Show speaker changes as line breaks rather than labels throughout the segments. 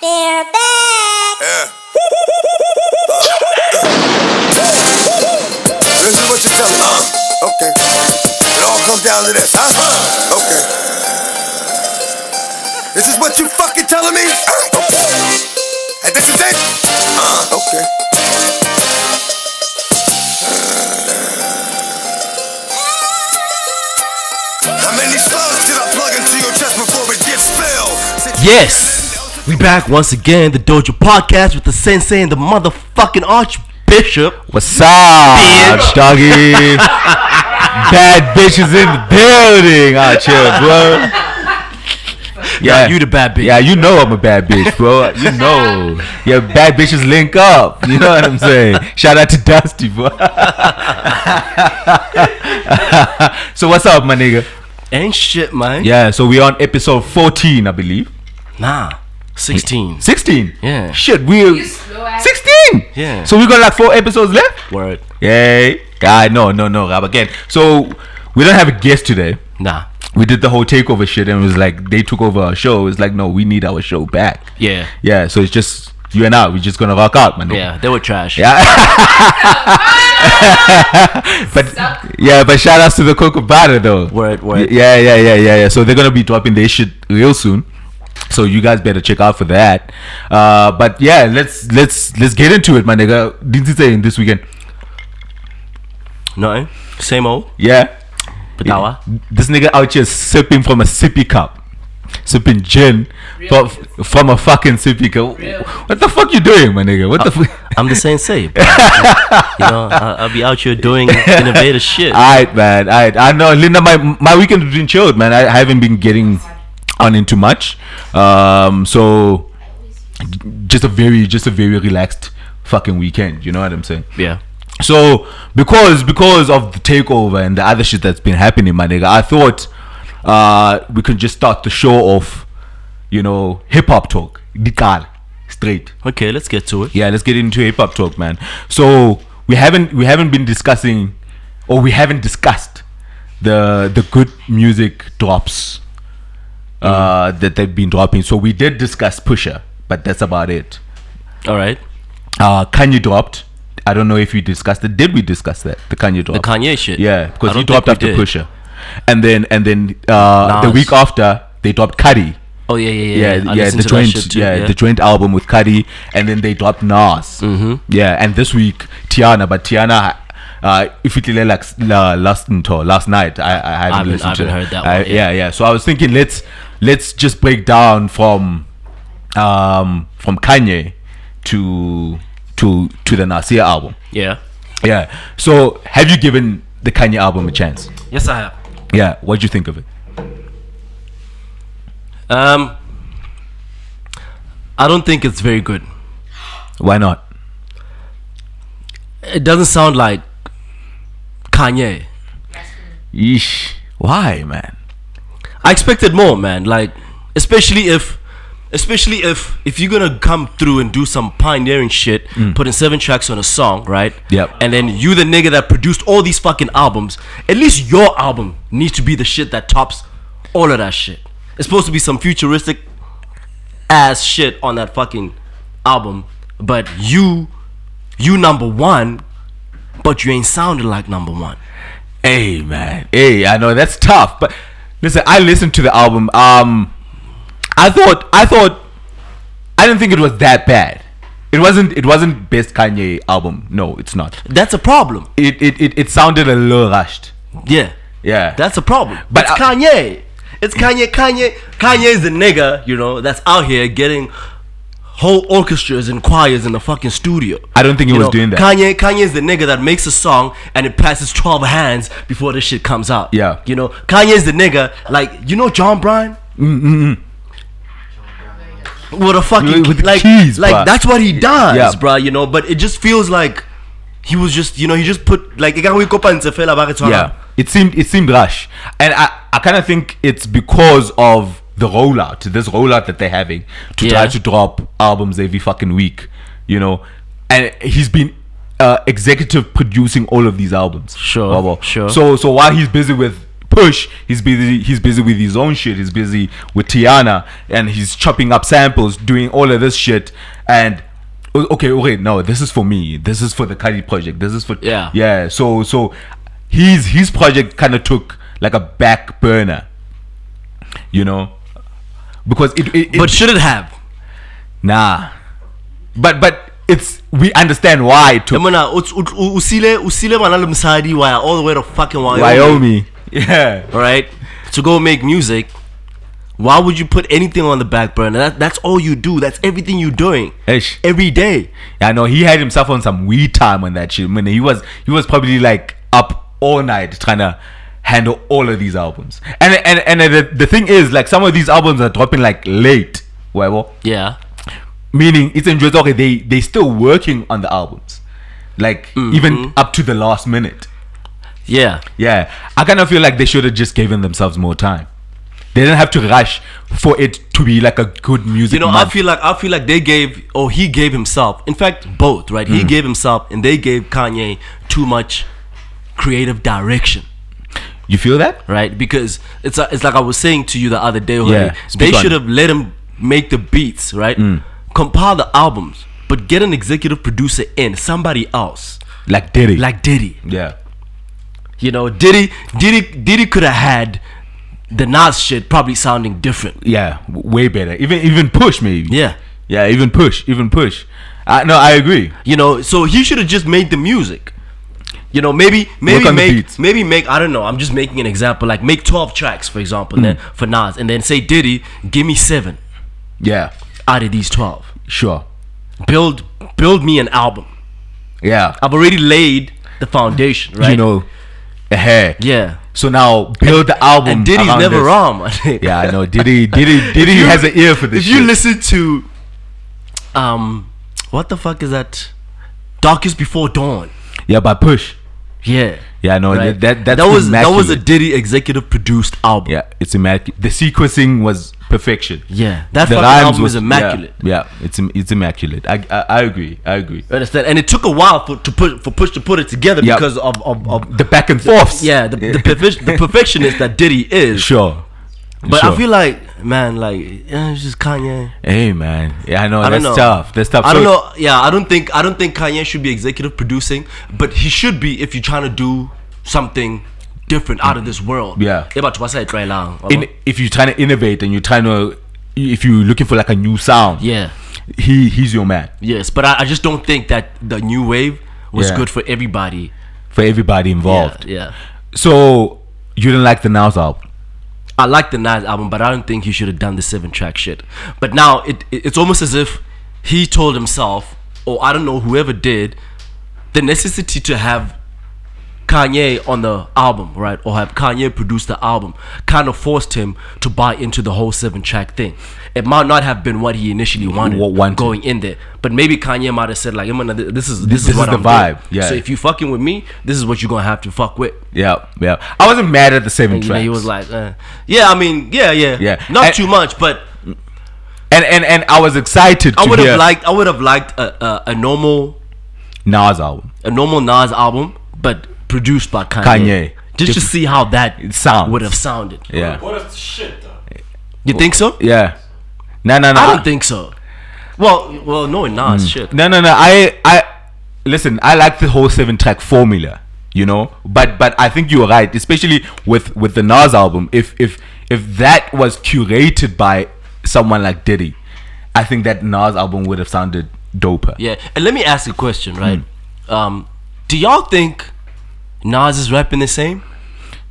They're back.
Yeah. This is what you tell me. Okay. It all comes down to this, huh? Okay. This is what you fucking telling me? Okay. And this is it? Uh, okay. How many slugs did I plug into your chest before it gets filled? Since you
Yes, we back once again, the Dojo Podcast with the Sensei and the motherfucking Archbishop.
What's up, doggy? bad bitches in the building out here, bro. Yeah,
you the bad bitch.
Yeah, you know I'm a bad bitch, bro. You know, yeah, bad bitches link up. You know what I'm saying? Shout out to Dusty, bro. so what's up, my nigga?
Ain't shit, man.
Yeah, so we on episode 14, I believe.
Nah, 16.
16.
Yeah.
Shit, we
You slow ass.
16.
Yeah.
So we got like four episodes left.
Word.
Yay. God, no, no, no, Rob. Again, so we don't have a guest today.
Nah.
We did the whole takeover shit and it was like they took over our show. It's like, no, we need our show back.
Yeah.
Yeah, so it's just you and I. We're just gonna rock out, man.
Yeah, they were trash.
Yeah. but yeah, but shout outs to the Coca Butter though.
Word, word.
Yeah, yeah, yeah, yeah, yeah. So they're gonna be dropping their shit real soon. So you guys better check out for that. Uh, but yeah, let's let's let's get into it, my nigga. Didn't say this weekend.
No, same old.
Yeah.
Patawa.
ah, This nigga out here sipping from a sippy cup. Sipping gin but f- from a fucking sippy cup. What the fuck you doing, my nigga? What the fuck?
I'm the Sensei. bro. you know, I, I'll be out here doing innovative shit.
Alright, man. Alright, I know, Linda. My my weekend has been chilled, man. I, I haven't been getting on into much. Um, so just a very, just a very relaxed fucking weekend. You know what I'm saying?
yeah.
So because because of the takeover and the other shit that's been happening, my nigga, I thought uh, we could just start the show off, you know, hip hop talk, dikal, straight.
Okay, let's get to it.
Yeah, let's get into hip hop talk, man. So we haven't we haven't been discussing, or we haven't discussed the the good music drops uh, that they've been dropping. So we did discuss Pusha, but that's about it.
All right.
Uh, Kanye dropped. I don't know if we discussed it. Did we discuss that the Kanye drop?
The Kanye shit.
Yeah,
I
because he
don't
dropped
think we
after
did.
Pusha, and then and then uh, the
Nas.
week after they dropped Cuddy.
Oh, yeah, yeah, yeah.
Yeah,
I
yeah,
listened to that
the joint,
shit too,
yeah, the joint album with Cuddy, and then they dropped Nas. Mm-hmm. Yeah, and this week Tiana, but Tiana. Uh, if it like la, last until last night, I I haven't,
haven't-
listened
I haven't
to
heard that
I-
one, yeah.
yeah, yeah. So I was thinking, let's let's just break down from um from Kanye to to to the Nasir album.
yeah.
Yeah. So have you given the Kanye album a chance?
Yes, I have.
Yeah. What'd you think of it?
Um, I don't think it's very good.
Why not?
It doesn't sound like Kanye.
Yeesh. Why, man?
I expected more, man. Like, especially if, especially if, if you're gonna come through and do some pioneering shit, putting seven tracks on a song, right?
Yep.
And then you, the nigga that produced all these fucking albums, at least your album needs to be the shit that tops all of that shit. It's supposed to be some futuristic ass shit on that fucking album, but you, you number one, but you ain't sounding like number one.
Hey, man. Hey, I know that's tough, but listen, I listened to the album. Um, I thought, I thought, I didn't think it was that bad. It wasn't. It wasn't best Kanye album. No, it's not.
That's a problem.
It it it, it sounded a little rushed.
Yeah.
Yeah.
That's a problem.
But
But it's
I-
Kanye. It's Kanye. Kanye. Kanye is the nigga, you know, that's out here getting whole orchestras and choirs in the fucking studio.
I don't think he
You
was
know,
doing that.
Kanye. Kanye is the nigga that makes a song and it passes twelve hands before this shit comes out.
Yeah.
You know, Kanye is the nigga like you know John Bryan. Mm-mm. What a fucking
With- with the
like
keys,
like
bruh.
that's what he does,
Yeah.
bruh, You know, but it just feels like. He was just, you know, he just put like "Eka ho ikopa ntse fela ba re tshwarang."
yeah it seemed it seemed rush and i i kind of think it's because of the rollout this rollout that they're having to try
Yeah.
to drop albums every fucking week you know and he's been uh, executive producing all of these albums
Sure,
Wabo.
sure.
so so while he's busy with push. He's busy. He's busy with his own shit. He's busy with Tiana, and he's chopping up samples, doing all of this shit. And o- okay, okay, no, this is for me. This is for the Cardi project. This is for
Yeah.
yeah. So so, his his project kind of took like a back burner, you know, because it. it, it
But should it have?
nah, but but it's we understand why it took
Emona, usile usile manalo msadi wire all the way to fucking Wyoming.
Wyoming. Yeah.
All right, to go make music. Why would you put anything on the back burner? That, that's all you do. That's everything you're doing
Ish.
every day.
I know he had himself on some weed time on that shit. I mean, he was he was probably like up all night trying to handle all of these albums. And and and the, the thing is, like some of these albums are dropping like late, whatever.
Yeah.
Meaning it's in okay, they they still working on the albums, like
Mm-hmm.
even up to the last minute.
Yeah.
Yeah, I kind of feel like they should have just given themselves more time. They didn't have to rush for it to be like a good music.
You know,
month.
I feel like I feel like they gave or he gave himself. In fact, both, right? He gave himself and they gave Kanye too much creative direction.
you feel that?
right? Because it's a, it's like I was saying to you the other day, Jorge,
Yeah,
they
speak on
should
it.
have
Mm.
let him make the beats, right? Compile the albums, but get an executive producer in, somebody else,
Like Diddy.
like Diddy.
yeah.
You know, Diddy, Diddy, Diddy could have had the Nas shit probably sounding different.
yeah, w- way better. Even even push maybe.
Yeah.
yeah, even push, even push. I no, I agree.
You know, so he should have just made the music. You know, maybe maybe
Work on the
make
beats.
maybe make I don't know. I'm just making an example. Like make 12 tracks, for example,
Mm.
then for Nas, and then say Diddy, give me seven
Yeah,
out of these 12.
sure.
build build me an album.
Yeah,
I've already laid the foundation, right?
you know, hey.
Yeah.
So now build the album.
And Diddy's
um, around
never
this.
wrong. man.
Yeah, I know. Diddy, Diddy, Diddy
you-
has an ear for this.
If you
shit.
listen to um what the fuck is that? Darkest Before Dawn.
yeah, by push.
Yeah.
Yeah, no,
Right?
that that that's
that was that was a
immaculate.
Diddy executive produced album.
yeah, it's immaculate. The sequencing was perfection.
Yeah. That
the
fucking
rhymes
album
was
is immaculate.
Yeah, yeah, it's im- it's immaculate. I, I I agree. I agree.
You understand? And it took a while for to put for push to put it together
Yeah.
because of, of, of
The back and forths.
yeah, the, the, perfec- the perfectionist that Diddy is.
sure.
But I
Sure.
feel like, man, like, yeah, it's just Kanye.
Hey man, yeah, I know
I
that's
don't know.
tough. That's tough.
I don't
So-
know. Yeah, I don't think I don't think Kanye should be executive producing, but he should be if you're trying to do something different out of this world.
Yeah.
Yeah, but what's that right now?
In, if you're trying to innovate and you're trying to, if you're looking for like a new sound,
yeah.
he he's your man
Yes, but I, I just don't think that the new wave was
Yeah.
good for everybody.
for everybody
Yeah,
involved.
yeah.
So you didn't like the Nas album?
I like the Nas album, but I don't think he should have done the seven track shit. But now it, it it's almost as if he told himself, or I don't know whoever did, the necessity to have Kanye on the album, right, or have Kanye produce the album, kind of forced him to buy into the whole seven track thing. It might not have been what he initially wanted,
Wa- wanted.
going in there, but maybe Kanye might have said like, "I'm gonna- th- this is
This
this, is
is
what
the
I'm
vibe,
Doing.
yeah.
So if you fucking with me, this is what you're gonna have to fuck with."
Yeah, yeah. I wasn't mad at the seven
You know,
tracks.
he was like, uh, yeah, I mean, yeah, yeah,
Yeah.
not
And-
too much, but
and and and I was excited to
I would
hear
have liked, I would have liked a, a, a normal,
Nas album.
a normal Nas album, but produced by Kanye,
Kanye.
just to see how that
sounds.
would have sounded.
Yeah,
What if shit though?
You think so?
yeah. No, no, no.
I don't think so. Well, well, no, Nas, shit.
Mm. No, no, no. I, I listen. I like the whole seven track formula, you know. But, but I think you're right, especially with with the Nas album. If if if that was curated by someone like Diddy, I think that Nas album would have sounded doper.
Yeah, and let me ask you a question, right?
Mm.
Um, do y'all think Nas is rapping the same?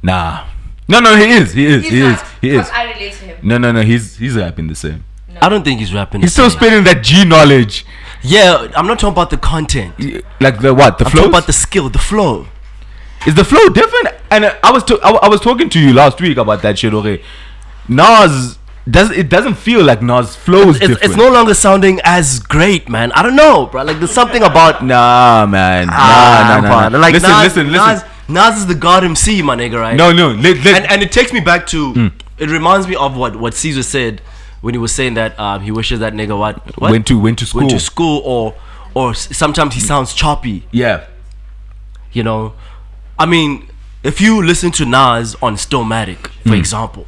Nah. No, no, he is. He is.
He's
he
not,
is. He
'cause
is.
I relate to him.
No, no, no. He's he's rapping the same.
I don't think he's rapping.
He's
the
still
same.
spitting that G knowledge,
yeah, I'm not talking about the content.
like the what? The
I'm
flow.
talking about the skill, the flow.
Is the flow different? And uh, I was to, I, wa- I was talking to you last week about that shit. Okay, Nas does it doesn't feel like Nas flows
it's,
different.
it's no longer sounding as great, man. I don't know, bro. Like there's something about
nah, man. Nah, nah, nah, nah.
Ah, Like
listen,
Nas,
listen, listen.
Nas, Nas is the god MC, my nigga, right?
no, Hmm. no. Let, let,
and and it takes me back to. It reminds me of what what Caesar said when he was saying that um, he wishes that nigga what, what?
went to went to school.
went to school or or s- sometimes he sounds choppy,
yeah,
you know. I mean, if you listen to Nas on Stillmatic,
Hmm.
for example,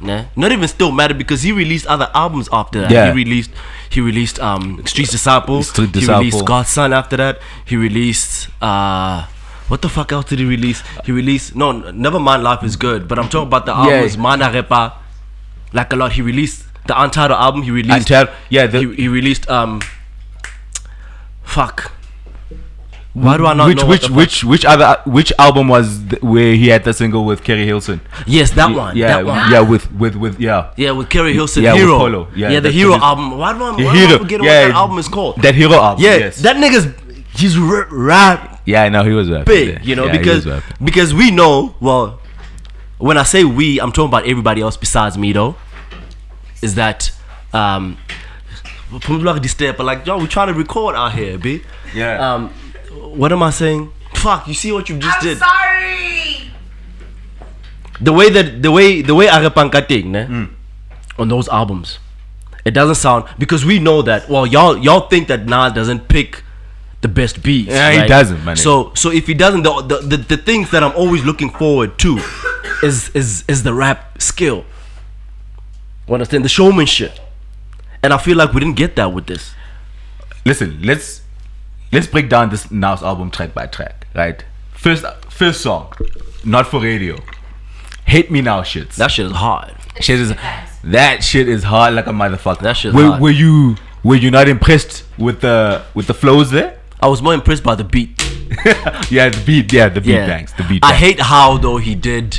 nah, not even Stillmatic because he released other albums after that.
Yeah.
He released he released um Streets Disciple.
Street
He
Disciple.
released Godson after that. He released uh what the fuck else did he release? He released no, n- never mind. Life is good, but I'm talking about the
Yeah.
albums Mana Repa, like a lot. He released the untitled album. He released
Untitled- yeah, the-
he, he released um. Fuck. Why do I not
which
know what
which
the fuck-
which which other which album was th- where he had the single with Kerry Hilson?
Yes, that one.
Yeah,
that one.
yeah, with with with yeah.
Yeah, with Kerry Hilson,
Yeah, with
Hero.
Polo. Yeah,
Yeah, the
that's
Hero
what it is.
album. Why do I, why do I
Hero.
forget
Yeah,
what that album is called?
That hero album.
yeah,
yes.
that nigga's he's r- rap
yeah, I know he was rapping.
big,
yeah.
you know,
Yeah, he
because
was rapping.
because we know. Well, when I say we, I'm talking about everybody else besides me, though. Is that um, Pumulak di step, but like, yo, we're trying to record out here, b.
Yeah.
Um, what am I saying? Fuck, you see what you just did.
sorry.
the way that the way the way Arepanka thing, ne,
Hmm.
on those albums, it doesn't sound because we know that. Well, y'all y'all think that Nas doesn't pick the best beats.
Yeah, he
right?
doesn't, man.
So so if he doesn't, the, the the the things that I'm always looking forward to is is is the rap skill. You understand the showmanship, and I feel like we didn't get that with this.
Listen, let's let's break down this Nas album track by track, right? First first song, not for radio. Hate me now, shits.
That shit is hard.
shit is that shit is hard like a motherfucker.
That shit's
were,
hard.
were you were you not impressed with the with the flows there?
I was more impressed by the beat.
yeah, the beat. Yeah, the beat bangs. The beat.
I
bangs.
hate how though he did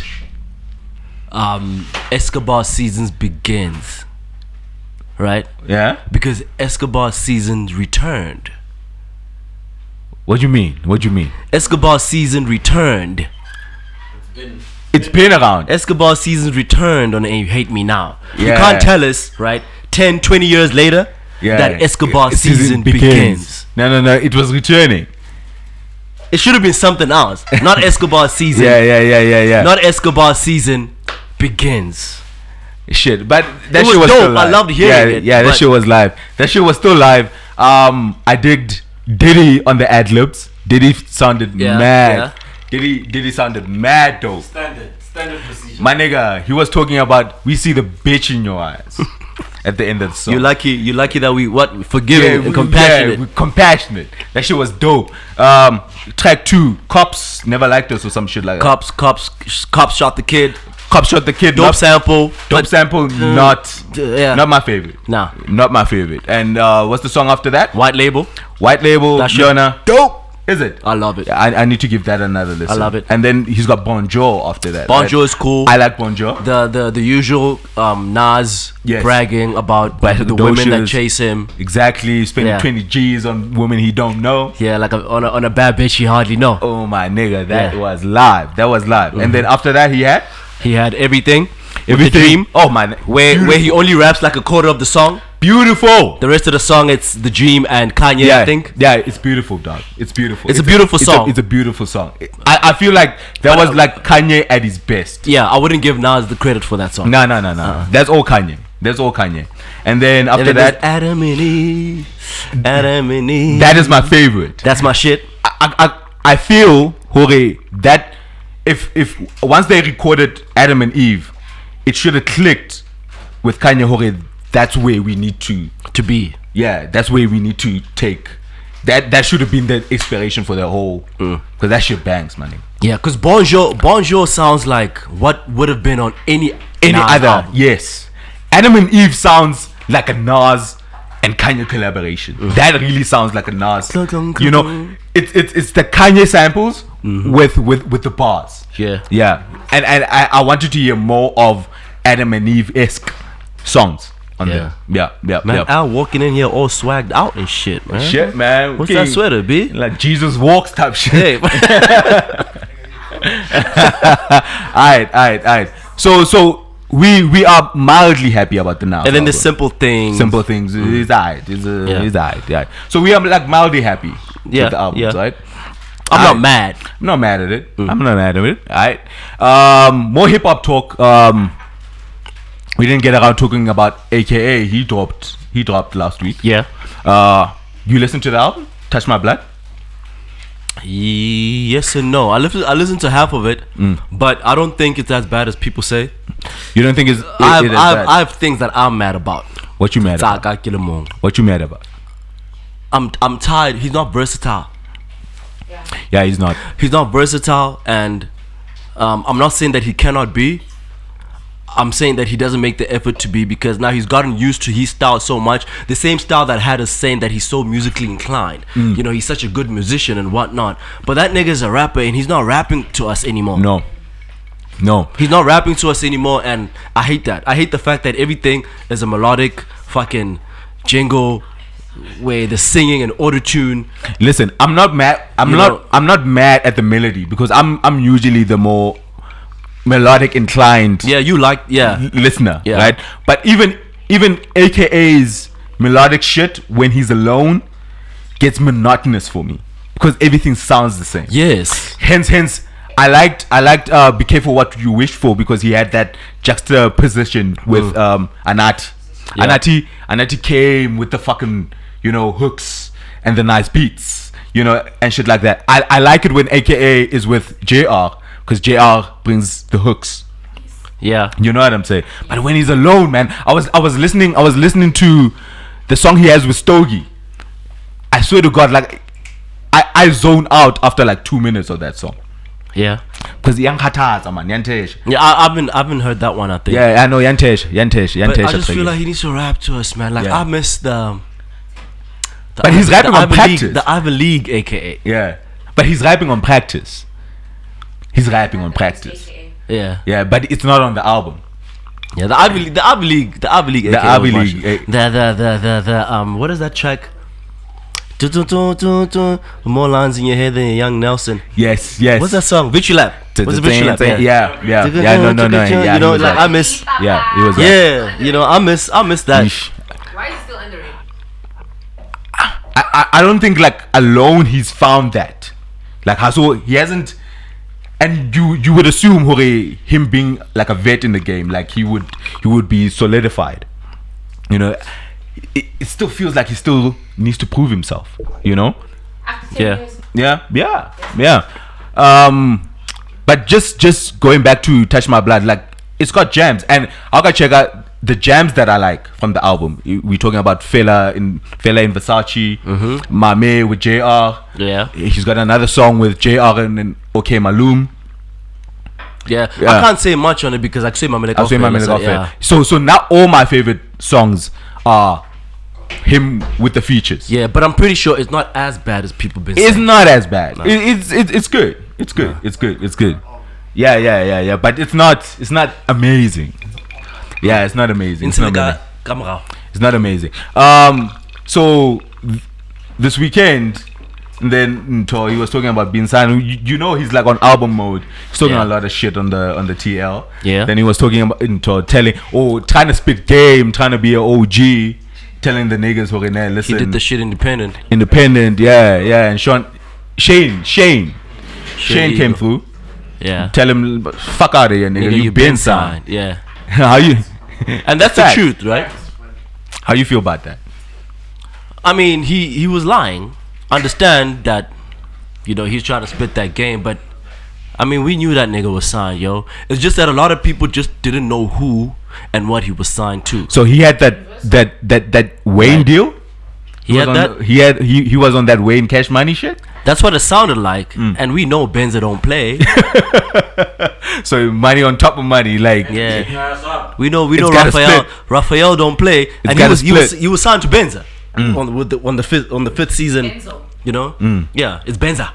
um Escobar seasons begins. Right?
Yeah.
Because Escobar seasons returned.
What do you mean? What do you mean?
Escobar season returned.
It's been around.
Escobar seasons returned on A Hate Me Now. You
Yeah.
can't tell us, right? 10, 20 years later
Yeah.
that Escobar
It-
season, begins.
No, no, no. It was returning.
It should have been something else. Not Escobar season.
Yeah, yeah, yeah, yeah, yeah.
Not Escobar season begins.
shit, but that
was
shit was
dope.
still
I
live.
loved hearing
yeah,
it,
Yeah, that
but-
shit was live. That shit was still live. Um, I digged Diddy on the ad libs. Diddy sounded
Yeah,
mad.
yeah.
Diddy Diddy sounded mad though.
Standard, standard procedure.
My nigga, he was talking about we see the bitch in your eyes at the end of the song.
You're lucky. You're lucky that we what forgiving
we-
and compassionate.
yeah, we- compassionate. That shit was dope. Um, track two, cops never liked us or some shit like
cops, cops, sh- cops shot the kid.
that. Cops shot the kid.
Dope
not-
sample.
dope
But- uh,
sample. not,
d- yeah.
not my favorite.
Nah.
not my favorite. And uh, what's the song after that?
White label.
White label.
That shit-
Leona. Dope. Is it?
I love it.
I, I need to give that another listen.
love it.
And then he's got Bonjour after that.
Bon Jovi is cool.
I like Bonjour.
The the the usual um, Nas
Yes.
bragging about
Back to
the,
the
women that
doshas.
chase him.
exactly. Spending
Yeah.
20 G's on women he don't know.
Yeah, like a, on a, on a bad bitch he hardly know.
Oh my nigga, that
Yeah.
was live. That was live. And then after that, he had
He had everything. With the
Everything.
dream.
Oh my, ni-
Where where he only raps like a quarter of the song.
beautiful.
The rest of the song it's the dream and Kanye.
yeah,
I think.
yeah, it's beautiful, dog. It's beautiful.
It's a beautiful
it's
song.
it's a beautiful song. I, I feel like that was like Kanye at his best.
Yeah, I wouldn't give Nas the credit for that song.
No, no, no, no. That's all Kanye. That's all Kanye. And then after
And then there's
that,
Adam and Eve. Adam and Eve.
that is my favorite.
That's my shit.
I, I, I feel Jorge that if if once they recorded Adam and Eve, it should have clicked with Kanye Jorge. That's where we need to.
To be.
Yeah, that's where we need to take. That that should have been the inspiration for the whole. Because that shit bangs, man.
Yeah, because Bonjour Bonjour sounds like what would have been on any
Any
Nas
other?
album.
Yes. Adam and Eve sounds like a Nas and Kanye collaboration.
Mm.
That really sounds like a Nas.
Clunk, clunk,
You know,
clunk.
it's it's it's the Kanye samples with with with the bars.
Mm-hmm. Yeah.
Yeah, and and I, I wanted to hear more of Adam and Eve esque songs on
Yeah.
there. Yeah, yeah,
Man,
yeah.
Al walking in here all swagged out and shit, man.
Shit, man.
What's
King-
that sweater, B?
Like Jesus walks type shit.
Hey,
alright, alright, alright. So so we we are mildly happy about the now.
and then the simple thing.
simple things. It's alright. It's, uh,
Mm-hmm. Yeah.
it's alright. Yeah. So we are like mildly happy
Yeah,
with the albums,
yeah.
right?
I'm
I-
not mad. Mm.
I'm not mad at it. I'm not mad at it. Alright. Um, more hip hop talk. Um, we didn't get around talking about AKA. He dropped. He dropped last week.
Yeah.
Uh, you listened to the album? Touch My Blood.
Yes and no. I listen. I listened to half of it,
Mm.
but I don't think it's as bad as people say.
You don't think it's it,
I have,
it is
I, have,
bad?
I have things that I'm mad about.
what you mad about?
Tsaka Kilimong.
What you mad about?
I'm I'm tired. He's not versatile.
Yeah, he's not.
He's not versatile, and um, I'm not saying that he cannot be. I'm saying that he doesn't make the effort to be because now he's gotten used to his style so much. The same style that had us saying that he's so musically inclined. You know, he's such a good musician and whatnot. But that nigga's a rapper and he's not rapping to us anymore.
No, no.
He's not rapping to us anymore, and I hate that. I hate the fact that everything is a melodic fucking jingle where the singing and auto tune.
Listen, I'm not mad. I'm
You
not.
know-
I'm not mad at the melody because I'm. I'm usually the more melodic inclined
Yeah, you like, yeah.
l- listener,
Yeah.
right? But even even AKA's melodic shit when he's alone gets monotonous for me because everything sounds the same.
Yes.
Hence, hence, I liked I liked uh, "Be Careful What You Wish For" because he had that juxtaposition with um, Anati.
Yeah.
Anati Anati came with the fucking you know hooks and the nice beats, you know, and shit like that. I, I like it when AKA is with JR because JR brings the hooks.
Yeah.
You know what I'm saying? But when he's alone, man, I was I was listening I was listening to the song he has with Stogie. I swear to God, like I, I zone out after like two minutes of that song.
Yeah.
Because Yankataza man, Yantesh.
Yeah, I, I haven't, I haven't heard that one, I think.
Yeah, I know Yantesh, Yantesh,
But
Yantesh.
I just
Atreyu.
feel like he needs to rap to us, man. Like,
Yeah.
I miss the. um, the
But he's
the
rapping on
Ivy League-
practice.
The Ivy League, aka.
yeah. But he's rapping on practice. He's rapping on practice.
Yeah.
Yeah, but it's not on the album.
Yeah, the Ivy League, the Ivy League, the Ivy League,
The
AKA
Ivy
was
League,
watching.
eh.
The, the the the the um, what is that track? Du- du- du- du- du. More lines in your head than Young Nelson.
Yes, yes.
What's that song? Victory Lap. What's Victory Lap?
Yeah, yeah, yeah, yeah, no, no, no. Yeah,
you know,
he was
like
right.
I miss.
yeah, it was right.
Yeah, you know, I miss, I miss that.
Yeesh.
Why is it still underrated?
I, I I don't think like alone he's found that. Like Hasso, he hasn't and you you would assume Hore him being like a vet in the game, like he would he would be solidified. You know. It, it still feels like he still needs to prove himself, you know?
After
Yeah.
ten years,
Yeah, yeah, yeah. Um, but just just going back to Touch My Blood, like it's got jams, and I gotta check out the jams that I like from the album. You- We're talking about Fela in Fela in Versace, Mame with Jr.
Mm-hmm. Yeah,
He's got another song with Jr. and, and OK Malum.
yeah, I
Yeah.
can't say much on it because I say my Melek
I'll say my
Offer,
minute
so,
off
yeah.
So so now all my favorite songs are him with the features.
Yeah, but I'm pretty sure it's not as bad as people been
It's
saying.
not as bad. It, it's it's it's good. It's good. It's good. It's good. Yeah, yeah, yeah, yeah. But it's not it's not amazing. Yeah, it's not amazing. It's
Into the
not,
guy,
amazing.
come around.
it's not amazing. Um, so th- this weekend, then Nto, he was talking about Binsan. You, you know, he's like on album mode. He's talking
Yeah.
a lot of shit on the on the TL.
Yeah.
Then he was talking about Nto telling, oh, trying to spit game, trying to be a OG, telling the niggas who are in there.
He
Listen,
did the shit independent.
independent. Yeah, yeah. And Sean, Shane, Shane, Shane,
Shane
came
Eagle.
through.
Yeah,
Tell him, fuck out of here, nigga.
Nigga,
you,
you
been signed.
Yeah,
How you?
and that's the
Fact.
truth, right?
How you feel about that?
I mean, he he was lying. Understand that, you know, he's trying to spit that game, but I mean, we knew that nigga was signed, yo. It's just that a lot of people just didn't know who and what he was signed to.
So he had that that that that Wayne deal.
He had
was on-
that.
He had he, he was on that Wayne Cash Money shit.
That's what it sounded like,
Mm.
and we know Benza don't play.
So money on top of money, like
Yeah, we know we know
gotta
Raphael.
split.
Raphael don't play, and he
gotta
was, he was
split. Mm.
he was signed to Benza on the, with the on the fifth on the fifth season.
Benzo.
You know, yeah, it's Benza.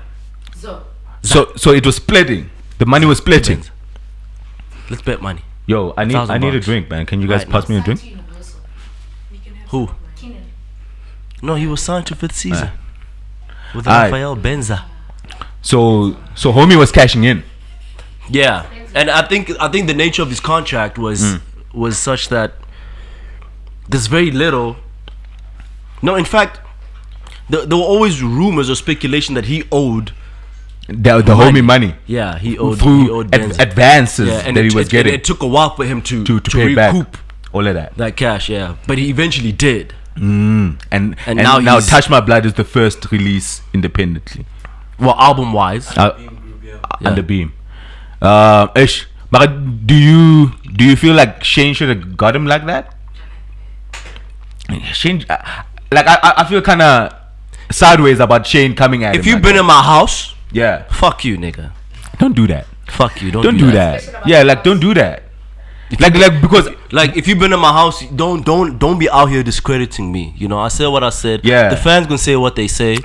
So,
So so it was splitting. The money was splitting.
Benza. Let's bet money.
Yo, I need
Thousand
I need a
bucks.
drink, man. Can you guys
Right.
pass me a drink?
Universal.
Who? No, he was signed to fifth season with
Aye.
Rafael Benza.
So so homie was cashing in.
Yeah, and I think I think the nature of his contract was
Mm.
was such that there's very little. No, in fact, there, there were always rumors or speculation that he owed.
The, the homie money
Yeah, he owed. he
through
owed
ad-
Benza.
advances
yeah, and
that
it,
he was
it-
getting.
It, took a while for him to
to, to, pay
recoup
back all of that.
that cash. Yeah, but he eventually did.
And, and,
now
now,
he's-
Touch My Blood is the first release independently.
well, album wise.
Uh, Under Beam. Uh, ish. But do you do you feel like Shane should have got him like that? Shane, uh, like I, I- I feel kind of sideways about Shane coming at him.
If you've
like
been in my house,
that. yeah,
fuck you, nigga.
don't do that.
Fuck you. Don't,
Don't do that. Yeah, like don't do that. Like like because
Like if you've been in my house, don't don't don't be out here discrediting me. You know, I said what I said.
Yeah.
The fans gonna say what they say,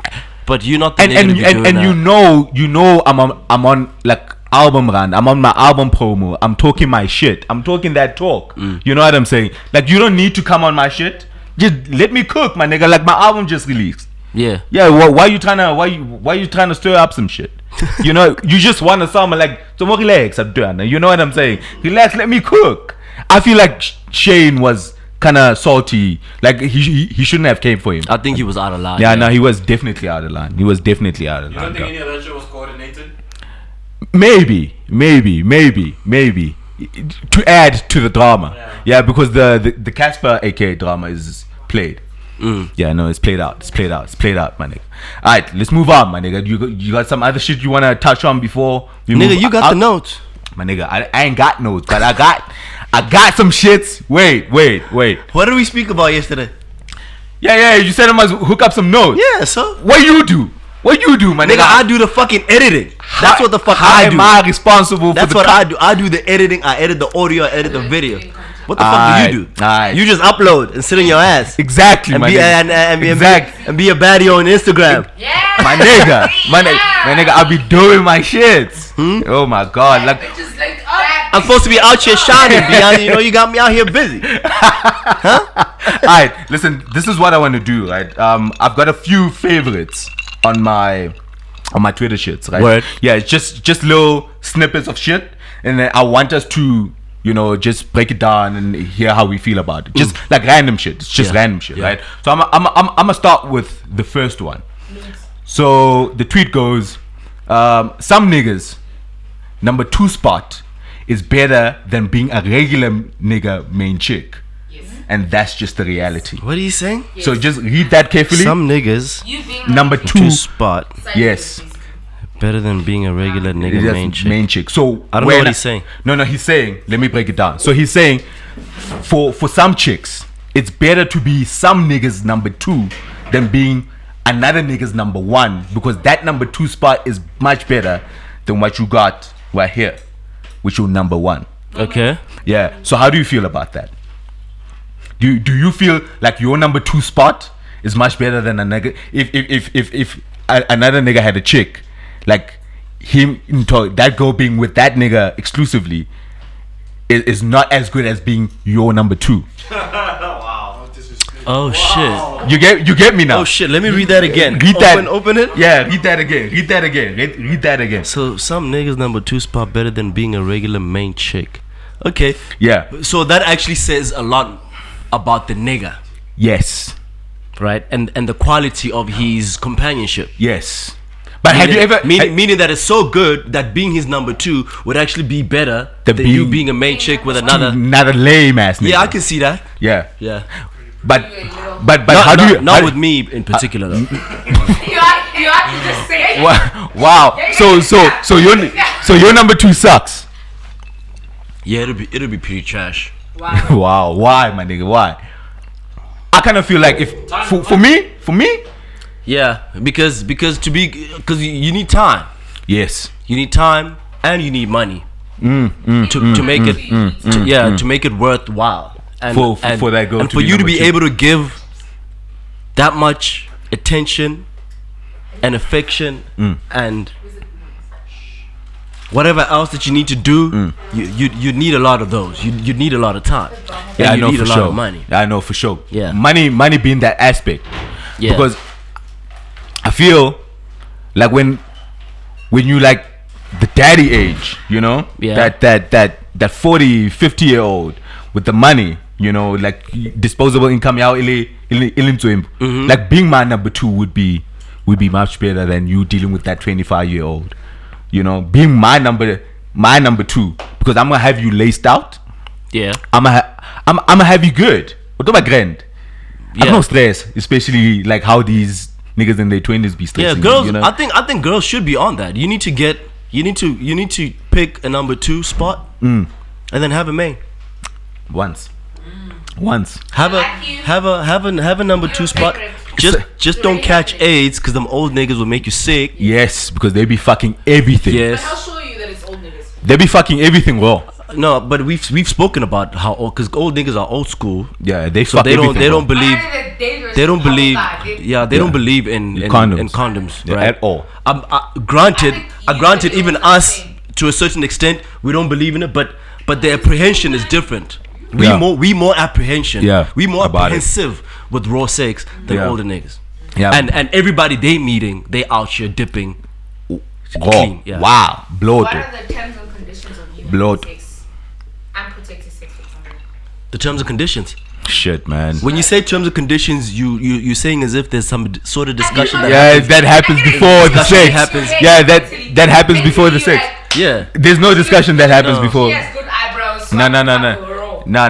but you're not the
and
nigga to
and
be
and,
doing
and you
that.
know you know I'm on, I'm on like album run i'm on my album promo i'm talking my shit i'm talking that talk
Mm.
you know what i'm saying like you don't need to come on my shit just let me cook my nigga like my album just released
Yeah.
yeah wh- why you trying to why you why you trying to stir up some shit you know you just want to sound like so more relax i'm done you know what i'm saying relax let me cook i feel like Sh- shane was kind of salty like he, he he shouldn't have came for him
I think he was out of line.
yeah, no, he was definitely out of line. He was definitely out of
You
line.
don't think
dog.
any of that shit was coordinated?
maybe, maybe, maybe, maybe to add to the drama. Yeah, because the, the the Casper aka drama is played.
Mm.
Yeah, no, it's played out. It's played out. It's played out, my nigga. All right, let's move on, my nigga. You got- you got some other shit you wanna touch on before we
Nigga,
move
you got
out?
the notes.
my nigga. I, I ain't got notes, but I got I got some shits. Wait, wait, wait.
What did we speak about yesterday?
Yeah, yeah. You said I must hook up some notes.
Yeah, so
What you do? What you do, my
nigga, I
nigga?
do the fucking editing. That's what the fuck
how
I
am
do.
I responsible
That's
for
what
the
I do. I do the editing. I edit the audio. I edit the video. What the fuck
Aight,
do you do?
aight.
You just upload and sit on your ass
Exactly,
and
my
be
nigga.
and, and, and be
Exact-
and be a baddie on Instagram.
Yeah.
my nigga, my nigga, my nigga. I be doing my shits.
Hmm?
Oh my god, like
Just like that.
I'm supposed to be out here shining, Beyonce. You know, you got me out here busy.
All right, listen. This is what I want to do. Right, um, I've got a few favorites on my on my Twitter shits. Right.
Word.
Yeah, it's just just little snippets of shit, and then I want us to you know just break it down and hear how we feel about it. Just
Mm.
like random shit. It's just
Yeah.
random shit,
Yeah.
right? So I'm I'm I'm I'm gonna start with the first one. So the tweet goes, um, some niggas number two spot is better than being a regular nigga main chick.
Yes.
And that's just the reality.
What are you saying?
So just read that carefully.
Some niggas
You being
Number two,
two spot
like
yes.
better than being a regular nigga
that's
main chick.
main chick. So
I don't know
when
what he's saying.
No, no, he's saying. Let me break it down. So he's saying, for for some chicks, it's better to be some niggas number two than being another niggas number one because that number two spot is much better than what you got right here, which you number one.
Okay.
Yeah. So how do you feel about that? Do you, do you feel like your number two spot is much better than a nigga? If if if if, if a, another nigga had a chick, like him into that girl being with that nigga exclusively, is, is not as good as being your number two.
wow.
Oh shit.
You get you get me now.
Oh shit. Let me read that again.
Read
open,
that.
Open it.
Yeah, read that again. Read that again. Read, read that again.
So some niggas number two spot better than being a regular main chick. Okay.
Yeah.
So that actually says a lot about the nigga,
Yes.
right? And and the quality of his companionship.
Yes. But have you
Meaning-
ever?
meaning,
ha-
meaning that it's so good that being his number two would actually be better
Than
than, you
being-
being a main chick with another?
not a lame ass nigga.
Yeah, I can see that.
Yeah.
Yeah,
But
little-
but but
not,
how
not-
do you?
not
how-
with me in particular. though.
You have, you have to just say it.
Wow! wow. So so so your so your number two sucks.
Yeah, it'll be it'll be pretty trash.
Wow.
Wow. Why, my nigga? Why? I kind of feel like if for, for me for me
Yeah, because because to be because you, you need time,
yes
you need time, and you need money
Mm,
to to make it to, yeah to make it worthwhile. And
For- for-
and-
for that girl
and
to
for
be
you to
number
be
two.
able to give that much attention and affection
Mm.
and whatever else that you need to do, you, you you need a lot of those. You you need a lot of time.
Mm. yeah
and
I
you
know
need
for
a lot
sure
of money.
I know for sure
Yeah.
money money being that aspect
Yeah.
because I feel like when when you like the daddy age you know
Yeah.
that that that that 40 50 year old with the money you know like disposable income yao ile ile ile to him
Mm-hmm.
like being my number 2 would be would be much better than you dealing with that 25 year old you know being my number my number 2 because I'm going to have you laced out
yeah,
I'm a, I'm, I'm a have you good. What about grand? I
Yeah.
don't stress, especially like how these niggas in their twenties be stressing.
Yeah,
you,
girls.
You know?
I think I think girls should be on that. You need to get. You need to. You need to pick a number two spot,
Mm.
and then have a main.
once, once.
Have a
like you.
have a have a have a number two spot.
favorite.
Just
Say-
just don't catch AIDS because them old niggas will make you sick.
Yes, because they be fucking everything.
But I'll
Yes.
show you that it's old niggas.
They be fucking everything raw.
No, but we've we've spoken about how old because old niggas are old school.
Yeah, they
So
fuck
they don't
everything
they
raw.
don't believe
Apparently they're dangerous
they don't
on the
believe
outside. They-
yeah they don't
Yeah.
believe in, in
Condoms.
in condoms
Yeah,
right?
at all.
Um, uh, granted,
I think
uh,
you
granted
should
even
do
us
something.
to a certain extent we don't believe in it, but but the apprehension is different. We
Yeah.
more we more apprehension.
Yeah,
we more
about it.
apprehensive with raw sex than
Yeah.
older niggas.
Yeah.
and and everybody they meeting they out here dipping.
Raw.
clean, yeah.
Wow, blow
What
it.
are the terms and conditions of you having
Blood.
sex? Unprotected sex with someone.
The terms and conditions.
Shit, man.
When you say terms and conditions, you you you're saying as if there's some d- sort of discussion. that
Yeah,
happens.
that happens
Actually,
before the
discussion
sex.
happens.
Yeah, that that happens before the
Basically,
sex.
yeah.
There's no discussion that happens
No.
before.
He has good eyebrows. so
No,
I
no, no,
fuck
no,
her raw.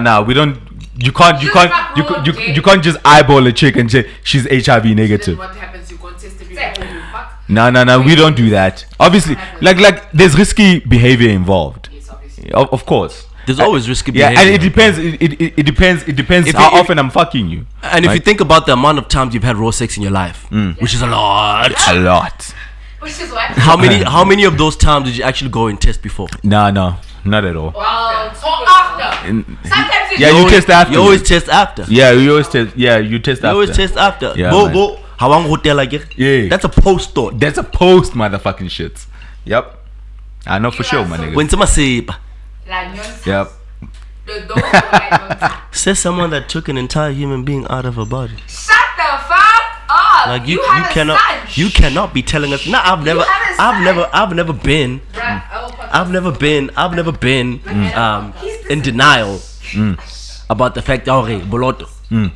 no, no. We don't. You can't. You
Just
can't.
fuck
You
raw,
you,
Jay.
you can't just eyeball a chick and say she's HIV
Then
negative.
what happens? You contest if you
Sex.
you fuck.
No, no, no. We don't do that. Obviously, like like there's risky behavior involved.
Yes, obviously.
Of, of course.
There's always risky
Yeah,
behavior.
and it depends. It, it, it- it depends. It depends
If
how
you- if-
often I'm fucking you.
And if you
Right.
think about the amount of times you've had raw sex in your life,
Mm.
which is a lot,
A lot.
Which is what?
how many how many of those times did you actually go and test before?
No, no, not at all.
Well, or Oh, after.
And-
Sometimes you
Yeah,
don't.
you test after.
You always test after. You
Yeah, you always test. Yeah, you test after.
always test after.
Yeah,
bo
man.
bo, how long hotel like it?
Yeah.
That's a post thought.
That's a post, motherfucking shit. Yep. I know for sure, my nigga.
When someone say "Bah,"
Like, you know,
Yep.
the doors were like, on-
says someone that took an entire human being out of her body,
Shut the fuck up.
like you, you,
have a
cannot
son.
you cannot be telling us. Nah, I've never,
have a
I've
son.
never, I've never been,
Bruh, I will fuck
I've never been, I've never been um,
Mm. He's the-
in denial
Mm.
about the fact. Oh, hey, boloto.
I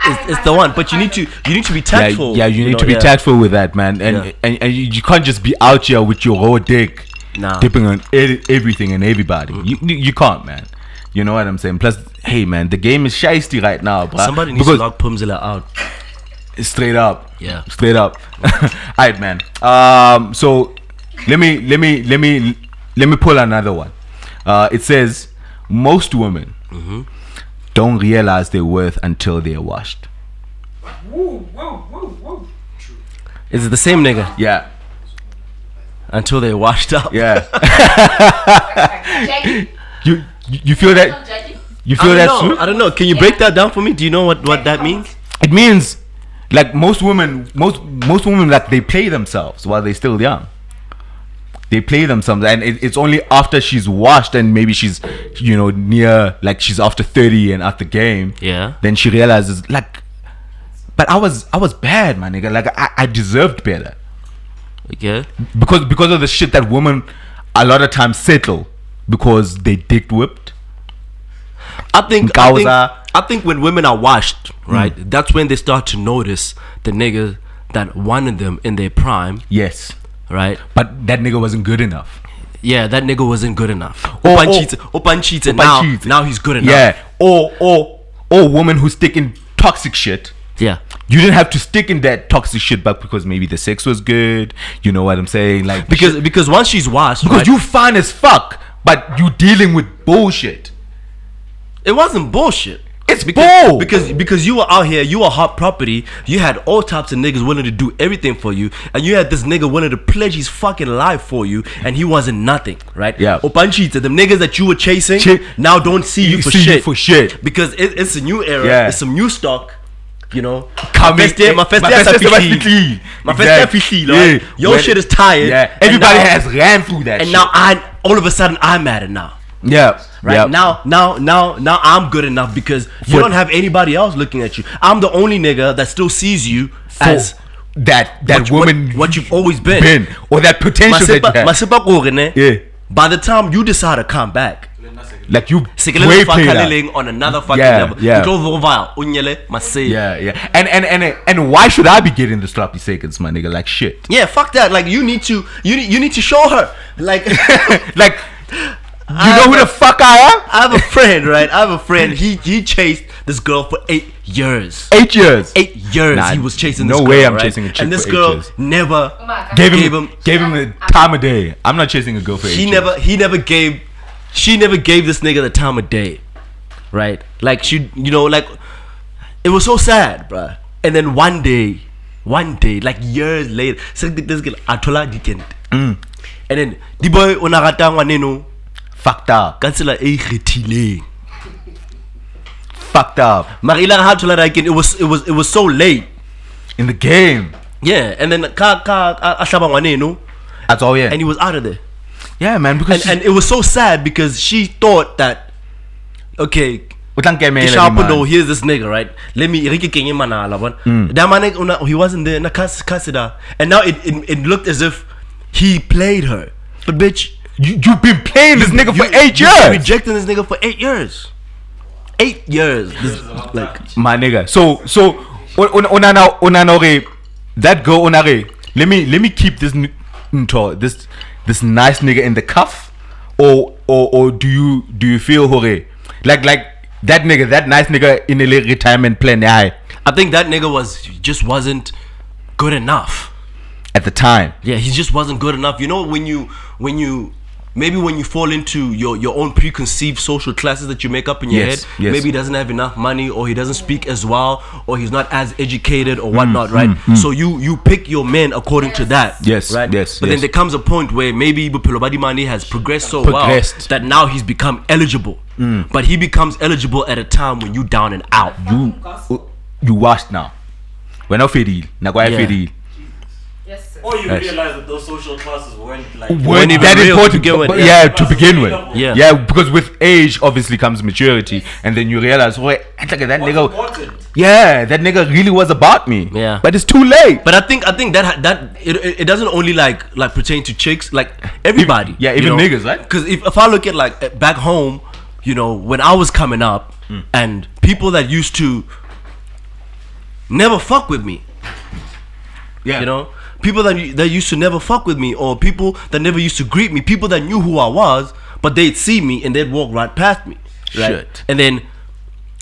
It's, it's
have
the
a
one,
son.
but you need to you need to be
Yeah,
tactful.
yeah, you need
know,
to be
yeah.
tactful with that, man. And,
Yeah.
and and you you can't just be out here with your whole dick
Nah. Mm.
dipping on e- everything and everybody. You you you can't, man. You know what I'm saying? Plus, hey, man, the game is shisty right now, bro.
Somebody needs
uh, because
to lock Pumzilla out.
straight up.
Yeah.
Straight up. Alright, man. Um so let me let me let me let me pull another one. Uh it says most women
Mm-hmm.
don't realize their worth until they're washed.
Is it the same nigga
Yeah.
until they washed up?
Yeah.
Jackie,
you you you feel that
don't judge it.
you
I
feel
don't
that
know.
true?
I don't know. Can you break that down for me? Do you know what, what that means?
It means like most women most most women like they play themselves while they're still young. They play themselves and it, it's only after she's washed and maybe she's you know near like she's after 30 and after game.
Yeah.
Then she realizes like but I was I was bad, my nigga. Like I, I deserved better.
Okay.
Because because of the shit that women a lot of times settle because they dick whipped.
I think I think,
Nkauza.
I think when women are washed, right, that's when they start to notice the niggas that wanted them in their prime,
Yes.
right?
But that nigga wasn't good enough.
Yeah, that nigga wasn't good enough.
Oh,
Open
oh.
cheated. Open cheated.
But
Now,
cheat.
now he's good enough.
Yeah. Or or or women who stick in toxic shit.
Yeah.
You didn't have to stick in that toxic shit back because maybe the sex was good. You know what I'm saying? Like
Because
shit-
because once she's washed,
because
right,
you fine as fuck, but you dealing with bullshit.
It wasn't bullshit.
It's
because,
bull.
because because you were out here, you were hot property. You had all types of niggas willing to do everything for you, and you had this nigga willing to pledge his fucking life for you, and he wasn't nothing, right?
Yeah.
Opanchi, the niggas that you were chasing
Chi-
now don't see you,
You
for
see you
shit.
for shit.
because it, it's a new era.
Yeah.
It's some new stock. You know,
Coming-
my first day, my first
my
day,
first day
I
must be clean.
My first day, I
Exactly.
feel like
Yeah.
your
When-
shit is tired.
Yeah.
and
Everybody
now-
has ran through that.
and
shit.
now I all of a sudden I'm at it now
yeah,
right
yeah.
now now now now i'm good enough because you
For-
don't have anybody else looking at you i'm the only nigga that still sees you as
that that
what,
woman
what, what you've always been,
been or that potential that you
Masipa-
had.
Masipa kore, ne?
Yeah.
by the time you decide to come back
like you
sekelele
way
ufaka
played out.
leleng on another fucking
Yeah,
level
yeah.
You drove over, unyele, mase.
Yeah, yeah. And and and and why should I be getting the sloppy seconds, my nigga? Like shit.
Yeah, fuck that like you need to you need, you need to show her like
like you know who the fuck I am?
I have a friend, right? I have a friend. He he chased this girl for eight years.
Eight years.
Eight years
Nah,
he was chasing
no
this girl.
way I'm
right?
chasing a chick
And this
for eight
girl
years.
Oh
never
my God.
Gave him,
Gave him-
gave him the time of day. I'm not chasing a girl for eight
he
years.
never he never gave she never gave this nigga the time of day. Right? Like she you know, like it was so sad, bruh. And then one day, one day, like years later, so th- this girl Atola Dikent.
Mm.
And then the boy o na ratang ngwaneno
fucked up.
ka tsela e ikgethileng.
Fucked up
Mara ilare ha a thola Dikent, it was it was it was so late.
in the game.
Yeah, and then ka ka a- a hlaba ngwaneno
That's all. Yeah.
and he was out of there.
yeah, man.
And
Because
and it was so sad because she thought that okay,
Ke
Sharpo though, here's this nigga, right? Let me Ricky Kenye Manala, but
Hmm.
that man eh, una- he wasn't there, na kas- kasida. And now it, it it looked as if he played her. But bitch,
You, you've been playing this nigga for eight
you
years.
rejecting this nigga for eight years. Eight years. This, like
my nigga. So so on on on ana- on ana hore, that girl onare. Let me let me keep this n- nto this this nice nigga in the cuff, or or or do you do you feel hore like like that nigga that nice nigga in a late retirement plan? Yeah,
I think that nigga was just wasn't good enough.
at the time.
Yeah, he just wasn't good enough. You know when you when you maybe when you fall into your your own preconceived social classes that you make up in your
Yes,
head,
yes.
maybe he doesn't have enough money or he doesn't speak as well or he's not as educated
Hmm,
or whatnot, right? So you you pick your men according to that.
Yes,
Right?
yes,
But
yes.
then there comes a point where maybe Bupilobadi Mani has progressed so well
Progressed. Hmm.
that now he's become eligible. But he becomes eligible at a time when you down and out.
You you washed now. We're not fadil. Nagwaya
Yeah.
fadil.
Yes, sir.
Or you
Yes.
realize that those social classes weren't like
Weren't even
that
real to
important.
begin with.
but-
Yeah.
yeah, to begin with.
Yeah.
Yeah, because with age obviously comes maturity, and then you realize, wait, that
What's
nigga,
important?
Yeah, that nigga really was about me.
Yeah.
But it's too late.
But I think I think that ha- that it, it, it doesn't only like like pertain to chicks, like everybody.
yeah, even niggas, right?
Because if, if I look at like at back home, you know, when I was coming up,
Mm.
and people that used to never fuck with me,
yeah.
you know, people that u- that used to never fuck with me, or people that never used to greet me, people that knew who I was, but they'd see me and they'd walk right past me. Right?
Shit.
And then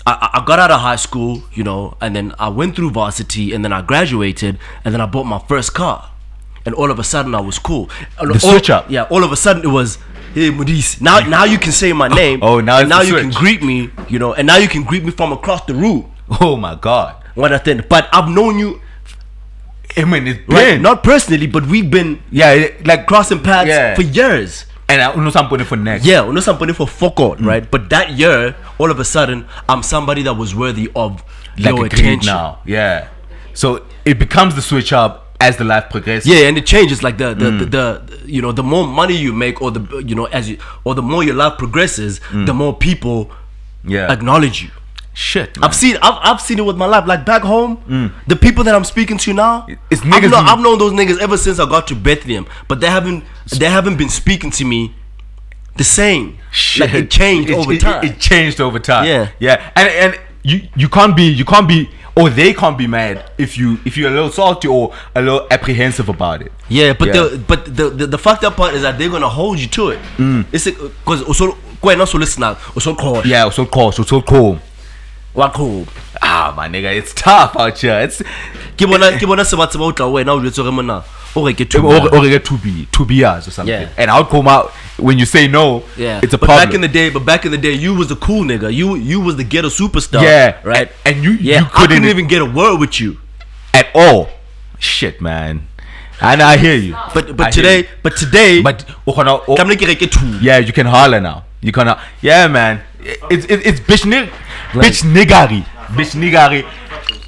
I, I- I got out of high school, you know, and then I went through varsity, and then I graduated, and then I bought my first car, and all of a sudden I was cool. And
The
all-
switch up.
yeah. All of a sudden it was. Hey Mudis. Now now you can say my name.
Oh, now
and
it's
now
the
you can
switch.
greet me, you know, and now you can greet me from across the room.
Oh my god.
What I think. But I've known you
I mean, it's
right,
been
not personally, but we've been
yeah, it- like
crossing paths
Yeah.
for years.
and I know something for next.
Yeah, we know somebody for fuck
Mm.
all, right? But that year, all of a sudden, I'm somebody that was worthy of
like
your
a grade
attention.
now. Yeah. So it becomes the switch up as the life progresses.
Yeah, and it changes like the the,
Mm.
the the you know the more money you make or the you know as you or the more your life progresses, the more people
Mm. Yeah.
acknowledge you.
Shit.
I've seen I've, I've seen it with my life. Like back home, the people that I'm speaking to now,
Mm. It's
I've,
niggas
known,
who-
I've known those niggas ever since I got to Bethlehem, but they haven't they haven't been speaking to me the same.
Shit.
Like it changed
It-
over
it-
time.
It, changed over time.
Yeah.
Yeah. And and you you can't be you can't be or they can't be mad if you if you're a little salty or a little apprehensive about it.
Yeah, but
Yeah. Mm.
the but the, the the fucked up part is that they're gonna hold you to it. It's because also quite not so listen now. Also call
Yeah, so cool, so so cool.
what call.
Ah my nigga, it's tough out here. It's
Ke bona ke bona se ba tseba o tla ho wena o jwetse hore monna o re ke two
or,
man.
or get two B, two BRs or something.
Yeah.
And I'll come out when you say no.
Yeah,
it's a
but
problem.
back in the day, but back in the day, you was the cool nigga. You you was the ghetto superstar.
yeah,
right.
And, and you
yeah,
you
I
couldn't,
couldn't even get a word with you.
at all. Shit, man. And I hear you.
But
I
but
hear
today,
you.
but today,
but o kgona- o-
ka mona ke re ke two.
yeah, you can holler now. You can, ho- yeah, man. It's it's, it's bitch nig, bitch niggary, bitch niggary.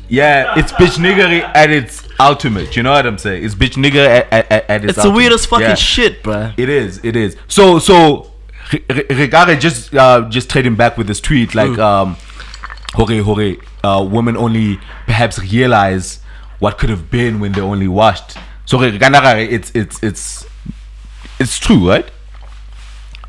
Yeah, it's bitch niggary at its ultimate. You know what I'm saying? It's bitch nigger at, at, at its.
It's the weirdest fucking
shit.
shit, bruh.
It is. It is. So so, Re- Re- Regare just uh, just trading back with this tweet like um, hore hore, uh, women only perhaps realize what could have been when they only washed. So Re- Regare, it's it's it's it's true, right?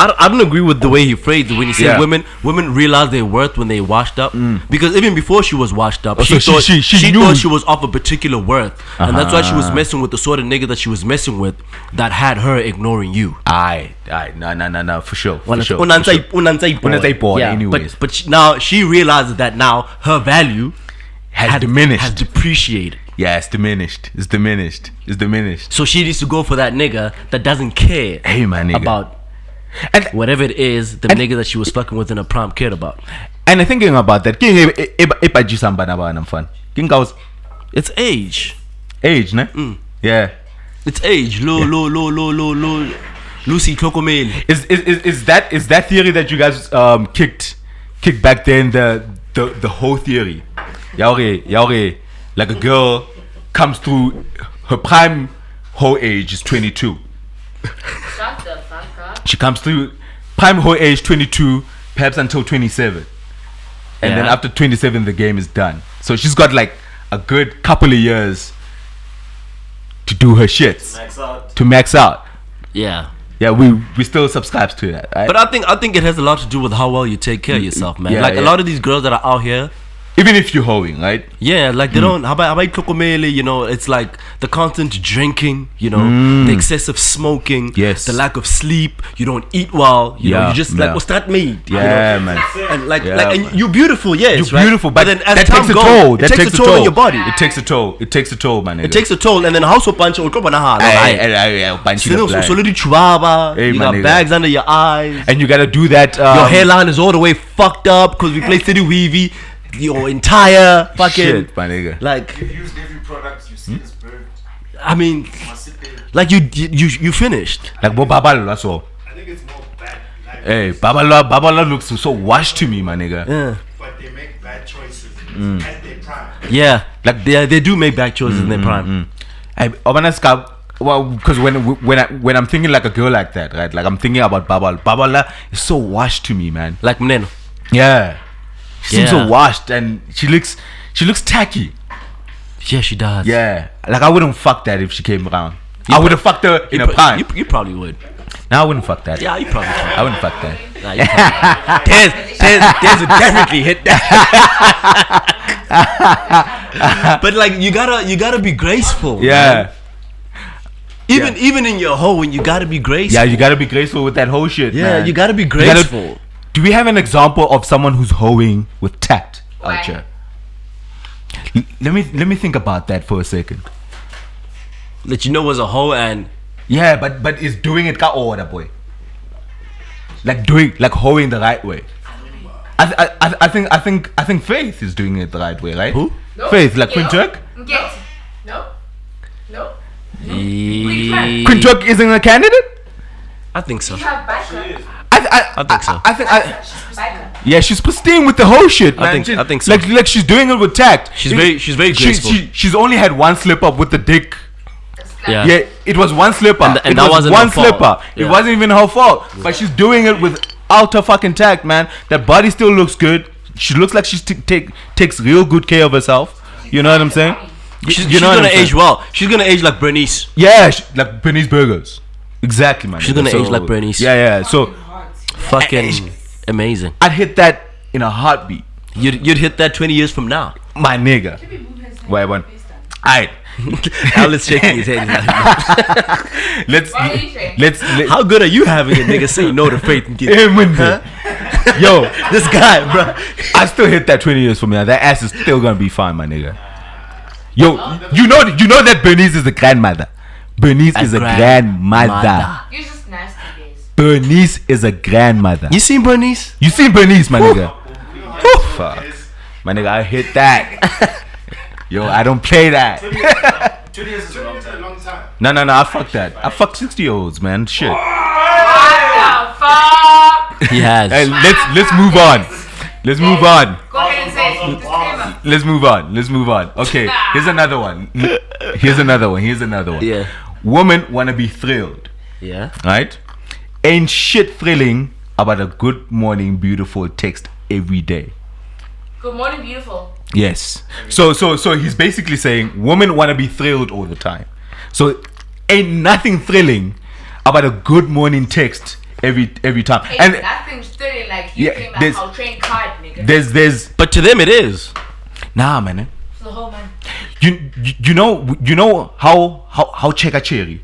I don't, I don't agree with the way he phrased it when he said
Yeah. Mm.
women women realize their worth when they washed up because even before she was washed up
Oh,
she,
so she-
thought, she,
she- she knew. Uh-huh.
thought she was of a particular worth and that's why she was messing with the sort of nigga that she was messing with that had her ignoring you.
Aye, aye, no, no, no, no, for sure, for
Unanza-
sure. for
unanza-
sure.
unanza-
Unanza-
Yeah,
anyways.
but but she, now she realizes that now her value
has diminished.
has depreciated.
yeah, it's diminished. It's diminished. It's diminished.
So she needs to go for that nigga that doesn't care
Hey, my nigga.
about
and
whatever it is the nigga that she was fucking with in a prom cared about.
and thinking about that, king eba- eba- ebajisa mbana bana mfana. King was
It's age.
age, ne? Yeah.
It's age. Low, low, low, low, low, low. Lucy Kokomeli.
Is, is is is that is that theory that you guys um kicked kicked back then the the the whole theory? Yaure, yaure, like a girl comes through her prime whole age is 22.
Shut the fuck up.
She comes through prime whole age 22, perhaps until 27. And then
Yeah.
after 27 the game is done. So she's got like a good couple of years to do her shits,
Max out.
to max out.
Yeah.
Yeah, we we still subscribes to that. Right?
But I think I think it has a lot to do with how well you take care of yourself, man.
Mm, Yeah,
like
yeah.
a lot of these girls that are out here,
Even if you're hoeing, right?
yeah, like they
Mm.
don't how about how about Kokomeli, you know, it's like the constant drinking, you know, the excessive smoking,
Mm. Yes.
the lack of sleep, you don't eat well, you know,
Yeah,
you just like
yeah.
what's that made? you know?
Yeah, man.
And like,
Yeah,
like, and
man.
you're beautiful, yes,
You're
right?
beautiful, but,
then as
that
time
takes a
goes,
toll.
it
That
takes, a toll, on your body.
It takes a toll. It takes a toll, man.
It takes a toll, and then household punch or drop on a heart. Sino solidi chubaba.
Hey,
you
my
got
nigga.
bags under your eyes.
and you gotta do that. Um,
your hairline is all the way fucked up because we play City Weavy. Your entire fucking
Shit, my nigga.
like,
You've used every product you see
Hmm?
this bird.
I mean,
Must sit there.
like you you you finished.
Like, bo babalo, that's all.
I think it's more bad. Like,
Hey, babalo, babalo looks so washed to me, my nigga.
Yeah,
But they make bad choices
Hmm.
at their prime.
yeah. Like they they do make bad choices in
Mm,
their prime.
I, I'm gonna scalp. Well, because when when I when I'm thinking like a girl like that, right? Like I'm thinking about babalo. Babala is so washed to me, man.
Like Mneno.
Yeah, she seems
Yeah.
so washed, and she looks she looks tacky.
Yeah, she does.
Yeah, like I wouldn't fuck that if she came around. I would have fucked her in
you,
a
pro-
prime.
you, you probably would.
No, I wouldn't fuck that.
Yeah, you probably would.
I wouldn't fuck that.
Nah, you probably- there's, there's, there's a definitely hit that. but like you gotta you gotta be graceful. man.
Yeah.
Even even in your hoe, when you gotta be graceful.
Yeah, you gotta be graceful with that whole shit.
Yeah,
man.
you gotta be
gotta-
graceful.
Do we have an example of someone who's hoeing with tact
Why?
out here? L- Let me let me think about that for a second.
that you know was a hoe and
Yeah, but but is doing it ka order boy? Like doing like hoeing the right way. I, th- I, I, I think I think I think Faith is doing it the right way, right?
Who?
Faith, like
Yeah.
Queen Turk.
Get. Nope. Nope.
Ye-
Queen Turk isn't a candidate.
I think so.
You have biker.
I th- I,
I think so.
I, I think I.
Biker.
Yeah, she's pristine with the whole shit, man.
think-
She-
I think so.
Like, like she's doing it with tact.
She's
It-
very- she's very
she-
graceful.
She, she's only had one slip up with the dick.
Yeah.
Yeah, it was one slipper.
And- and
it
that
was
wasn't
one
her fault.
slipper. It
Yeah.
wasn't even her fault. But she's doing it with outer fucking tact, man. That body still looks good. She looks like she take takes real good care of herself. You know what I'm saying? Y-
She's,
you
she's
know what
gonna
I'm saying?
age well. She's gonna age like Bernice.
Yeah, she, like Bernice Burgers. Exactly, man.
She's gonna age like Bernice.
Yeah, yeah. So
Fucking amazing.
I'd hit that in a heartbeat,
You'd, you'd hit that 20 years from now.
my nigga. Why one? Alright,
Alice shaking his head. he's like,
let's
What do you think?
let's let,
How good are you having a nigga say no to faith and get
Eh, Monday. Yo,
this guy, bro?
I still hit that 20 years from now. That ass is still gonna be fine, my nigga. Yo, you know you know that Bernice is a grandmother. Bernice is a grandmother.
You're just nasty, guys.
Bernice is a grandmother.
You seen Bernice?
You seen Bernice, my nigga? Whew, Fuck. My nigga, I hit that. Yo, I don't play that.
Two years is a long
It's a
time.
long time.
No, no, no, I fuck that. I fuck 60 year olds, man. Shit.
What the fuck?
He has.
Hey, let's let's move on. Let's move on.
Go ahead and say it. Disclaimer.
let's move on. Let's move on. Okay, here's another one. Here's another one. Here's another one.
Yeah.
Women wanna be thrilled,
yeah.
right? Ain't shit thrilling about a good morning, beautiful text every day.
Good morning, beautiful.
Yes. So so so he's basically saying women wanna be thrilled all the time. So ain't nothing thrilling about a good morning text every every time.
Ain't
And
nothing stirring like you
Yeah,
came
there's-
out our train card, nigga.
there's there's
But to them, it is.
nah man. eh?
For the whole man.
You you, you know you know how how how checker cherry.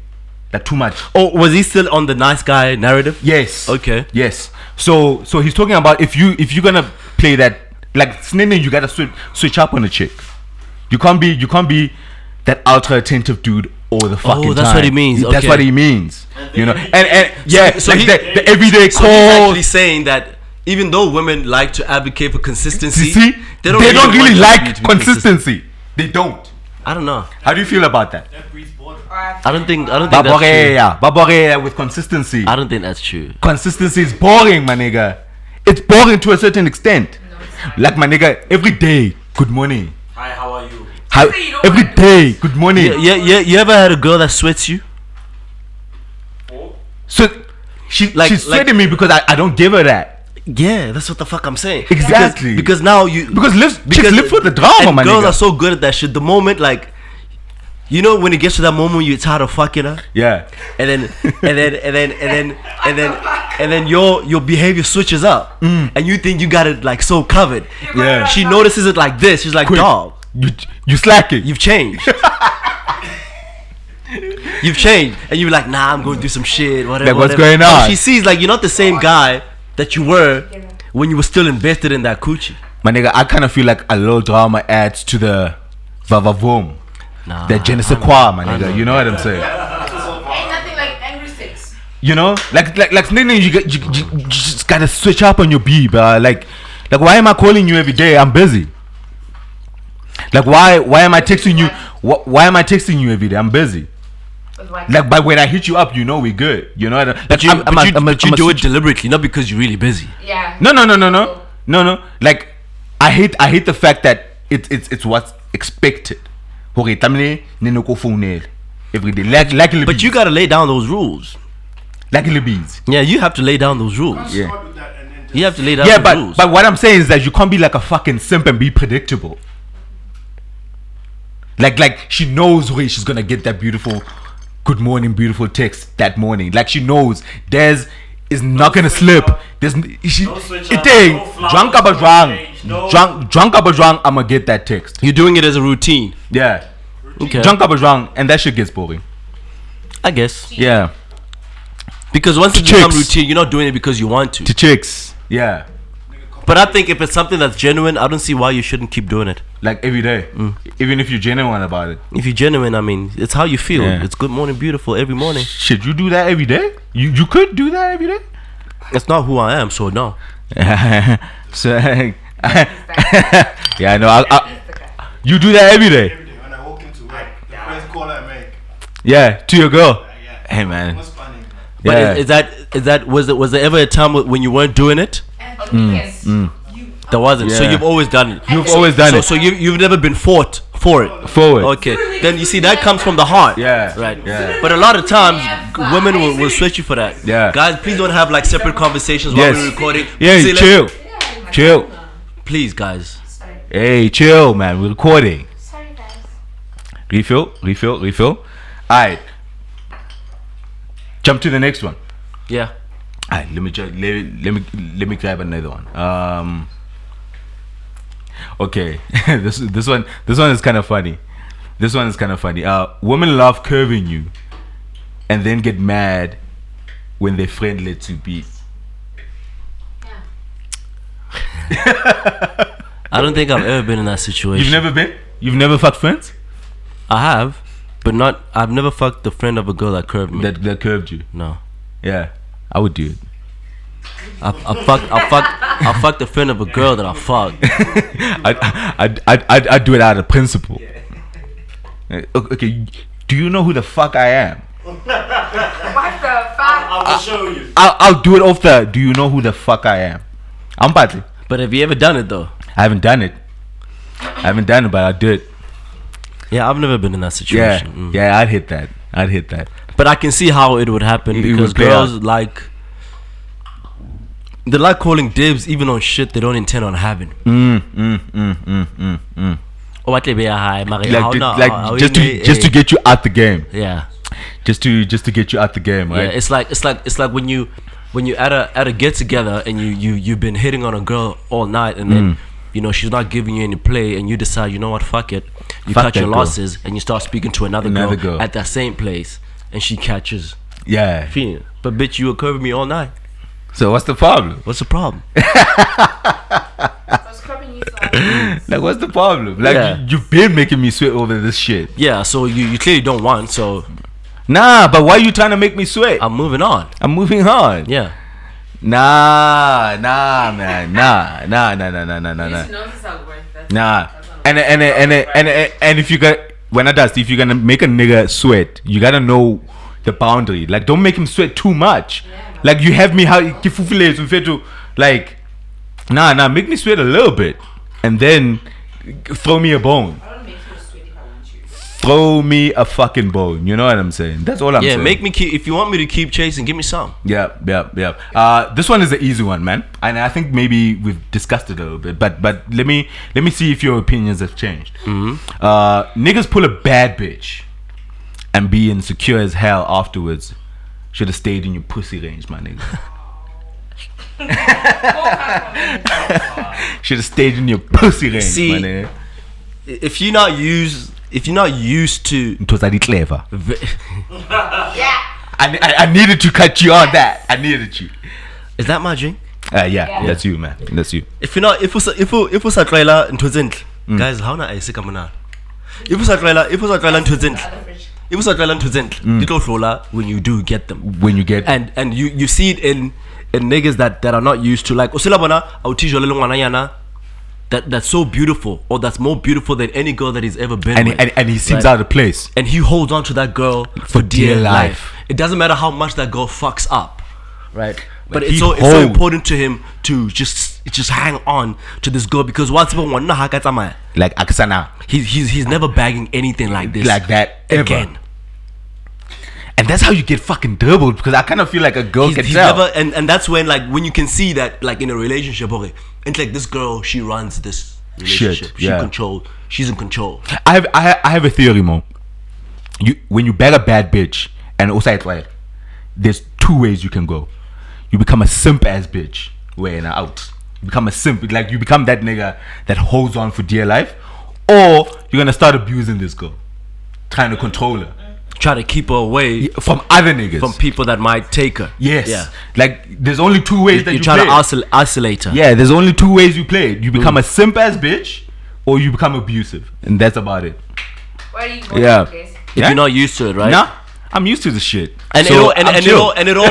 That too much.
Oh, was he still on the nice guy narrative?
Yes.
Okay.
Yes. So so he's talking about if you if you're gonna play that like Sninin, you gotta switch switch up on the chick. You can't be you can't be that ultra attentive dude all the fucking
Oh, that's
time.
what he means,
That's
okay.
what he means. You know, and and yeah,
so
like
he-
the, the everyday
So he's
calls.
actually saying that even though women like to advocate for consistency,
you see, they don't, really,
want you
like
to be consistent.
consistency. They don't.
I don't know.
How do you feel about that?
That breeds boredom.
I don't think. I don't think that's true.
Baborea, baborea with consistency.
I don't think that's true.
consistency is boring, my nigga. It's boring to a certain extent. Like my nigga, every day, good morning.
Hi, how are you?
How,
say you don't
every
wanna do
day, good morning.
Yeah, yeah, yeah. You ever had a girl that sweats you?
So she
Like-
she's
like-
sweating me because I, I don't give her that.
Yeah, that's what the fuck I'm saying. Because-
Exactly.
Because, now you
Because lives because live for the drama,
and
my
girls
nigga.
are so good at that shit. The moment like, you know, when it gets to that moment, you're tired of fucking her,
yeah.
and then and then and then and then and then and then your your behavior switches up, and you think you got it like so covered.
Mm. Yeah.
She notices it like this. She's like,
Quick.
dog,
You you slacking.
you've changed. you've changed, and you're like, nah, I'm going to do some shit, whatever.
Like, what's
whatever."
going on?
And she sees like you're not the same guy that you were when you were still invested in that coochie.
my nigga, I kind of feel like a little drama adds to the vavavoom.
Nah,
The je ne sais quoi, my nigga. You know what I'm saying?
Ain't nothing like angry sex.
You know, like like like nigga, you, got- you, you, you just gotta switch up on your B, bruh. Like like why am I calling you every day? I'm busy. Like why why am I texting you? Wh- why am I texting you every day? I'm busy.
But like,
Like but when I hit you up, you know we good. You know what? I- Like,
But you,
I'm- I'm
but
a-
you,
I'm a-
but you
I'm a
do it
switch-
deliberately, not because you're really busy.
yeah.
No, no, no, no, no, no, no. Like, I hate, I hate the fact that it's, it's, it's what's expected. Okay, tamne nene ko founela every day. Like, like le
But you gotta lay down those rules.
like le bees.
Yeah, you have to lay down those rules.
Yeah.
Start with that and then just
You have to lay down
Yeah,
those
but
rules.
but what I'm saying is that you can't be like a fucking simp and be predictable. Like, like she knows where she's gonna get that beautiful, good morning, beautiful text that morning. Like she knows there's is not gonna
switch
slip.
up.
There's n- she
Don't switch
it
up.
ain't
No flowers,
drunk about
no
drunk,
change, no-
drunk drunk about drunk. I'ma get that text.
you're doing it as a routine.
Yeah.
Okay.
Drunk up is wrong, and that shit gets boring.
I guess.
Yeah.
Because once it becomes
chicks.
routine, you're not doing it because you want
To
to.
chicks. Yeah.
But I think if it's something that's genuine, I don't see why you shouldn't keep doing it.
Like every day. Even if you're genuine about it.
If you're genuine, I mean, it's how you feel.
Yeah.
It's good morning, beautiful every morning.
Should you do that every day? You you could do that every day.
That's not who I am, so no.
so Yeah, I know. I, I, you do that every day.
every day when I walk into work, the first call I make,
Yeah, to your girl.
I get, "Oh,
Hey man.
what's funny? man?"
But
Yeah.
is, is that is that was there, was there ever a time wh- when you weren't doing it?
Yes.
There wasn't. So
Yeah.
you've always done it.
You've always done
so,
it.
So you you've never been fought for it.
Forward.
Okay. Then you see that comes from the heart.
Yeah.
Right.
Yeah.
But a lot of times g- women will, will switch you for that.
Yeah.
Guys, please don't have like separate conversations while
Yes.
we're recording.
Yeah,
See, like-
chill. Chill.
Please, guys.
Hey, chill, man. We're recording.
Sorry, guys.
Refill, refill, refill. Alright. Jump to the next one.
Yeah.
Alright, let me ju- let, let me let me grab another one. Um, okay, this this one this one is kind of funny. This one is kind of funny. Uh, women love curving you, and then get mad when their friend lets you be.
I don't think I've ever been in that situation.
You've never been. You've never fucked friends
I have, but not. I've never fucked the friend of a girl that curved me.
that that curved you.
no.
Yeah, I would do it.
I, I fucked. I fucked. I fucked the friend of a girl that I fucked.
I I I I I'd do it out of principle. Uh, o- Okay, do you know who the fuck I am?
What the fuck?
I will show you.
I'll, I'll do it off the. Do you know who the fuck I am? I'm Patrick.
But have you ever done it though?
I haven't done it. I haven't done it, but I did.
Yeah, I've never been in that
Yeah,
situation. Mm.
yeah, I'd hit that. I'd hit that.
But I can see how it would happen
It- it
because
would play
girls like they like calling dibs even on shit they don't intend on having.
Mm,
Oh, what they be a high, Oh, Maria,
Like,
how
ju-
now?
like
How- how
just
you
to
may-
just to
eh.
get you out the game.
yeah,
Just to just to get you out the game,
yeah.
right?
It's like it's like it's like when you when you at a at a get together and you you you've been hitting on a girl all night and
Mm.
then. You know she's not giving you any play, and you decide, you know what, fuck it. You
Fuck
cut
that
your
girl.
losses, and you start speaking to another,
Another
girl,
girl.
at that same place, and she catches
yeah.
feeling. But bitch, you were curving me all night.
So what's the problem?
What's the problem?
I was crabbing you for
like, what's the problem? Like,
Yeah.
you, have been making me sweat over this shit.
Yeah, so you, you clearly don't want, so
Nah, but why you trying to make me sweat?
I'm moving on.
I'm moving on.
Yeah.
Nah, nah, man, nah, nah, nah, nah, nah, nah, nah, nah.
This is how it works. That's-
Nah,
that's not-
and and and and and, and, and if you got when I dust, if you're gonna make a nigga sweat, you gotta know the boundary. Like, don't make him sweat too much. Like, you have me how kifufile is unfair to like. Nah, nah, make me sweat a little bit, and then throw me a bone.
I don't make you sweat if I want you.
Throw me a fucking bone. You know what I'm saying? That's all I'm
yeah,
saying.
make me keep, if you want me to keep chasing, give me some.
Yeah, yeah, yeah. Uh, this one is the easy one, man, and I think maybe we've discussed it a little bit. But but let me let me see if your opinions have changed. Uh, niggas pull a bad bitch and be insecure as hell afterwards. Should have stayed in your pussy range, my nigga. Should have stayed in your pussy range,
See-
my nigga.
I- If you're not used, if you're not used to,
It was already clever.
v-
I, I, I needed to cut you on that. I needed you.
is that my drink?
Uh, yeah, that's you, man. That's you.
If you're not, if you if you if you sa tryla ntozent,
Mm.
guys, how na I say kamana? If you sa tryla, if you sa tryla ntozent, if you sa tryla ntozent, little roller when you do get them.
Mm. When you get
and and you you see it in in niggas that that are not used to like usilabona awuthisha le ngwana yana that that's so beautiful or that's more beautiful than any girl that he's ever been
and,
with.
and, and he seems
Right.
out of place.
and he holds on to that girl for dear,
dear
life.
life.
It doesn't matter how much that girl fucks up, right? But
But
it's
he
so it's so
holds.
important to him to just just hang on to this girl because once people want to
Like Aksana.
he's he's he's never bagging anything like this
Like that ever.
again.
And that's how you get fucking dribbled because I kind of feel like a girl
He's,
can
he's
tell.
never, and, and that's when like when you can see that like in a relationship, okay, it's like this girl she runs this relationship, she
yeah.
control, she's in control.
I have I have, I have a theory, Mo. You when you bag a bad bitch and also it's like there's two ways you can go. You become a simp ass bitch, way and out. You become a simp, like you become that nigga that holds on for dear life, or you're gonna start abusing this girl, trying to control her
Try to keep her away
from other niggas.
from people that might take her.
yes,
yeah.
like there's only two ways that
You're
you
trying to
play.
isol- isolate her.
Yeah, there's only two ways you play it. You become a simp ass bitch, or you become abusive, and that's about it.
Where are you going
Yeah.
with this?
if you're not used to it, right?
Nah, I'm used to the shit.
And
So,
it all, and,
I'm
and it
chill.
all, and it all,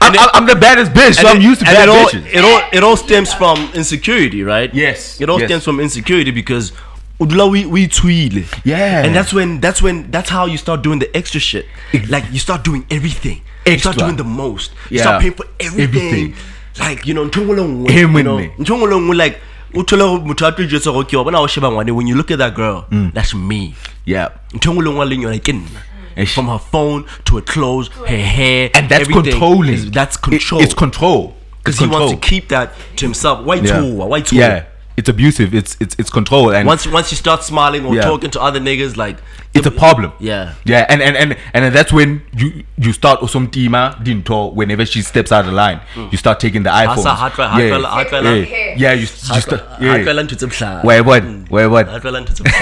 I'm, I'm- I'm the baddest bitch, so I'm
and it-
used to
and
bad
it all,
bitches.
It all, it all stems from insecurity, right?
Yes,
It all
yes.
stems from insecurity because udla we we tweed.
Yeah.
And that's when that's when that's how you start doing the extra shit. Like you start doing everything. You start
Extra.
doing the most. You
Yeah.
start paying for everything.
Everything.
Like you know, ntongolongwe.
Him
you
and
know,
me.
ntongolongwe, like. o thole hore motho a tlo jwetsa hore ke wa bona ha o sheba ngwane, when you look at that girl
Mm.
that's me
yeah.
ntho engwe le engwe a leng yona ke nna.
Eish.
from her phone to her clothes her hair
And that's
everything
controlling.
is- that's
It-
control
it's control.
because he wants to keep that to himself. Why
Yeah.
too? Why too?
Yeah. It's abusive. It's it's it's control. And
Once once you start smiling or
Yeah.
talking to other niggas, like
it's a problem.
Yeah.
Yeah, and and and and that's when you you start some tima dinto whenever she steps out of line, you start taking the iPhone.
Mm. hatra- hatrela- hatrela-
yeah. Eh, yeah, you, you start.
I fell
Yeah.
into some shit.
Where what? Where what?
I fell into some shit.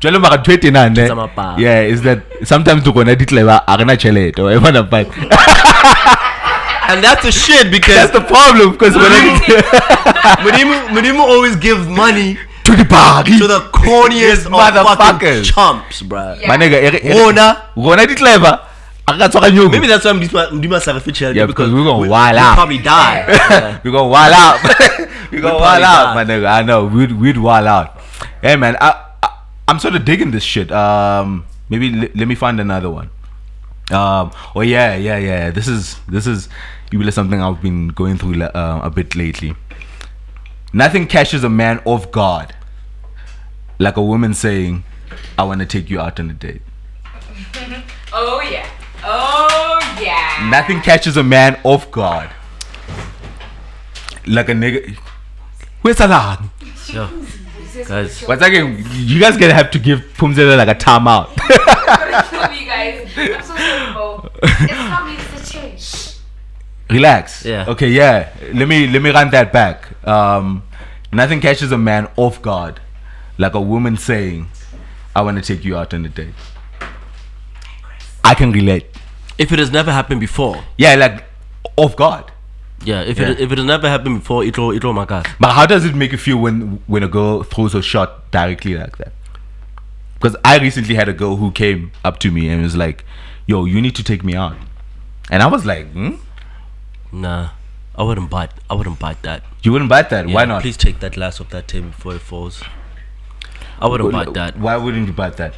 jwale mara ntho e tenang ne
mapapa.
yeah is that sometimes the kona di tleba a rena tšhelete wa e bona but
And that's a shit because
that's the problem because when I,
Mudimu, Mudimu always gives money
to the party
to the corniest of fucking
Motherfuckers.
chumps, bruh.
my nigga e re- e re-
Rona.
rona di tleba a re ka tshwara nyogo
Maybe that's why Mudimu Mudimu started featuring
Yeah,
because
because we're gonna
we-
wild
we'll
out.
probably die. Yeah.
we gonna wild out we
probably
gonna wild out
not.
my nigga I know we'd we'd wild out hey man I, I I'm sort of digging this shit um maybe l- let me find another one um oh yeah yeah yeah this is this is you will something I've been going through la- um, a bit lately nothing catches a man off guard like a woman saying I want to take you out on a date
Oh yeah. Oh yeah.
Nothing catches a man off guard. Like a nigga. Where's Salah?
Guys,
Once again, you guys gonna have to give Pumzela like a timeout.
gonna kill me, guys. I'm so sorry, Bo. It's not me, it's the change.
Relax.
Yeah.
Okay, yeah. Let me let me run that back. Um, nothing catches a man off guard. Like a woman saying, I wanna take you out on a date. I can relate.
if it has never happened before,
Yeah, like off guard.
Yeah, if it
Yeah.
if it has never happened before, it'll it'll my god.
But how does it make you feel when when a girl throws a shot directly like that? Because I recently had a girl who came up to me and was like, "Yo, you need to take me out," and I was like, hmm?
Nah, I wouldn't bite. I wouldn't bite that.
"You wouldn't bite that. Why
Yeah,
not?
Please take that last off that table before it falls. I wouldn't bite that.
Why wouldn't you bite that?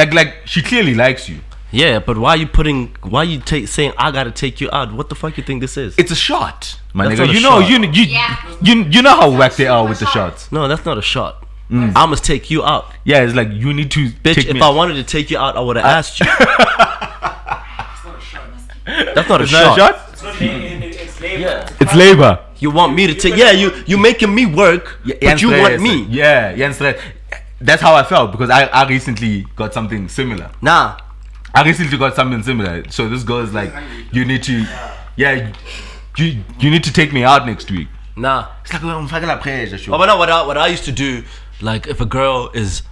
Like, like she clearly likes you.
Yeah, but why are you putting? Why you take saying I gotta take you out? What the fuck you think this is?
It's a shot, my
That's
nigga.
not a
You know,
shot.
you you,
Yeah.
you you know how whack they are with the shots.
no, that's not a shot. I must take you out,
Yeah, it's like you need to
bitch.
Mm. Take
if
me
I
out.
wanted to take you out, I would have asked you. that's not a
it's
shot.
not a shot.
It's not it, it, it's labor.
Yeah.
It's labor.
You want me to take? Yeah, you you making me work, but you want me?
Yeah, Jens Red. That's how I felt because I, I recently got something similar.
Nah,
I recently got something similar. So this girl is like, you need to, yeah, you you need to take me out next week.
nah.
It's like "Oh, mfakela pressure,
Oh,
sure."
but no, what I, what I used to do, like if a girl is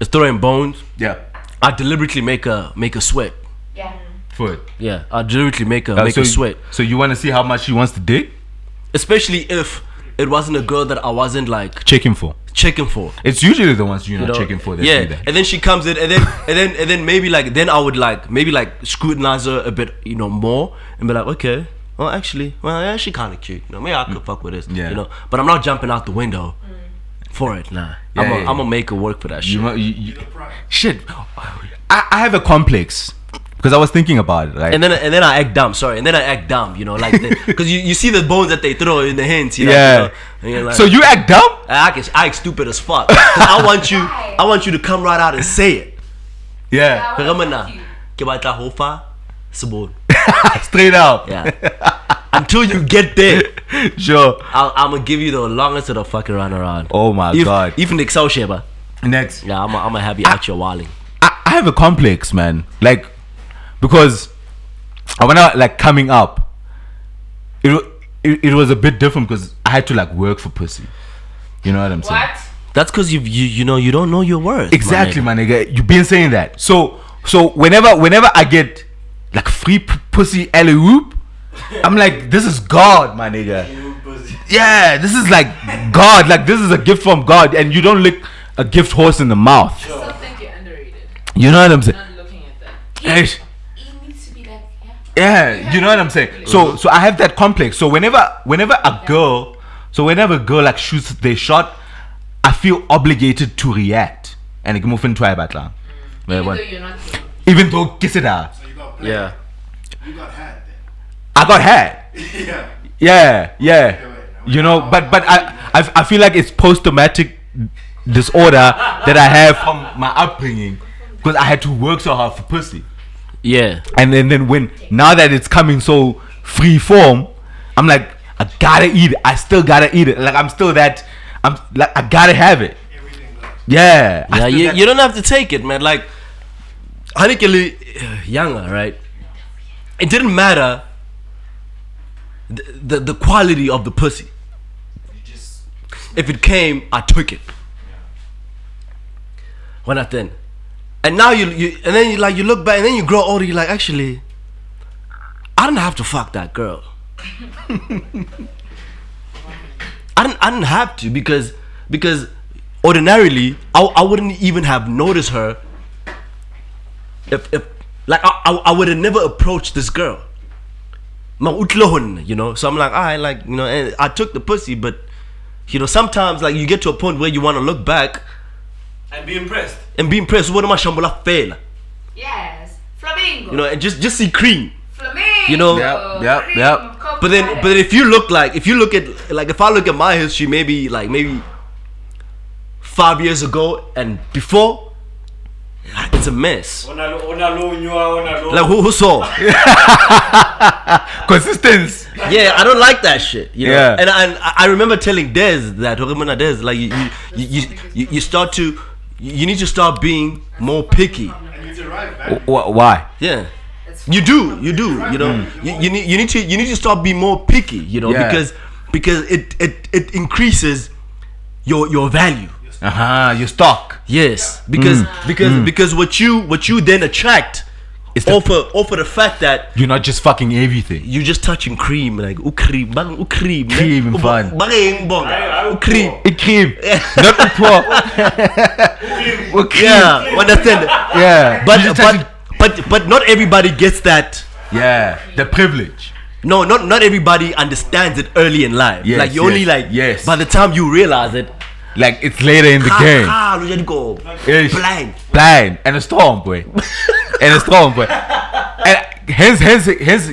is throwing bones,
Yeah,
I deliberately make a make a sweat.
Yeah.
for it.
Yeah, I deliberately make a
Uh,
make
so,
a sweat,
So you want to see how much she wants to dig?
especially if it wasn't a girl that I wasn't like
Checking for.
checking for.
It's usually the ones you're
you
not
know?
checking for. That
Yeah,
do that.
and then she comes in, and then and then and then maybe like then I would like maybe like scrutinize her a bit, you know, more, and be like, okay, well actually, well yeah, she kind of cute, you know, maybe I could fuck with this,
Mm. Yeah.
you know, but I'm not jumping out the window for it, nah. I'm
Yeah,
gonna
yeah, yeah.
make her work for that shit.
You, mu- you, you, shit. I, I have a complex because I was thinking about it, right?
and then and then I act dumb. Sorry, and then I act dumb. You know, like because you, you see the bones that they throw in the hints. You know,
yeah.
You know, and you're like, "Ah,
so you act dumb?
I act, I act stupid as fuck. 'Cause I want you, I want you to come right out and say it.
Yeah,
I wanna
Phenomena.
fuck you.
Ke batla ho fa sebon.
straight out.
Yeah. Until you get there,
sure.
I'll, I'm gonna give you the longest of the fucking run around.
Oh my
if,
god.
Even Excel Sheba.
Next,
Yeah, I'm gonna have you out your walling.
I, I have a complex, man. Like, because I when I like coming up, it wa- it, it was a bit different because I had to like work for pussy. You know what I'm saying?
What?
That's because you you you know you don't know your worth. my
Exactly,
nigga.
my nigga. You've been saying that. So so whenever whenever I get like free p- pussy alley whoop, I'm like, this is God, my nigga.
You busy.
Yeah, this is like God. Like this is a gift from God, and you don't lick a gift horse in the mouth.
I still think you're underrated.
You know what I'm saying?
Not looking at that.
Eish.
It needs to be like, yeah.
Yeah, you know what I'm saying. So so I have that complex. So whenever whenever a girl, so whenever a girl like shoots their shot, I feel obligated to react and like move into a battle.
Even
what?
though you're not gay.
Even though kiss it out,
So you got black.
Yeah.
You got hat then.
I got had.
yeah.
Yeah, yeah. You know, but but I I, I feel like it's post traumatic disorder that I have from my upbringing because I had to work so hard for pussy.
Yeah.
and then then when now that it's coming so free form, I'm like I gotta eat it. I still gotta eat it. Like I'm still that. I'm like I gotta have it.
Everything goes.
Yeah. I
Yeah,
still
you,
got-
you don't have to take it, man. Like, Hanikeli Younger, right? It didn't matter the, the, the quality of the pussy.
You just
If it came, I took it. Why not then? And now you, you and then you like you look back and then you grow older. You're like, actually, I didn't have to fuck that girl. I didn't I didn't have to because because ordinarily I, I wouldn't even have noticed her. If if like I I, I would have never approached this girl. Ma utlwe ho nna, You know, so I'm like, I like you know, and I took the pussy, but you know, sometimes like you get to a point where you want to look back
and be impressed.
and be impressed. What am I shambula fail?
Yes. Flamingo.
You know, and just just see cream.
Flamingo.
you know-
Yep, yep,
Cream
yep.
coconut.
But then, but if you look like, if you look at, like, if I look at my history, maybe, like, maybe five years ago and before, ah, it's a mess.
Ona lo- ona lo nyua, ona lo-
Like, who, who saw?
Consistence.
yeah, I don't like that shit. You know?
Yeah.
And, and I I remember telling Dez that, Horimana Dez, like, you, you, you, you, you, you start to, you need to start being more picky.
And you derive value.
Wh- Why?
Yeah. You do, you do, you know. You, you need you need to you need to start being more picky, you know,
Mm. Yeah.
because because it, it it increases your your value.
Uh huh. You're stuck. Mm.
Yes. Because because because what you what you then attract
It's the-
Or for, or for the fact that
You're not just fucking everything.
you just touching cream, like, oh cream, bang, oh cream. ne?
Cream,
Oh,
fun.
Bang, bang, bang,
I- I
oh cream.
It came. not upo.
Yeah, you understand?
Yeah.
But,
You just touch
but, but, but not everybody gets that.
it. yeah, the privilege.
No, not not everybody understands it early in life.
Yes,
like you
yes,
only like
yes.
by the time you realize it,
Like it's later in the
ah,
game.
ah, look at go.
Ish.
Blind.
Blind. And a storm boy. and a storm boy. And hence hence hence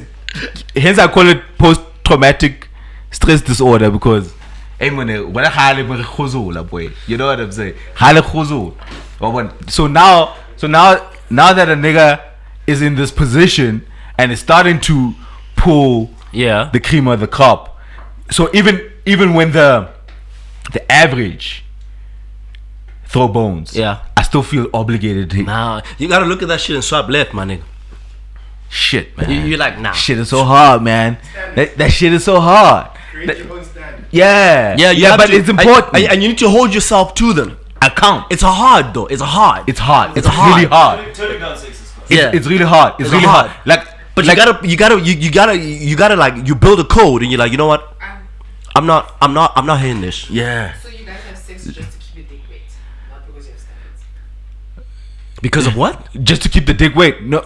hence I call it post traumatic stress disorder because hey man, what a hale mare khuzula, boy. You know what I'm saying? Hale khuzula. Wabona? So now so now now that a nigga is in this position and is starting to pull
Yeah.
the cream of the crop. So even even when the the average throw bones,
Yeah.
I still feel obligated to hit
Nah, you gotta look at that shit and swipe left, my nigga.
shit, man.
You- you like, nah.
Shit is so hard, man. That, that shit is so hard.
Create your own standard.
Yeah,
you
yeah,
have
but
to-
it's important.
and, and you need to hold yourself to them.
I count.
It's hard though. It's hard.
It's hard.
It's
It's,
hard.
really hard.
Turning down sex is fun.
yeah.
It's really hard. It's,
It's
really
hard.
hard. Like,
but
like,
you gotta you gotta you, you gotta you gotta like you build a code and you're like you know what, I'm not I'm not I'm not hitting this.
yeah,
So you guys have sex just to keep it liquid, not because you have standards.
Because of what?
just to keep the dick weight. No,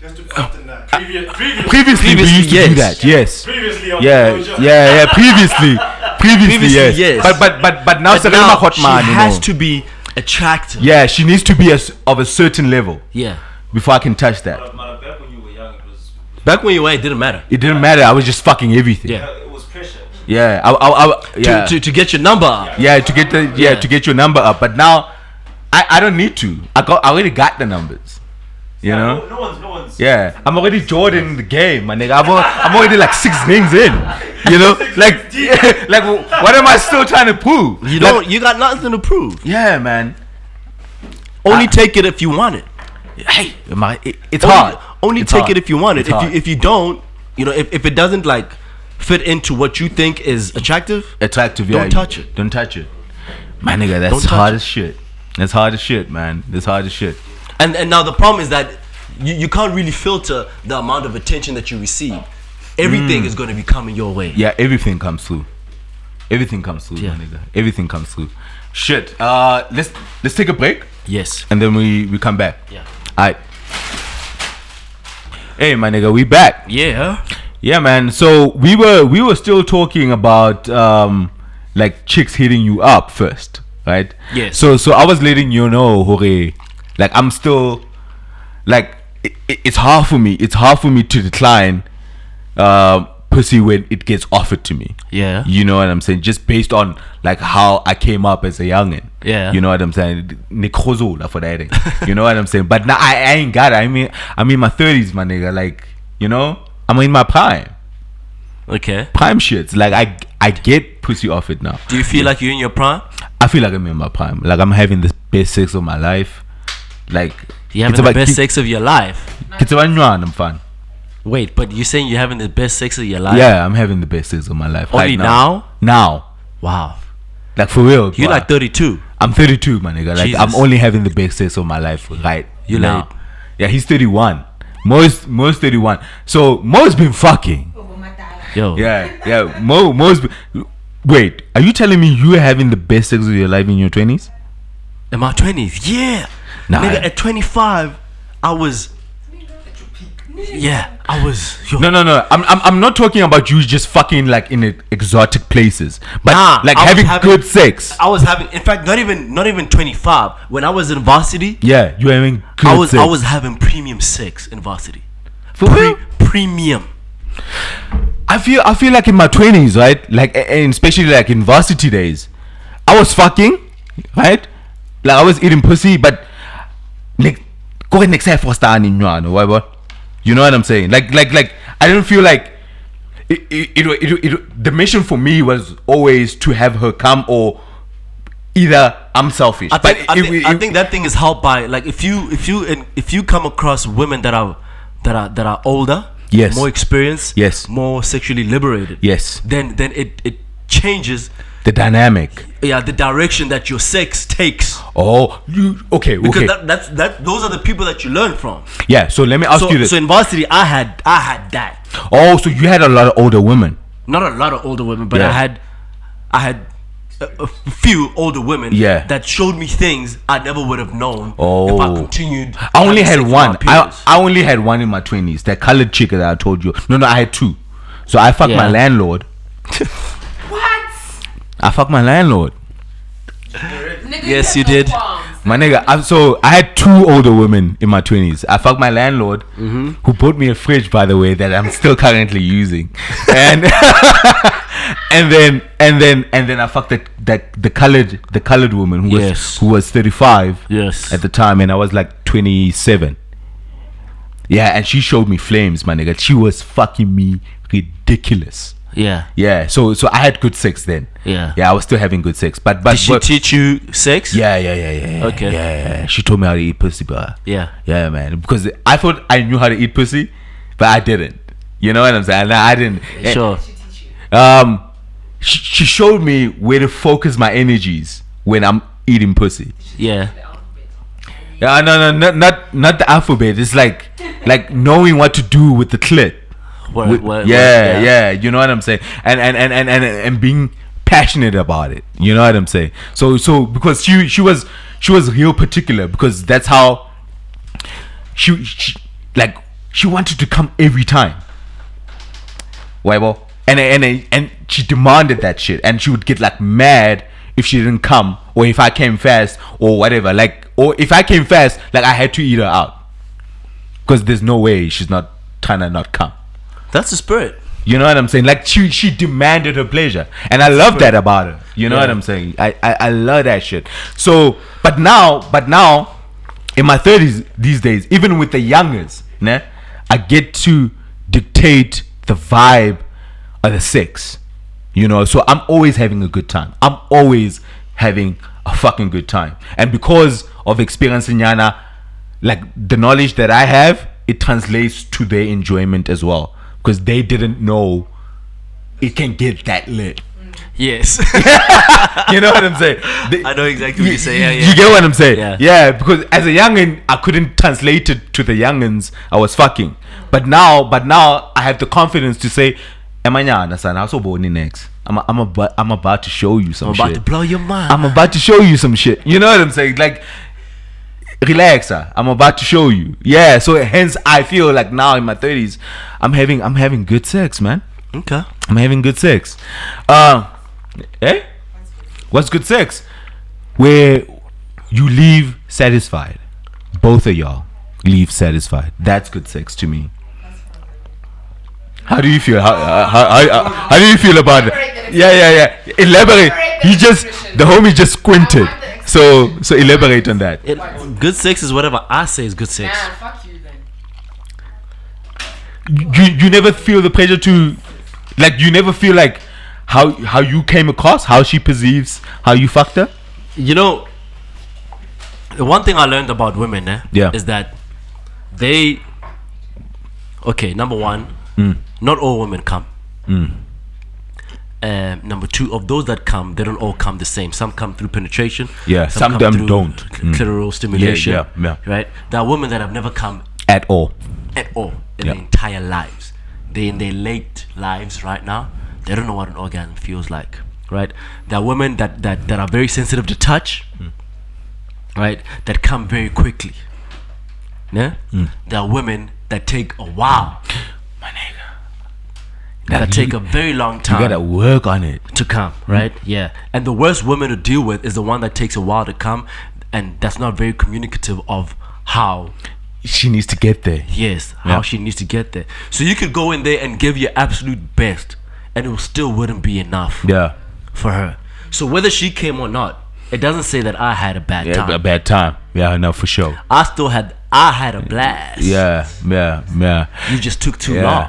Just to pop the nut.
Previous, previous,
previously,
Previously,
we used to do
yes.
that. Yes,
previously on
yeah,
the
yeah, yeah. Previously, previously,
Previously,
yes.
yes.
But but but but now,
But
Serena
now
Hotman,
she
you
has
know.
to be attractive.
Yeah, she needs to be a s of a certain level
Yeah.
before I can touch that.
But back when you were young, it was
Back when you were, it didn't matter.
It didn't matter. I was just fucking everything.
Yeah.
it was pressure.
Yeah. I, I, I, yeah.
To, to, to get your number up.
yeah. To get the yeah,
Yeah.
to get your number up. But now, I, I don't need to. I got I already got the numbers. You
No,
know.
no one's, no one's.
Yeah. I'm already Jordan in the game, my nigga. I'm, al- I'm already like six names in. You know, like like what am I still trying to prove?
You
Like-
don't. You got nothing to prove.
yeah, man.
Only take it if you want it.
Hey, am I- it- it's
Only-
hard.
Only
It's
take
hard.
it if you want it.
It's
if you
hard.
if you don't, you know, if, if it doesn't like fit into what you think is attractive,
attractive.
Don't
yeah,
touch
you-
it.
Don't touch it. My nigga,
Don't
that's
touch
hard
it.
as shit. That's hard as shit, man. That's hard as shit.
and and now the problem is that you, you can't really filter the amount of attention that you receive. Everything is going to be coming your way.
Yeah, everything comes through. Everything comes through,
Yeah.
my nigga. Everything comes through. Shit. Uh, let's let's take a break
Yes.
and then we we come back.
Yeah.
Alright. Hey, my nigga, we back.
Yeah.
Yeah, man. So we were we were still talking about um like chicks hitting you up first, right?
Yes.
So so I was letting you know, Hore, like I'm still like it, it- it's hard for me. It's hard for me to decline um pussy when it gets offered to me.
Yeah.
You know what I'm saying? Just based on like how I came up as a youngin.
Yeah.
You know what I'm saying? Nikhozola for that. eh? you know what I'm saying? But now I, I ain't got it. I mean, I'm in my 30s, my nigga. Like, you know, I'm in my prime,
Okay.
prime shits. Like, I I get pussy off it now.
Do you feel like you're in your prime?
I feel like I'm in my prime. Like, I'm having the best sex of my life. Like,
You're having
about
the best
ki-
sex of your life.
It's about nyana, I'm fine.
Wait, but you're saying you're having the best sex of your life?
Yeah, I'm having the best sex of my life.
Only
right now. Now.
Wow.
Like, for real.
You're
bruh.
like 32.
I'm 32, my nigga. Like I'm
Jesus.
only having the best sex of my life right
You
now.
late.
Yeah, he's 31. Most most 31. So Mo's been fucking.
Oh. Yo.
Yeah, yeah. Mo Mo's. Been, wait, are you telling me you are having the best sex of your life in your 20s?
In my twenties, yeah.
Nah.
Nigga, at twenty five, I was. Yeah, I was. Yo,
No, no, no. I'm, I'm I'm not talking about you just fucking like in e- exotic places, but
Nah,
like
I was
having,
having-
good sex.
I was having. In fact, not even not even twenty five. When I was in varsity,
yeah, you having good
I was
sex.
I was having premium sex in varsity.
For real?
Premium.
I feel I feel like in my twenties, right? Like a- and especially like in varsity days, I was fucking, right? Like I was eating pussy, but like go ahead next time for starting whatever. You know what I'm saying? Like like like I didn't feel like it it, it, wa- it, wa- it wa- the mission for me was always to have her come or either I'm selfish.
I think,
but
I,
it-
think,
it-
I
it-
think that thing is helped by like if you if you and if you come across women that are that are that are older,
Yes.
more experienced,
Yes.
more sexually liberated,
yes,
then then it it changes
the dynamic.
yeah the direction that your sex takes
Oh, you okay?
Because
Okay.
that, that's that. Those are the people that you learn from.
yeah. So let me ask
So,
you this.
so in varsity, I had I had that.
oh, so you had a lot of older women.
Not a lot of older women, but
Yeah.
I had I had a, a few older women.
Yeah.
That showed me things I never would have known if
Oh.
I continued.
I only
having
had
sex with
one.
my
I,
peers.
I only had one in my twenties. That colored chick that I told you. No, no, I had two. So I fucked my
Yeah.
landlord.
What?
I fucked my landlord.
Nigga,
Yes,
have
you
no
did.
qualms.
My nigga, I'm so I had two older women in my twenties. I fucked my landlord,
Mm-hmm.
who bought me a fridge, by the way, that I'm still currently using, and and then and then and then I fucked that that the colored the colored woman who was
Yes.
who was 35
Yes.
at the time, and I was like 27. Yeah, and she showed me flames, my nigga. She was fucking me ridiculous.
yeah.
Yeah, so so I had good sex then.
Yeah.
yeah, I was still having good sex, but but
Did she
but-
teach you sex?
yeah, yeah, yeah, yeah, yeah.
Okay.
Yeah, yeah, yeah. She told me how to eat pussy, bro.
Yeah.
Yeah, man. Because I thought I knew how to eat pussy, but I didn't. You know what I'm saying? Nah, I didn't. Eh,
Sure.
Um, she, she showed me where to focus my energies when I'm eating pussy.
Yeah.
Yeah, no, no, not not not the alphabet. It's like like knowing what to do with the clit.
Word,
With-
word, word,
yeah, yeah, You know what I'm saying? And and and and and and being passionate about it. You know what I'm saying? So so because she she was she was real particular because that's how she, she like she wanted to come every time. Weibo. And and and she demanded that shit, and she would get like mad if she didn't come, or if I came fast, or whatever. Like, or if I came fast, like I had to eat her out, because there's no way she's not trying to not come.
That's the spirit.
You know what I'm saying? Like she she demanded her pleasure, and I love that about her. You know what I'm saying? I, I I love that shit. So, but now, but now, in my thirties these days, even with the youngers, nah, I get to dictate the vibe of the sex. You know, so I'm always having a good time. I'm always having a fucking good time, and because of experiencing Yana, like the knowledge that I have, it translates to their enjoyment as well because they didn't know it can get that lit.
Yes.
You know what I'm saying? They-
I know exactly what you say. Yeah,
you-
yeah.
You get what I'm saying?
Yeah.
because as a youngin, I couldn't translate it to the youngins I was fucking. But now, but now I have the confidence to say, "Emanyana son, I also born in next. I'm I'm about I'm about to show you some
I'm about
shit.
to blow your mind.
I'm about to show you some shit. You know what I'm saying? Like, relax, ah. I'm about to show you. Yeah. So hence, I feel like now in my thirties, I'm having I'm having good sex, man.
okay.
I'm having good sex. Uh, eh? What's good sex? Where you leave satisfied. Both of y'all leave satisfied. That's good sex to me. How do you feel? How, uh, how, how, how, how do you feel about it? Yeah, yeah, yeah. Elaborate. He just, the homie just squinted. So, so elaborate on that.
It- good sex is whatever I say is good sex.
Nah, fuck you then.
you you never feel the pressure to like you never feel like how how you came across how she perceives how you fucked her
You know, the one thing I learned about women, eh,
Yeah.
is that they. Okay, number one,
Mm.
not all women come. Um, number two, of those that come, they don't all come the same. Some come through penetration.
Yeah, some
come
them
through
don't. Mm.
cl- Clitoral stimulation.
yeah, yeah.
Right. There are women that have never come
at all
at all in
Yeah.
their entire lives. They in their late lives right now. They don't know what an orgasm feels like, right? There are women that that, that are very sensitive to touch,
Hmm.
right? That come very quickly. Yeah?
Hmm.
There are women that take a while,
my nigga
that take a very long
you gotta Hmm.
time
work on it
to come, right? Yeah. And the worst woman to deal with is the one that takes a while to come, and that's not very communicative of how
she needs to get there
Yes,
Yeah.
how she needs to get there. So you could go in there and give your absolute best, and it still wouldn't be enough
yeah
for her. So whether she came or not, it doesn't say that I had a bad
yeah
time.
a bad time yeah no for sure
I still had I had a blast.
yeah yeah yeah
you just took too
Yeah.
long.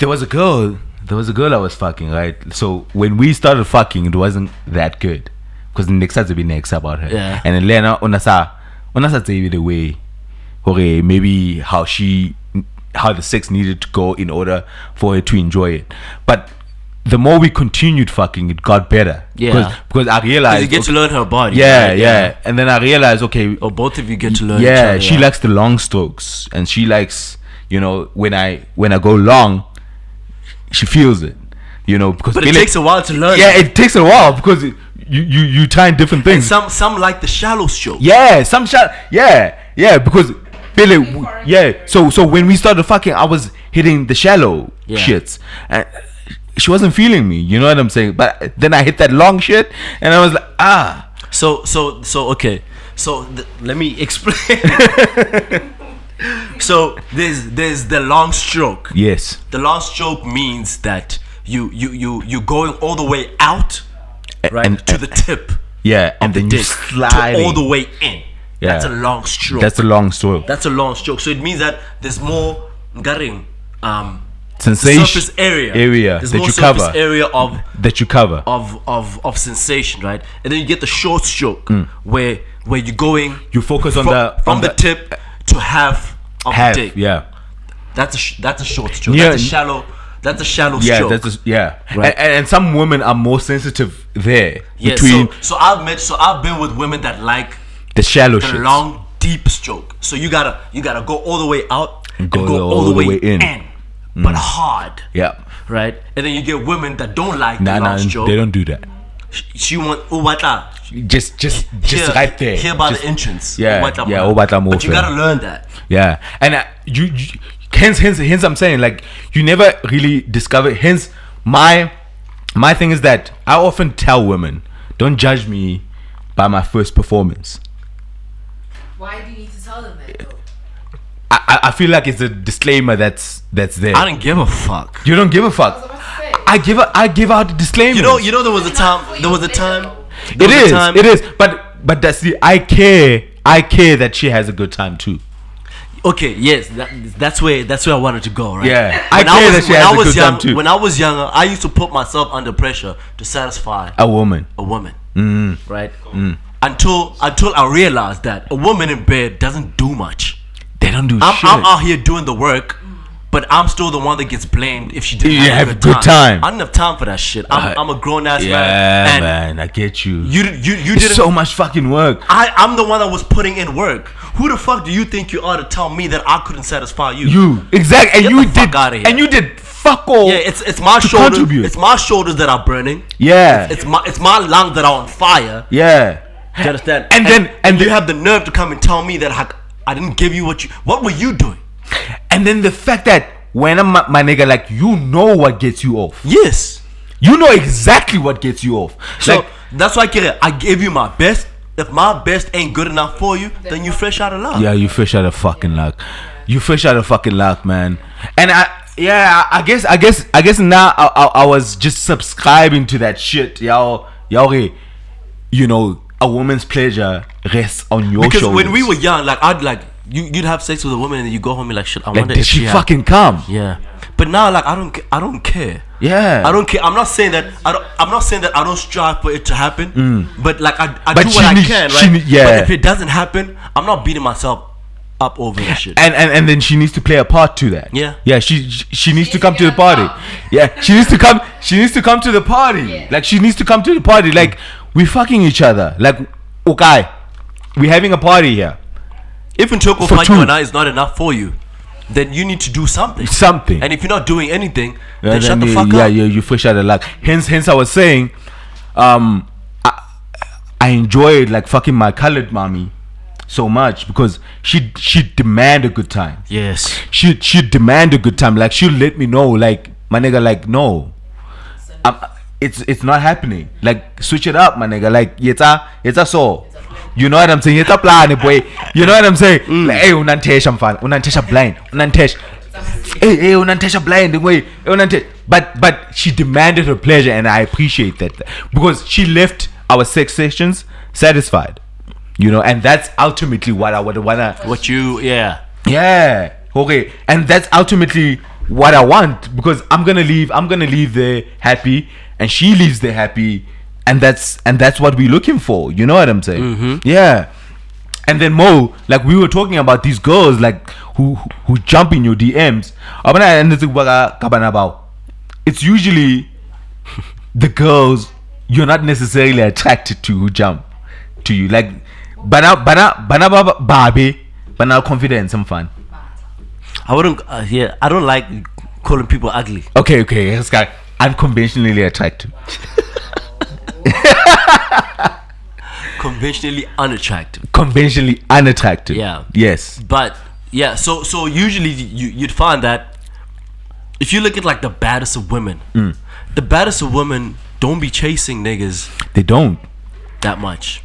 there was a girl there was a girl i was fucking right so when we started fucking it wasn't that good because next had to be next about her
Yeah.
and then later on sa on sa the way okay maybe how she how the sex needed to go in order for her to enjoy it but the more we continued fucking, it got better.
Yeah.
Because, because I realized.
you get to
okay-
learn her body.
yeah,
right?
yeah, And then I realized, okay,
Or both of you get to learn.
yeah,
each other,
she likes the long strokes, and she likes, you know, when I when I go long, she feels it, you know, because
But it
Billy-
takes a while to learn.
yeah, it takes a while because it, you you you trying different
And
things.
some some like the shallow stroke.
Yeah, some shot. Yeah, yeah, because Billy. w-
foreign
Yeah, so so when we started fucking, I was hitting the shallow
Yeah.
shits, and she wasn't feeling me. You know what I'm saying? But then I hit that long shit, and I was like, ah,
So so so okay. So th- let me explain. so there's there's the long stroke.
yes,
The long stroke means that you you you you going all the way out, right
and-
to the tip,
yeah, and then you
dick,
slide
to all the
it.
way in. That's a
Yeah.
long stroke.
That's a long story.
That's a long stroke. So it means that there's more garing, um,
Sensation
surface area,
area
There's
that
more
you
surface
cover.
area of
that you cover.
of of of sensation, right? And then you get the short stroke where where you're going.
Mm. You focus on
fro-
the-
from
on
the,
the-
tip to half of
Half,
the dick.
yeah,
That's a sh- that's a short stroke.
Yeah.
That's a shallow. That's a shallow
yeah,
stroke.
that's a, yeah.
Right.
And, and, and some women are more sensitive there
yeah,
between
so, so I've met so I've been with women that like
the shallow
the
shits.
long deep stroke. So you gotta you gotta go all the way out and
Go
go, all, the way, in, but hard.
Mm. yeah,
right? And then you get women that don't like
nah,
the
nah,
long stroke.
they don't do that.
She want ubata
just just just
here,
right there
here by
Just-
the entrance. Oh,
yeah,
Ubata
yeah, oh,
mona.
ubata
But you
mofe.
gotta learn that.
yeah and uh, you, you hence hence hence i'm saying like you never really discover hence my my thing is that i often tell women don't judge me by my first performance
Why do you need to tell them that though?
i i, I feel like it's a disclaimer that's that's there
I don't give a fuck.
you don't give a
I was
fuck
about to say.
i give a i give out disclaimers
You know, you know, there was a
It's not
time.
for
There
you
was a
to know.
time. there
it
was a
is
time-
it is but but that's the i care i care that she has a good time too
Okay, yes, that, that's where that's where I wanted to go, right?
Yeah.
When
I
I,
care
was
that she
when
has
I
a
was
good time
young,
too.
when I was younger, I used to put myself under pressure to satisfy
a woman
a woman,
Mm.
right? Until until I realized that a woman in bed doesn't do much.
they don't do
I'm,
shit
I'm out here doing the work, but I'm still the one that gets blamed if she didn't
You
have, a good, time. I don't have time for that shit. I'm,
Uh,
I'm a grown ass
yeah
man, and
man i get you
you you you
It's
didn't.
so much fucking work.
I I'm the one that was putting in work. Who the fuck do you think you are to tell me that I couldn't satisfy you?
You exactly,
Get
and you
the fuck
did,
outta here.
and you did fuck all.
yeah, it's it's my
To
shoulders.
contribute.
It's my shoulders that are burning.
yeah,
It's my it's my lungs that are on fire.
yeah.
Do you understand?
And then- and
you
the-
have the nerve to come and tell me that I, I didn't give you what you. What were you doing?
And then the fact that when I'm my, my nigga, like you know what gets you off.
Yes.
You know exactly what gets you off.
So
like,
that's why, Kira, I gave you my best. If my best ain't good enough for you, then you fresh out of love.
yeah, you fish out of fucking luck. You fish out of fucking luck, man. And I, yeah, I I guess, I guess, I guess now I, I, I was just subscribing to that shit, y'all, y'all. eh, You know, a woman's pleasure rests on your
because
shoulders.
when we were young, like I'd like you, you'd have sex with a woman and you go home and like shit. I
like,
wonder
did
if
she,
she had-
fucking come?
Yeah. But now, like I don't, ca- I don't care.
Yeah.
I don't care. I'm not saying that. I don't. I'm not saying that I don't strive for it to happen. But like I, I
Mm. But
do
she
what I
needs-
can,
she
right?
need- yeah.
But if it doesn't happen, I'm not beating myself up over that shit.
and, and and then she needs to play a part to that.
Yeah.
Yeah, she she, she needs to
needs
come
to
to the
get
party.
involved.
Yeah, she needs to come she needs to come to the party. Like she needs to come to the party. Like we fucking each other. Like okay, we having a party here.
If Ntoko
For
Fanyo
two.
and I is not enough for you, then you need to do something.
Something.
And if you're not doing anything,
Yeah,
then shut the
you,
fuck
yeah,
up.
you you fresh out of luck. Hence hence I was saying um I I enjoyed like fucking my colored mommy so much because she she demand a good time.
Yes.
she she demand a good time. Like she let me know, like my nigga, like no, I'm, it's it's not happening. Like switch it up, my nigga. Like yeta yeta so. You know what I'm saying? Yeta plan, boy. You know what I'm saying? Like, hey, unantesha mfana, unantesha blind, unantesha. Hey, hey, unantesha blind, boy. Unantesha. But but she demanded her pleasure, and I appreciate that because she left our sex sessions satisfied. You know, and that's ultimately what I would wanna
What you, yeah.
yeah. Okay. And that's ultimately what I want because I'm gonna leave. I'm gonna leave there happy, and she leaves there happy, and that's and that's what we're looking for. You know what I'm saying? Yeah. And then Mo, like we were talking about these girls, like who who jump in your DMs. Abana, and it's like, "Waga, kabana bao." It's usually the girls you're not necessarily attracted to who jump to you. Like bana bana bana baba babe bana confidence some fun.
I wouldn't. Uh, yeah, I don't like calling people ugly.
Okay, okay, this guy unconventionally attractive.
Conventionally unattractive.
Conventionally unattractive.
Yeah.
Yes.
But yeah, so so usually you you'd find that if you look at like the baddest of women, the baddest of women don't be chasing niggas
They don't.
that much.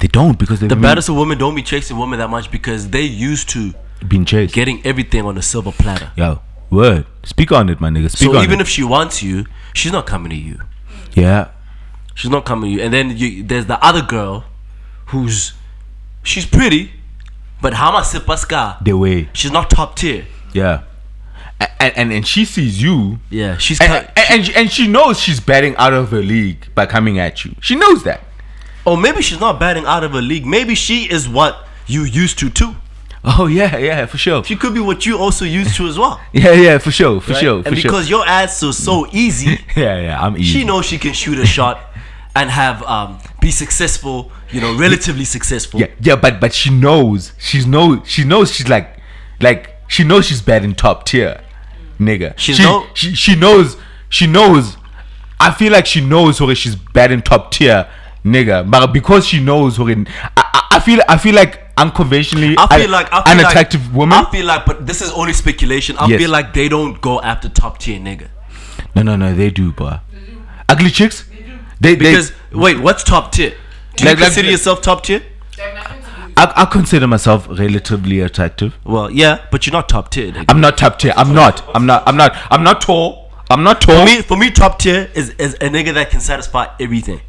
They don't because they've
The
been,
baddest of women don't be chasing women that much because they used to
been chased.
getting everything on a silver platter.
Yo, word. Speak on it, my nigga. Speak
so
on
even
it.
if she wants you, she's not coming to you.
yeah.
She's not coming to you. And then you, there's the other girl who's she's pretty, but hama se paska.
The way.
She's not top tier.
Yeah. A- And and, and she sees you.
Yeah, she's
And,
cut-
and, and, she, and she knows she's batting out of her league by coming at you. She knows that.
Or Oh, maybe she's not batting out of her league. Maybe she is what you used to too.
Oh yeah, yeah, for sure.
She could be what you also used to as well.
Yeah, yeah, for sure, for
right?
sure, for
and because your ass is so easy,
sure. Yeah, yeah, I'm easy.
she knows she can shoot a shot and have um, be successful. You know, relatively successful.
Yeah, yeah, but but she knows. She's know. She knows. She's like, like she knows she's bad in top tier, nigga.
She's
she,
no-
she she knows. She knows. I feel like she knows where she's bad in top tier, nigga. But because she knows where, I, I, I feel I feel like unconventionally,
I feel
un-
like I feel
unattractive
like,
woman.
I feel like, but this is only speculation. I
Yes.
feel like they don't go after top tier nigga
no, no, no, they do, bruh. Ugly chicks. They they.
because wait, what's top tier? Do you
Like- like-
consider yourself top tier?
They have nothing to do with
I, I consider myself relatively attractive.
Well, yeah, but you're not top tier. Nigga.
I'm not top tier. I'm not. I'm not. I'm not. I'm not tall. I'm not tall.
For me, for me, top tier is, is a nigga that can satisfy everything.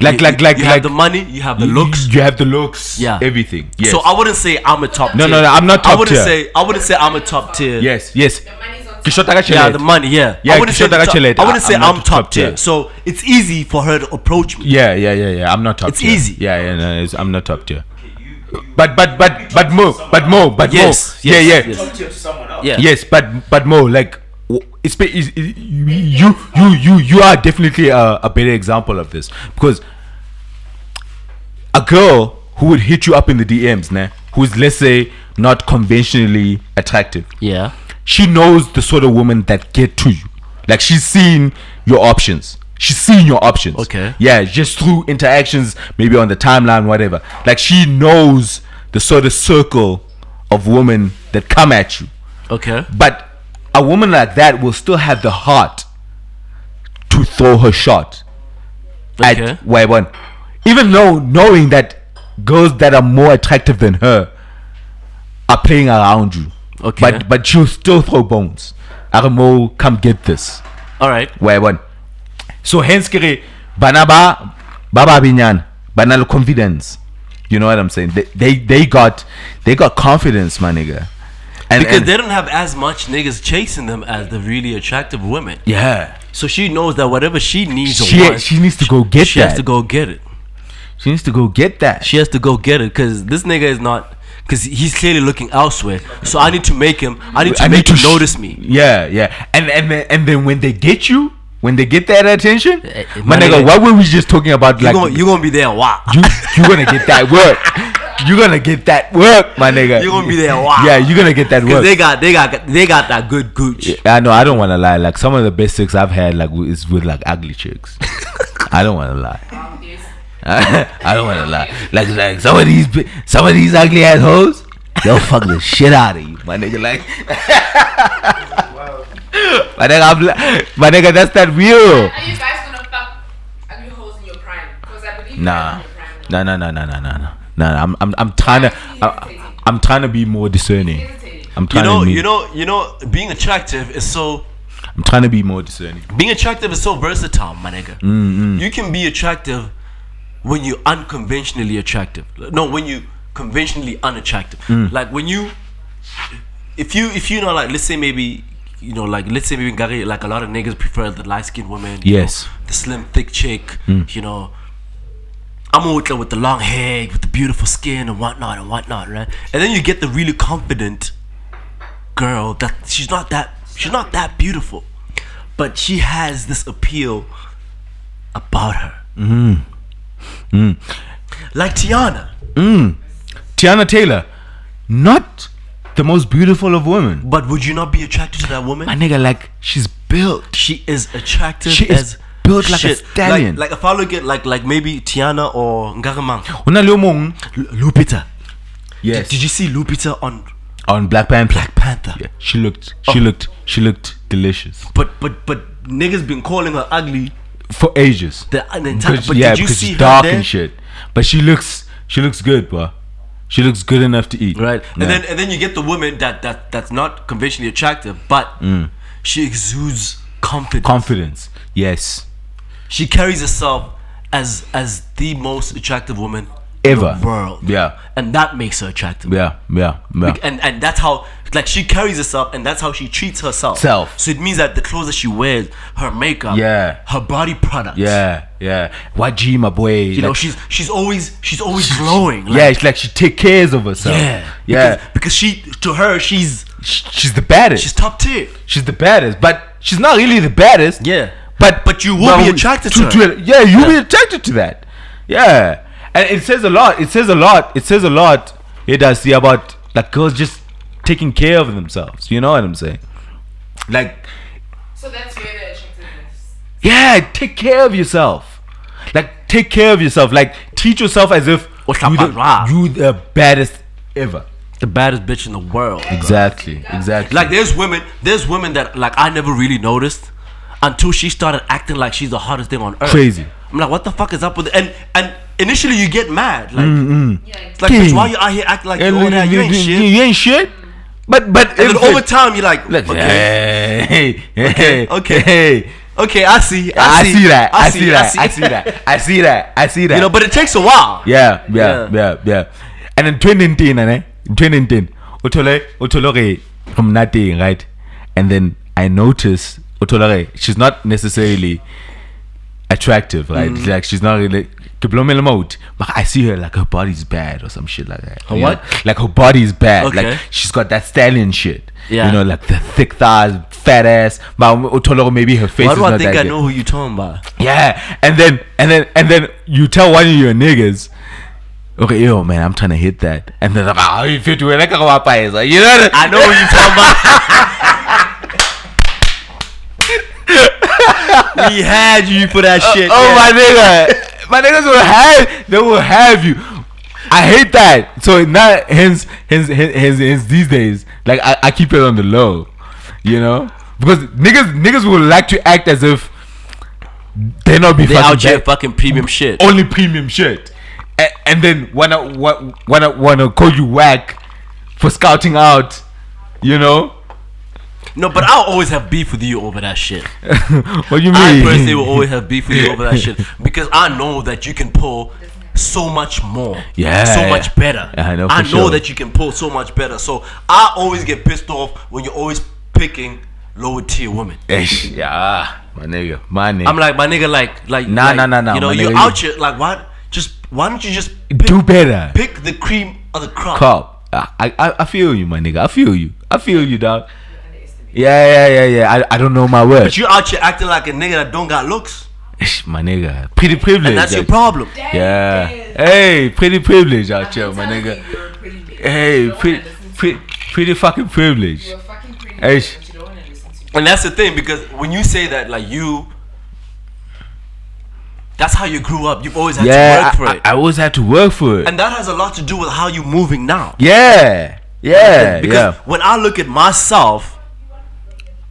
like
You-
like like
you
like
have the money, you have the looks.
You have the looks.
Yeah.
Everything. Yes.
So I wouldn't say I'm a top.
No,
tier.
no, no, I'm not
I
top
wouldn't
tier.
say I wouldn't say I'm a top tier.
yes. Yes.
the money's on
Ke shota
top.
ka
Yeah,
tjhelete.
the money, yeah.
Yeah,
I wouldn't
sure
say,
that
the
I
top,
chill it.
I wouldn't
I-
say
I'm
I'm,
not
top,
top
tier.
tier.
So it's easy for her to approach me.
Yeah. Yeah. Yeah. Yeah. I'm not top.
It's
tier.
easy.
Yeah. Yeah. No. It's, I'm not top tier.
Okay, you, you
But but but but more. But more. But
Yes,
more.
yes,
yeah. Yeah.
yes.
talk to someone else.
Yeah.
Yes. But but more like. w- It's, ba- is- is- you you you you are definitely a, a better example of this because a girl who would hit you up in the DMs, nah, who's let's say not conventionally attractive,
Yeah.
she knows the sort of woman that get to you. Like she's seen your options. She's seen your options.
Okay.
Yeah, just through interactions, maybe on the timeline, whatever. Like she knows the sort of circle of women that come at you.
Okay.
But a woman like that will still have the heart to throw her shot
Okay.
at Y1. Even though knowing that girls that are more attractive than her are playing around you.
Okay.
But but she'll still throw bones. Aramo, come get this.
All right.
Y1. So hence kere banaba baba binyan banal confidence. You know what I'm saying? They, they they got they got confidence, my nigga. And,
Because
and-
they don't have as much niggas chasing them as the really attractive women.
yeah.
So she knows that whatever she needs or
She-
wants,
she needs to go get
she has
that.
to go get it.
She needs to go get that.
She has to go get it because this nigga is not. Because he's clearly looking elsewhere. So I need to make him. I need to
I
make
need to
him
sh-
notice me.
Yeah, yeah. And and then, and then when they get you, when they get that attention,
Eh, eh, my
my nigga,
nigga,
what were we just talking about?
You're
Like
gonna,
you
you gonna be there. Wow.
you you gonna get that work. You're gonna get that work, my nigga.
You're gonna be there, wow.
Yeah, you're gonna get that
Because
work.
they got they got they got that good gooch.
I know. I don't want to lie. Like some of the best sex I've had, like w- is with like ugly chicks. I don't want to lie.
Yes.
I don't want to lie. Like like some of these bi- some of these ugly assholes, they'll fuck the shit out of you, my nigga. Like. My nigga, I'm li- my nigga, that's that real.
Are you guys gonna fuck ugly holes in your prime? Because I believe you guys
Nah,
in your prime
nah,
now.
nah, nah, nah, nah, nah, nah. nah I'm, I'm, I'm trying to, I, I'm trying to be more discerning.
Hesitating.
I'm
You
trying
know,
to, be,
you know, you know. Being attractive is so
I'm trying to be more discerning.
being attractive is so versatile, my nigga. You can be attractive when you're unconventionally attractive. No, when you conventionally unattractive. Like when you, if you, if you know, like let's say maybe, you know, like let's say maybe Gary, like a lot of niggas prefer the light skinned woman. you
Yes.
know, the slim, thick chick. You know. I'm with the, with the long hair, with the beautiful skin and whatnot and whatnot, right? And then you get the really confident girl that she's not that she's not that beautiful, but she has this appeal about her.
Mm.
Like Tiana,
Tiana Taylor, not the most beautiful of women.
but would you not be attracted to that woman?
My nigga, like she's built.
she is attractive.
She is
as
built like a
shit.
stallion.
Like, like if I look at like like maybe Tiana or Ngaramang,
Una le o mong-
Lupita.
Yes.
Did you see Lupita on
on Black Panther? Oh.
Black Panther?
Yeah, she looked. She looked. She looked delicious
But but but niggas been calling her ugly
for ages.
the, the entire.
Because,
But
yeah,
did you
because
see
she's
her
dark
there?
and shit. But she looks. She looks good, bro. She looks good enough to eat.
right?
Yeah.
And then and then you get the woman that that that's not conventionally attractive, but she exudes confidence.
Mm. confidence. Yes.
she carries herself as as the most attractive woman
Ever.
in the world.
Yeah.
and that makes her attractive.
Yeah. Yeah. Yeah.
And and that's how like she carries herself, and that's how she treats herself.
Self.
So it means that the clothes that she wears, her makeup,
Yeah.
her body products,
Yeah. Yeah. Waji, my boy.
you know, she's she's always she's always glowing.
yeah, it's like she take cares of herself.
yeah,
Yeah.
Because, because she to her she's
Sh- she's the baddest.
she's
She's,
top tier.
the baddest, but she's not really the baddest.
Yeah.
But
But you will
but
be
we-
attracted to her.
it. Yeah, you'll be attracted to that. Yeah. And it says a lot. It says a lot. It says a lot. It does see about like girls just taking care of themselves. You know what I'm saying? Like
So that's where the attractiveness.
Yeah, take care of yourself. Like take care of yourself. Like teach yourself as if you the,
Oshapara.
you the baddest ever.
The baddest bitch in the world.
Exactly. Exactly.
Like there's women, there's women that like I never really noticed until she started acting like she's the hottest thing on earth.
Crazy.
I'm like, what the fuck is up with and and initially you get mad like
Mm,
Yeah.
like bitch, why you out here acting like you all that oh, you ain't shit.
You ain't shit. But but
And then
if
over
it-
time you're like,
Look,
okay,
hey, hey,
okay.
hey.
okay, I see,
I see that. I see that. I see that. I see that. I see that.
You know, but it takes a while.
yeah, yeah,
Yeah.
yeah, yeah. And in 2010, eh? In 2010, uthole uthole from nothing, right? And then I notice uthole she's not necessarily attractive, right?
Mm.
Like she's not really. ke blomela maoto, But I see her like her body's bad or some shit like that. Her
what?
Like her body's bad.
Okay.
Like she's got that stallion shit.
Yeah.
You know, like the thick thighs, fat ass. But uthole maybe her face
Why
is
do I
not
think
that
I
good.
know who you're talking about?
Yeah, and then and then and then you tell one of your niggas, okay, yo, man, I'm trying to hit that, and then like, oh, you feel doing like a rapaz, like, you know that?
I know who you're talking about. we had you for that shit.
oh
yeah.
my nigga, my niggas will have, they will have you. I hate that. So now, hence, hence, hence, hence, hence these days, like I, I keep it on the low, you know, because niggas, niggas will like to act as if they not be
They
fucking
out here
bad. Oh.
fucking premium shit.
only premium shit. And, and then wanna wa- wanna wanna call you whack for scouting out, you know?
No, but I'll always have beef with you over that shit.
what do you mean?
I personally will always have beef with you over that shit because I know that you can pull so much more.
Yeah.
So much better.
I know,
I
for
know
sure.
that you can pull so much better. So I always get pissed off when you're always picking lower tier women.
Eish, yeah, my nigga, my nigga.
I'm like, my nigga, like, like,
Nah,
like,
nah, nah, nah,
You know,
my
you're
nigga,
out
you-
here, like, why? Just why don't you just pick,
do better,
pick the cream of the crop?
cop. I, I I feel you, my nigga. I feel you. I feel you, dog. Yeah, yeah, yeah, yeah. I, I don't know my
But
words.
you out here acting like a nigga that don't got looks,
Eish, my nigga, pretty privilege.
and that's your
actually.
problem.
Yeah. Hey, pretty privilege out here, my nigga. Hey, pretty, pretty, pretty fucking privilege.
You're fucking pretty.
Hey,
bitch,
sh-
but you don't want to listen to me.
And that's the thing because when you say that, like you, that's how you grew up. You've always had
Yeah,
to work for
I,
it,
I, I always had to work for it.
and that has a lot to do with how you're moving now.
Yeah, yeah,
because
yeah.
when I look at myself.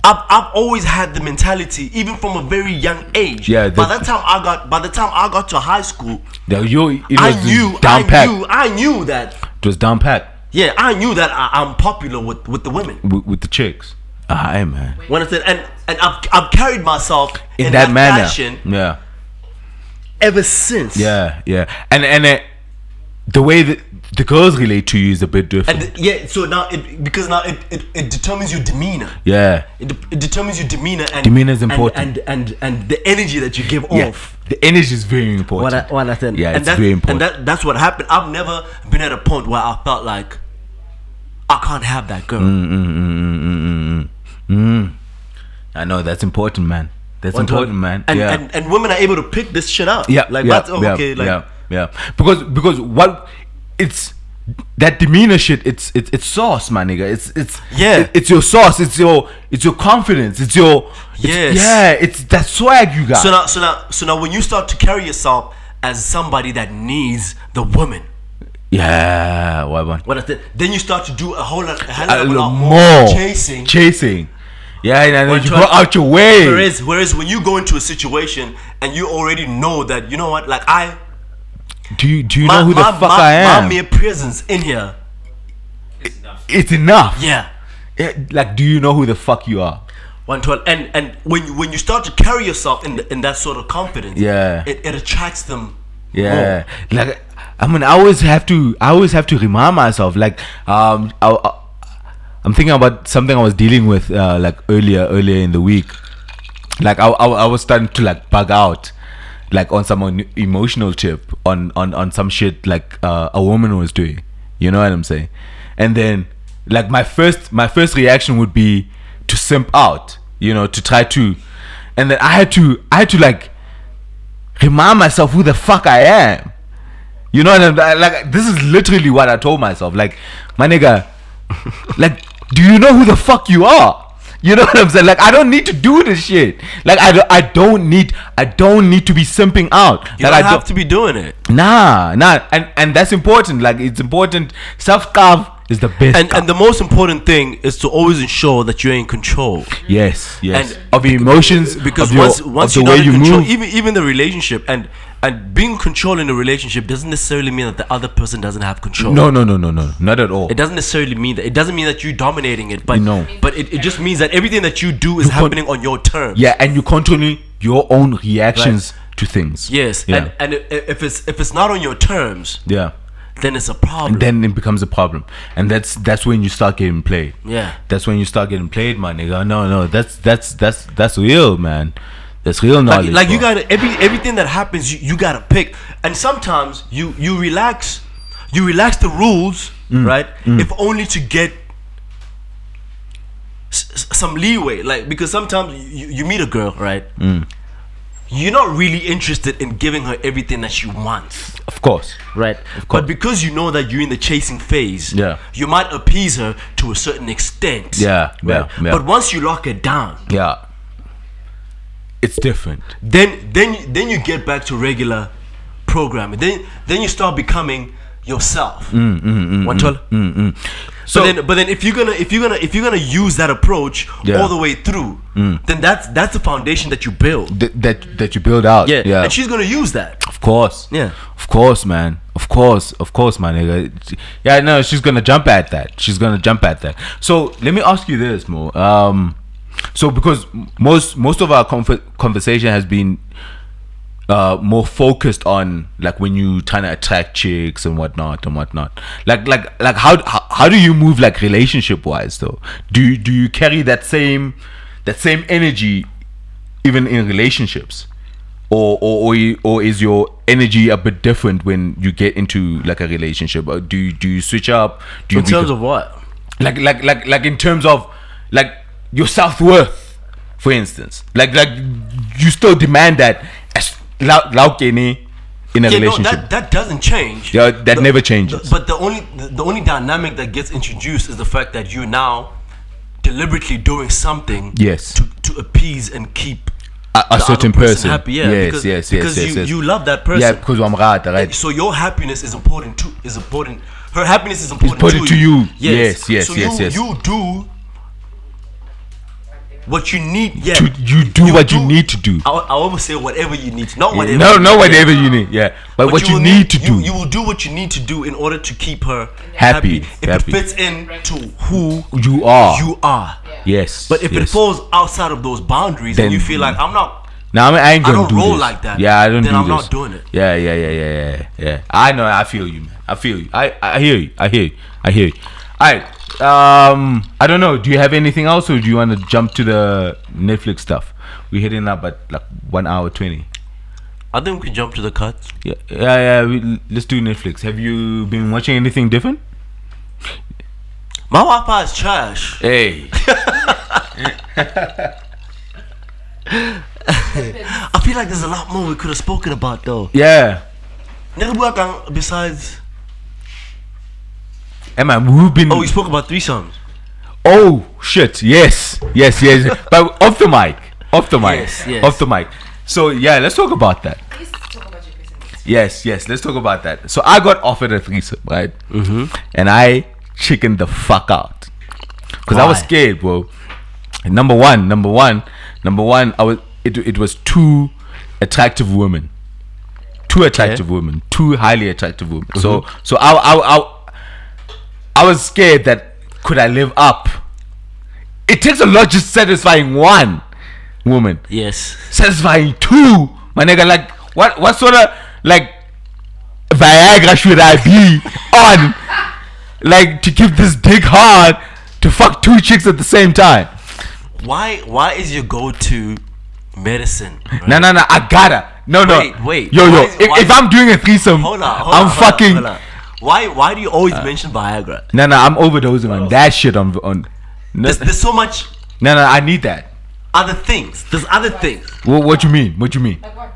I've, I've always had the mentality, even from a very young age.
Yeah,
by
the-
that time I got, by the time I got to high school,
The, you, it was
I
just
knew,
down
I
pat.
knew, I knew that.
It was down pat
Yeah, I knew that I, I'm popular with with the women.
with, with the chicks. Ah, hey, man.
When I said, and and I've, I've carried myself
In, that, manner.
fashion
Yeah,
ever since.
yeah, yeah. And and uh, the way that the girls relate to you is a bit different.
And th- yeah, so now it because now it, it, it determines your demeanor.
yeah,
It, de- it determines your demeanor and
Demeanor is
and-
important.
and and, and, the energy that you give
yeah.
off.
The energy is very important.
What I, what I said.
Yeah,
and
it's
that-
very important.
And that, that's what happened. I've never been at a point where I felt like
Mm,
I can't have that girl.
I know that's important, man. That's
One
important,
time.
man.
And,
yeah.
and and women are able to pick this shit up.
yeah,
like
yeah,
that's oh,
yeah,
okay. Like
yeah, yeah. Because because what it's that demeanor shit. It's it's it's sauce, my nigga. It's it's
Yeah.
it- it's your sauce. It's your it's your confidence. It's your it's,
Yes.
Yeah. It's that swag you got.
so now so now so now when you start to carry yourself as somebody that needs the woman,
yeah. Why one?
what I think, then you start to do a whole lot, a hell
A
of a
little
lot
more
chasing.
Chasing. Yeah, and, and
Or
then you
to-
go out your way.
Whereas, whereas when you go into a situation and you already know that you know what, like I,
Do you do you
my,
know who
my,
the fuck
my,
I am?
my mere presence in here,
It's enough.
it's enough.
yeah,
Yeah, Like, do you know who the fuck you are?
one twelve, and and when you, when you start to carry yourself in the, in that sort of confidence,
Yeah.
it, it attracts them.
Yeah, Oh. like I mean, I always have to, I always have to remind myself. Like, um, I, I, I'm thinking about something I was dealing with, uh, like earlier, earlier in the week. Like, I, I, I was starting to like bug out, like on some on- emotional tip, on on on some shit like uh, a woman was doing. You know what I'm saying? And then, like my first, my first reaction would be to simp out. You know, to try to, and then I had to, I had to like remind myself who the fuck I am. You know what I'm I- like? This is literally what I told myself. Like, my nigga, like, do you know who the fuck you are? You know what I'm saying? Like, I don't need to do this shit. Like, I don't, I don't need, I don't need to be simping out.
You
like,
don't
I
have to be doing it.
Nah, nah, and and that's important. Like, it's important. Self carve is the best.
And and the most important thing is to always ensure that you're in control.
yes, yes,
and-
of your emotions
because
of your-
once once
of the
you're
way
not in
you
control,
move.
even even the relationship and and being control in a relationship doesn't necessarily mean that the other person doesn't have control.
no, no, no, no, no, not at all.
It doesn't necessarily mean that. It doesn't mean that you're dominating it, but
No.
but it, it just means that everything that you do is
You con-
happening on your terms.
Yeah, and you controlling your own reactions to things.
Yes.
Yeah.
And and i- if it's if it's not on your terms,
yeah.
then it's a problem.
And then it becomes a problem, and that's that's when you start getting played.
Yeah.
That's when you start getting played, my nigga. No, no, that's that's that's that's real, man. That's real knowledge.
like, like you
bro.
gotta every everything that happens, you, you gotta pick. And sometimes you you relax, you relax the rules,
Mm.
right? If only to get s- s- some leeway, like because sometimes you, you meet a girl, right?
Mm.
You're not really interested in giving her everything that she wants.
of course,
Right.
course.
But because you know that you're in the chasing phase,
Yeah.
you might appease her to a certain extent.
Yeah, yeah, yeah.
But once you lock it down,
yeah. It's different.
then then then you get back to regular programming. Then then you start becoming yourself. Mm,
So
but then but then if you're gonna if you're gonna if you're gonna use that approach
Yeah. Mm.
all the way through, then that's that's the foundation that you build.
th- that that you build out, yeah.
And she's gonna use that.
Of course.
Yeah.
Of course, man. Of course. Of course, my nigga. Yeah, no, she's gonna jump at that. She's gonna jump at that. So let me ask you this, Mo. Um so because most most of our conver- conversation has been uh more focused on like when you trying to attract chicks and whatnot and whatnot. Like like like how how, how do you move like relationship wise though? Do you do you carry that same that same energy even in relationships? or or or, you, or is your energy a bit different when you get into like a relationship? Or do you, do you switch up? Do you
In terms
beco-
of what?
like like like like in terms of like your self worth, for instance, like like you still demand that as lau- laukene in
Yeah, no,
a relationship.
that, that doesn't change.
Yeah, that never changes.
the- but the only the, the only dynamic that gets introduced is the fact that you're now deliberately doing something
Yes.
to, to appease and keep
a, a
the
certain
other
person,
person happy, yeah,
yes,
because-
yes, yes,
because
yes,
you-
yes.
you love that person.
Yeah, because I'm right, right.
So your happiness is important too. Is important. Her happiness is important,
important to you. Yes, yes,
so
yes,
you,
yes.
You do what you need. Yeah.
To- you do what you need to do.
I, I almost say whatever you need, not whatever.
no,
you
no,
need.
whatever you need. Yeah, but, what you
will
need to
you-
do.
You will do what you need to do in order to keep her
Happy,
happy. If
happy.
it fits in to who
You are.
you are.
yes,
But if it
yes.
falls outside of those boundaries
Then-
and you feel like I'm not
No, I, mean, I ain't
I
gonna
don't
do
roll
this.
like that,
Yeah, I don't
then
do
I'm not
this.
doing it.
Yeah, yeah, yeah, yeah, yeah, yeah. I know. I feel you, man. I feel you. I, I hear you. I hear you. I hear you. All right. Um, I don't know. Do you have anything else, or do you want to jump to the Netflix stuff? We're hitting up at like one hour twenty.
I think we can jump to the cuts.
Yeah, yeah, yeah. We, let's do Netflix. Have you been watching anything different?
My Wi-Fi is trash.
Hey.
I feel like there's a lot more we could have spoken about though.
Yeah.
Nigga, we are gonna- Besides,
Am I? We've been.
oh, we spoke about threesomes.
Oh shit! Yes, yes, yes. but off the mic, off the mic,
Yes, yes.
off the mic. So yeah, let's talk about that.
Please talk about your business.
Yes, yes. Let's talk about that. So I got offered a threesome, right? Mm-hmm. And I chickened the fuck out because I was
Why?
scared, bro. Number one, number one, number one. I was. It, it was two attractive women, two attractive women, two highly attractive women. So so I, I I I was scared that could I live up? It takes a lot just satisfying one woman
Yes.
satisfying too, my nigga. Like what what sort of like Viagra should I be on? Like to keep this dick hard to fuck two chicks at the same time.
Why? Why is your go-to medicine? right?
No no no, I gotta. No no.
Wait, wait.
Yo yo,
Why is-
if,
why
if
is-
I'm doing a threesome,
Hold on. Hold
I'm
on, hold on,
fucking. Uh.
hold on. Why? Why do you always mention Viagra?
No no, I'm overdosing on that shit on on. No
There's, there's so much
no, no, I need that.
other things. There's other things.
What, what you mean? What you mean?
Like what?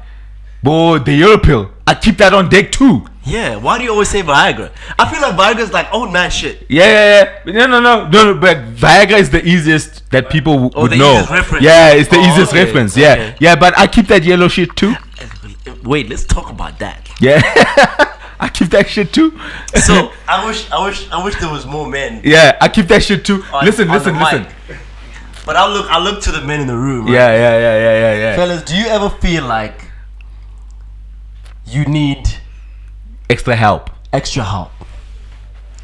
Boy, the Euro pill. I keep that on deck too.
Yeah. Why do you always say Viagra? I feel like Viagra's like old man shit.
Yeah, yeah, yeah. But No, no, no, no, no. But Viagra is the easiest that people w-
Oh,
would
the
know.
easiest reference.
Yeah, it's the
Oh,
easiest
okay,
reference. Yeah,
okay.
yeah. But I keep that yellow shit too.
Wait, let's talk about that.
Yeah, I keep that shit too.
So I wish, I wish, I wish there was more men.
yeah, I keep that shit too.
on-
listen,
on
listen,
the
listen.
mic. But I look, I look to the men in the room. Right?
Yeah, yeah, yeah, yeah, yeah, yeah.
Fellas, do you ever feel like you need
Extra help.
extra help?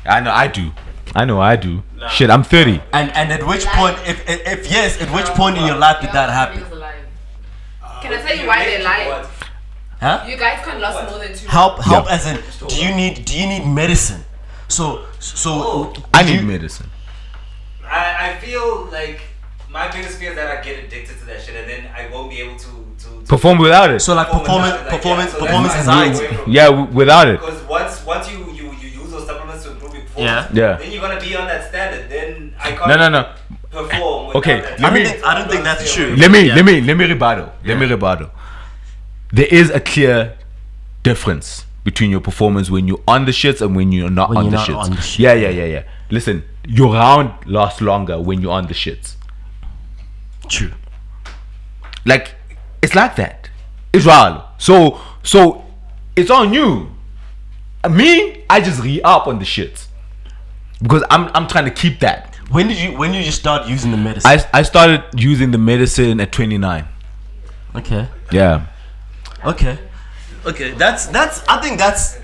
I know, I do. I know, I do. Shit, I'm 30.
And and at which point, if if, if yes, at which point in your life did that happen?
Everybody's alive. Can I tell you why they're lying?
Huh?
You guys can last more than two.
Help, help,
Yeah.
as in, do you need do you need medicine? So so
I need
you-
medicine.
I, I feel like my biggest fear is that I get addicted to that shit and then I won't be able to to, to
Perform without it.
So like performance, performance, performance anxiety.
yeah, w- without it.
Because once once you, you you use those supplements to improve your
Yeah.
performance,
Yeah.
then you're gonna be on that standard. Then I can't
No, no, no.
perform. without
Okay,
that
let
I
standard.
don't
me-
think I don't think that's true.
Let me, let me, let me rebuttal. Let me rebuttal. There is a clear difference between your performance when you're on the shits and when you're not,
When
on,
you're
the
not
shits.
on the shits.
Yeah, yeah, yeah, yeah. Listen, your round lasts longer when you're on the shits.
True.
Like, it's like that. It's wild. So, so it's on you. Uh, Me, I just re up on the shits because I'm, I'm trying to keep that.
When did you when did you start using the medicine?
I, I started using the medicine at 29.
okay.
Yeah.
Okay. Okay. That's that's I think that's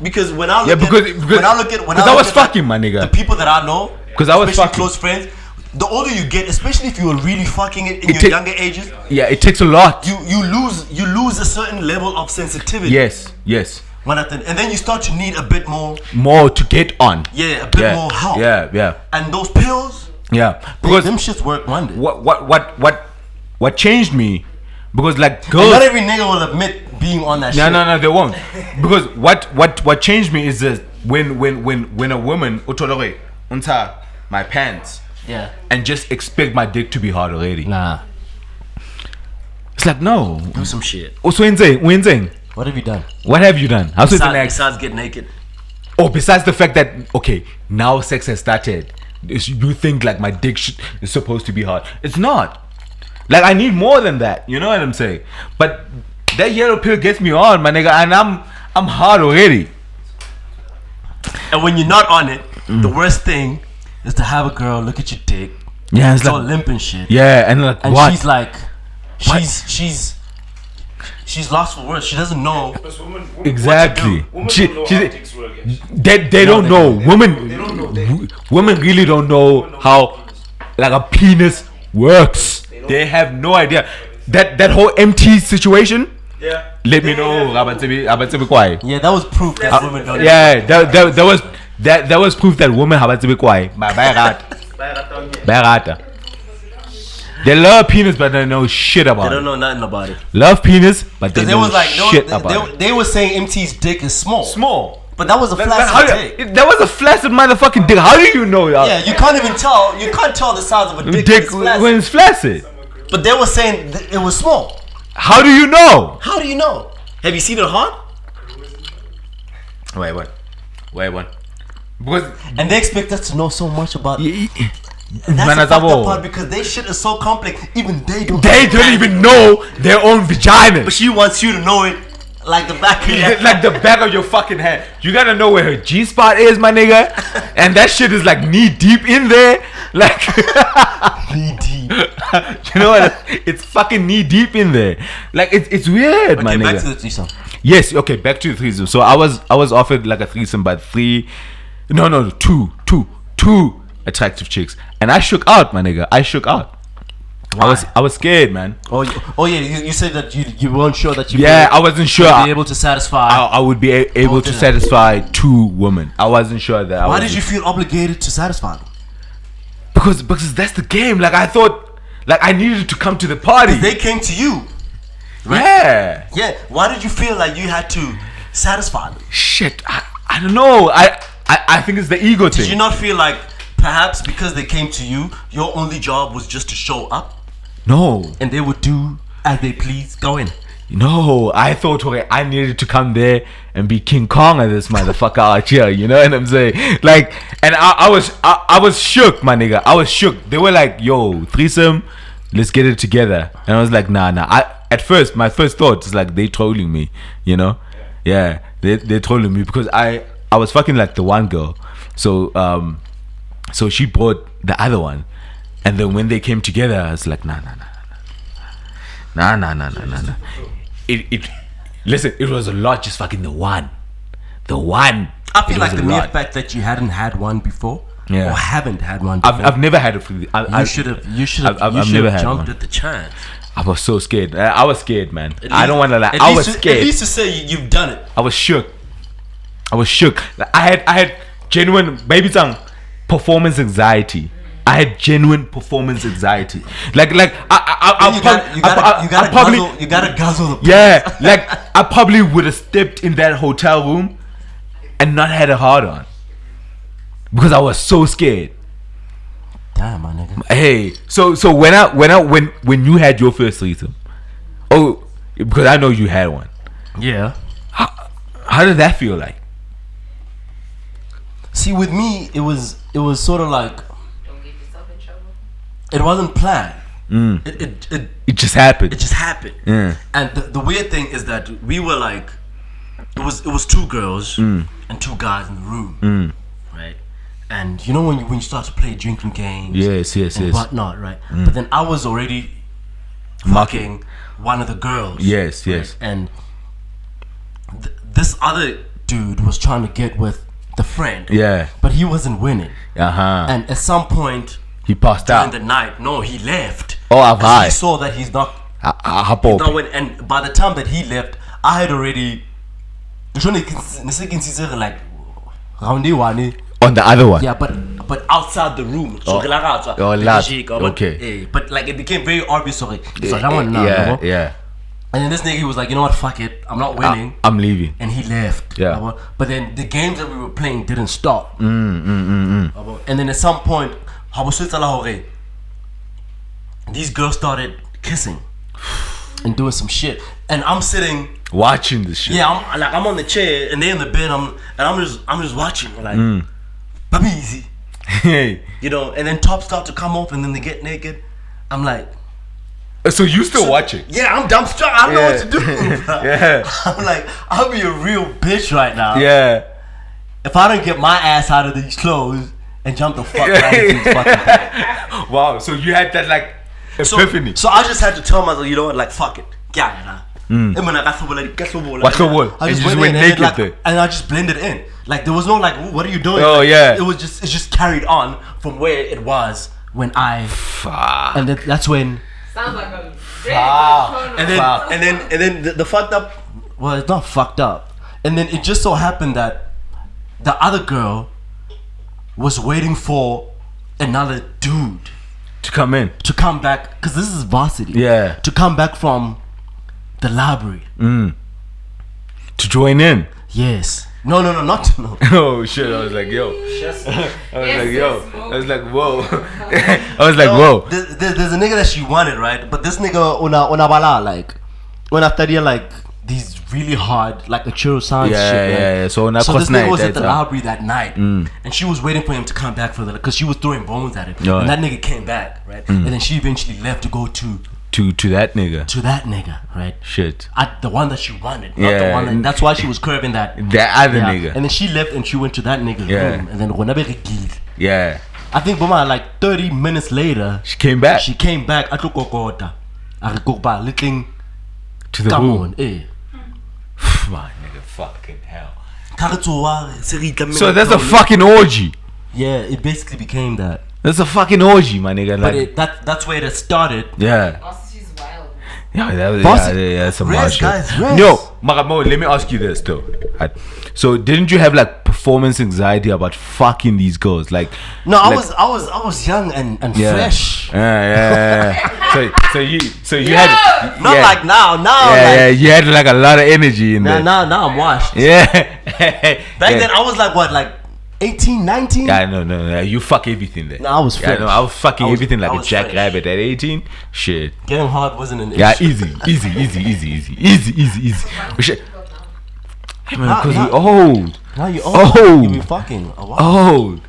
because when I look
Yeah, because,
at,
because
when I look at when
because I,
look
was
at, like,
fucking my nigga.
the people that I know,
'Cause I was
especially
fucking.
close friends, the older you get, especially if you were really fucking it in your
ta-
younger ages,
Yeah, it takes a lot.
you you lose you lose a certain level of sensitivity.
yes, yes.
One at the- and then you start to need a bit more,
More to get on.
yeah, a bit
yeah,
more help.
yeah, yeah,
And those pills,
yeah.
because
Because
them shits work wonders.
what, what, what, what, what changed me? Because like
And
girls,
Not every nigga will admit being on that
no,
shit.
no, no, they won't. Because what, what, what changed me is this: when, when, when, when a woman utolore unta my pants
Yeah.
and just expect my dick to be hard already.
Nah.
It's like no.
Do some shit.
Also, Wednesday,
What have you done?
what have you done? How's it the
Besides,
next?
besides get naked.
Oh, besides the fact that okay, now sex has started. It's- you think like my dick sh- is supposed to be hard? It's not. Like I need more than that. You know what I'm saying? But that yellow pill gets me on, my nigga, and I'm I'm hard already.
And when you're not on it, the worst thing is to have a girl look at your dick.
Yeah, it's
It's all
like
limp and shit.
yeah, and like
And
what?
she's like, she's she's she's lost for words. She doesn't know.
Because women, women what you
Exactly.
do, Women
She-
don't know
she-
how dicks work. actually.
they they don't know. women
don't know.
w- women really don't know how like a penis works. They have no idea. That that whole MT situation.
Yeah.
Let me know. Rabatsebi Rabatsebi Kwai.
Yeah, that was proof that women don't.
Yeah, that, that, that was that that was proof that women have to be quiet. Ba- ba- rat. Ba- rat. They love penis, but they know shit
They
about
don't
it.
know nothing about it.
Love penis, but they
Because they
know
was like, they,
shit
was-
about
they,
it.
they were saying MT's dick is small,
Small.
but that was a
That, that- how
flaccid
do-
dick.
that was a flaccid motherfucking dick. How do you know, y'all?
Yeah, you can't even tell. You can't tell the size of a dick.
dick,
when it's flaccid.
when it's flaccid.
But they were saying th- it was small.
How do you know?
How do you know? Have you seen it hard?
Wait, what? Wait, what? Because
And they expect us to know so much about. And that's the fucked up part
Manazabo,
because their shit is so complex. Even they don't.
they don't even know their own vagina.
But she wants you to know it like the back of your
like the back of your fucking head. You gotta know where her G spot is, my nigga. And that shit is like knee deep in there. Like knee deep. you know what? It's fucking knee deep in there. Like it's it's weird, my
Okay,
nigga.
back to the threesome.
Yes, okay, back to the threesome. So I was I was offered like a threesome by three no no two two two attractive chicks. And I shook out, my nigga. I shook out. I was I was scared, man.
Oh, you, oh yeah, you, you said that you you weren't sure that you
Yeah, I
would
wasn't sure.
be able to satisfy.
I, I would be a- able to
did I?
satisfy two women. I wasn't sure that. I
Why
was-
did you feel obligated to satisfy them?
Because because that's the game. Like I thought, like I needed to come to the party.
They came to you.
yeah.
Yeah. Why did you feel like you had to satisfy them?
Shit. I, I don't know. I, I I think it's the ego
Did
thing.
you not feel like perhaps because they came to you, your only job was just to show up
no.
and they would do as they please? Go in.
No. I thought okay, I needed to come there and be King Kong at this motherfucker out here. You know what I'm saying? Like, and I, I was I, I was shook, my nigga. I was shook. They were like, yo, threesome. Let's get it together. And I was like, nah, nah. I at first my first thought is like they trolling me. You know? Yeah. They they trolling me because I I was fucking like the one girl. So um So she bought the other one, and then when they came together, I was like, nah, nah, nah, nah, nah, nah, nah, nah, nah, nah. It, it, listen, it was a lot, just fucking the one, the one.
I feel
It
like
was
the
a
mere
lot.
fact that you hadn't had one before
Yeah.
or haven't had one before.
I've, I've never had a free. I, I
you should have. You should have.
I've- I've-
You
I've
should
never
have
had
jumped
one.
at the chance.
I was so scared. I, I was scared, man. I don't want to lie.
At
I
least
was
to-
scared.
At least to say you, you've done it.
I was shook. I was shook. Like, I had I had genuine baby tongue performance anxiety. I had genuine performance anxiety. Like like I I I, I,
you,
prob-
gotta, you,
I- I-
gotta, you,
I
gotta
probably
guzzle, you gotta guzzle the
yeah like I probably would have stepped in that hotel room and not had a hard on because I was so scared.
Damn, my nigga.
Hey, so so when I when I when when you had your first threesome, oh because I know you had one.
Yeah.
How did that feel like?
See, with me, it was it was sort of like
Don't get yourself in trouble.
it wasn't planned.
Mm.
It, it, it
It just happened.
it just happened.
Yeah.
And the, the weird thing is that we were like, it was it was two girls
Mm.
and two guys in the room, right? And you know when you when you start to play drinking games,
Yes, yes, Mm.
and
yes.
whatnot, right? But then I was already
Marking.
fucking one of the girls.
Yes, yes.
And th- this other dude was trying to get with the friend.
Yeah.
But he wasn't winning.
Uh huh.
And at some point
He passed
during
out.
the night, no, he left.
Oh, I've
Because He
heard.
saw that he's not
I, I hop up.
no, when, and by the time that he left, I had already. Ngishona ikin- ngisekinsizeke, like round e one
on the other one.
yeah but but outside the room ngizokulagatwa,
oh, la-
ngijika, but-
okay.
eh, but like it became very obvious okay
Eh,
ngizodla ngona,
yeah,
yabo?
yeah. Ah.
and then this nigga he was like you know what fuck it I'm not winning
I, am leaving.
and he left.
Yeah.
yabo. But then the games that we were playing didn't stop. Mm, mm, mm, And then at some point, habo swetsa la hore, these girls started kissing and doing some shit. And I'm sitting,
Watching this shit.
yeah, I'm like I'm on the chair and they in the bed. I'm and I'm just I'm just watching like, mm. baby easy,
Hey.
you know. And then tops start to come off and then they get naked. I'm like,
so you still watching?
yeah, I'm dumbstruck. I don't know what to do. bruh.
yeah.
I'm like, I'll be a real bitch right now.
Yeah.
if I don't get my ass out of these clothes and jump the fuck out of these fucking things.
Wow. So you had that like epiphany.
So I just had to tell myself, you know what, like fuck it. Yeah, nah. Mm.
What's the word?
I just
And you just
went,
went
in
naked
and, like,
there.
and I just blended in. Like there was no like, "Ooh, what are you doing?
Oh,
Like,
yeah.
It was just it's just carried on from where it was when I
Fuck.
and that, that's when
Sounds like a
and then and then and then the, the fucked up. Well, it's not fucked up. And then it just so happened that the other girl was waiting for another dude.
To come in.
to come back because this is varsity.
Yeah.
To come back from the library.
To join in.
Yes. No, no, no, not no.
oh shit! I was like, yo.
Just
I was
Yes,
like,
yes,
yo.
whoa.
I was like, whoa. I was like, whoa.
There, there- there's a nigga that she wanted, right? But this nigga una una bala like una tadia like these really hard like a churro sound
Yeah,
shit.
yeah,
right?
yeah. So Mm. una
so this
cross
nigga
night,
was at
that's
the
how-
library that night, and she was waiting for him to come back for the because she was throwing bones at him,
Yeah.
and that nigga came back, right?
Mm.
And then she eventually left to go to
To to that nigga.
to that nigga, right?
Shit.
At the one that she wanted, not the
Yeah.
one. That, that's why she was curving that.
That other
Yeah.
nigga.
And then she left and she went to that nigga's
Yeah.
room, and then whenever he giggled,
yeah.
I think Boma like 30 minutes later,
She came back
she came back a tlo kokota a re kopa le tleng
to the
come
room.
on eh
My nigga, fucking hell.
ka re tsoa re se re itlamme
So
ka
that's a
tlhaho.
fucking orgy.
yeah it basically became that
That's a fucking orgy, my nigga.
but
Like,
it, that that's where it started
yeah.
Boss, she's wild.
Yeah, that was,
Boss-
yeah, yeah, yeah, that's some
Rest,
wild shit.
guys, rest.
No, Magamo, let me ask you this though. I- So, didn't you have like performance anxiety about fucking these girls? Like,
no I
like-
was I was I was young and and
yeah.
fresh
Yeah, yeah, yeah. so, so you, so you had,
not
yeah,
like now now
yeah, yeah,
like
you had like a lot of energy in
now,
there.
now now I'm washed
Yeah.
back
yeah.
then I was like what like 18 19
yeah, no, no, no, you fuck everything there.
No, I was
Yeah,
fresh.
no, I was fucking
I was-
everything like
I
a
was fresh.
jackrabbit at 18. Shit.
getting hard wasn't an issue
Yeah, easy, easy, easy, easy, easy, easy, easy, easy. We should- Hey man,
Nah,
because
nah.
we old,
now you old
Oh.
you been fucking a while
old,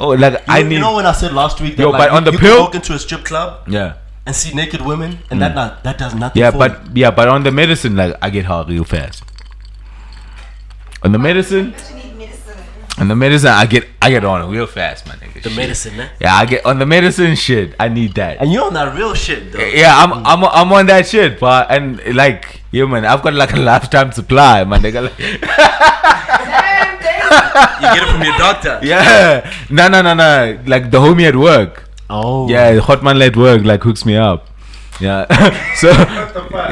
oh, like I
you,
need.
you know when I said last week that
Yo,
like,
but
you-
on the
you
pill-
can walk into a strip club
yeah,
and see naked women and that not, that does nothing
yeah,
for you.
but yeah, but on the medicine, like I get hard real fast. On the medicine, on the medicine, I get I get on real fast, my nigga.
the
shit.
medicine man
Yeah, I get on the medicine shit. I need that.
And you're on that real shit, though.
Yeah, I'm I'm I'm on that shit, but and like yeah, man, I've got like a lifetime supply, my nigga. Like,
Damn, damn.
You get it from your doctor.
yeah, no, no, no, no. Like the homie at work.
Oh.
Yeah, the hot man at work like hooks me up. Yeah, so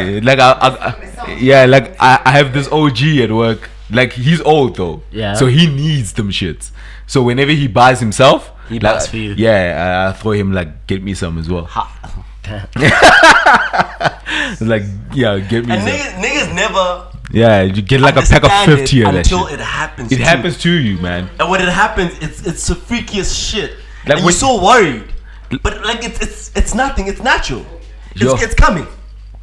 eh, like I, I, I- yeah, like I, I have this OG at work. Like he's old though,
Yeah.
So he needs them shits. So whenever he buys himself,
He
like,
buys for you.
Yeah, I, I throw him like get me some as well. like yeah, get me.
And
Some.
niggas, niggas never
Yeah, you get like a pack of
understand
fifty
it
of that
until
shit.
it happens.
It
to
happens
you.
to you, man.
And when it happens, it's it's the freakiest shit.
Like
and
when-
you're so worried, but like it's it's it's nothing. It's natural.
Yo.
It's, it's coming.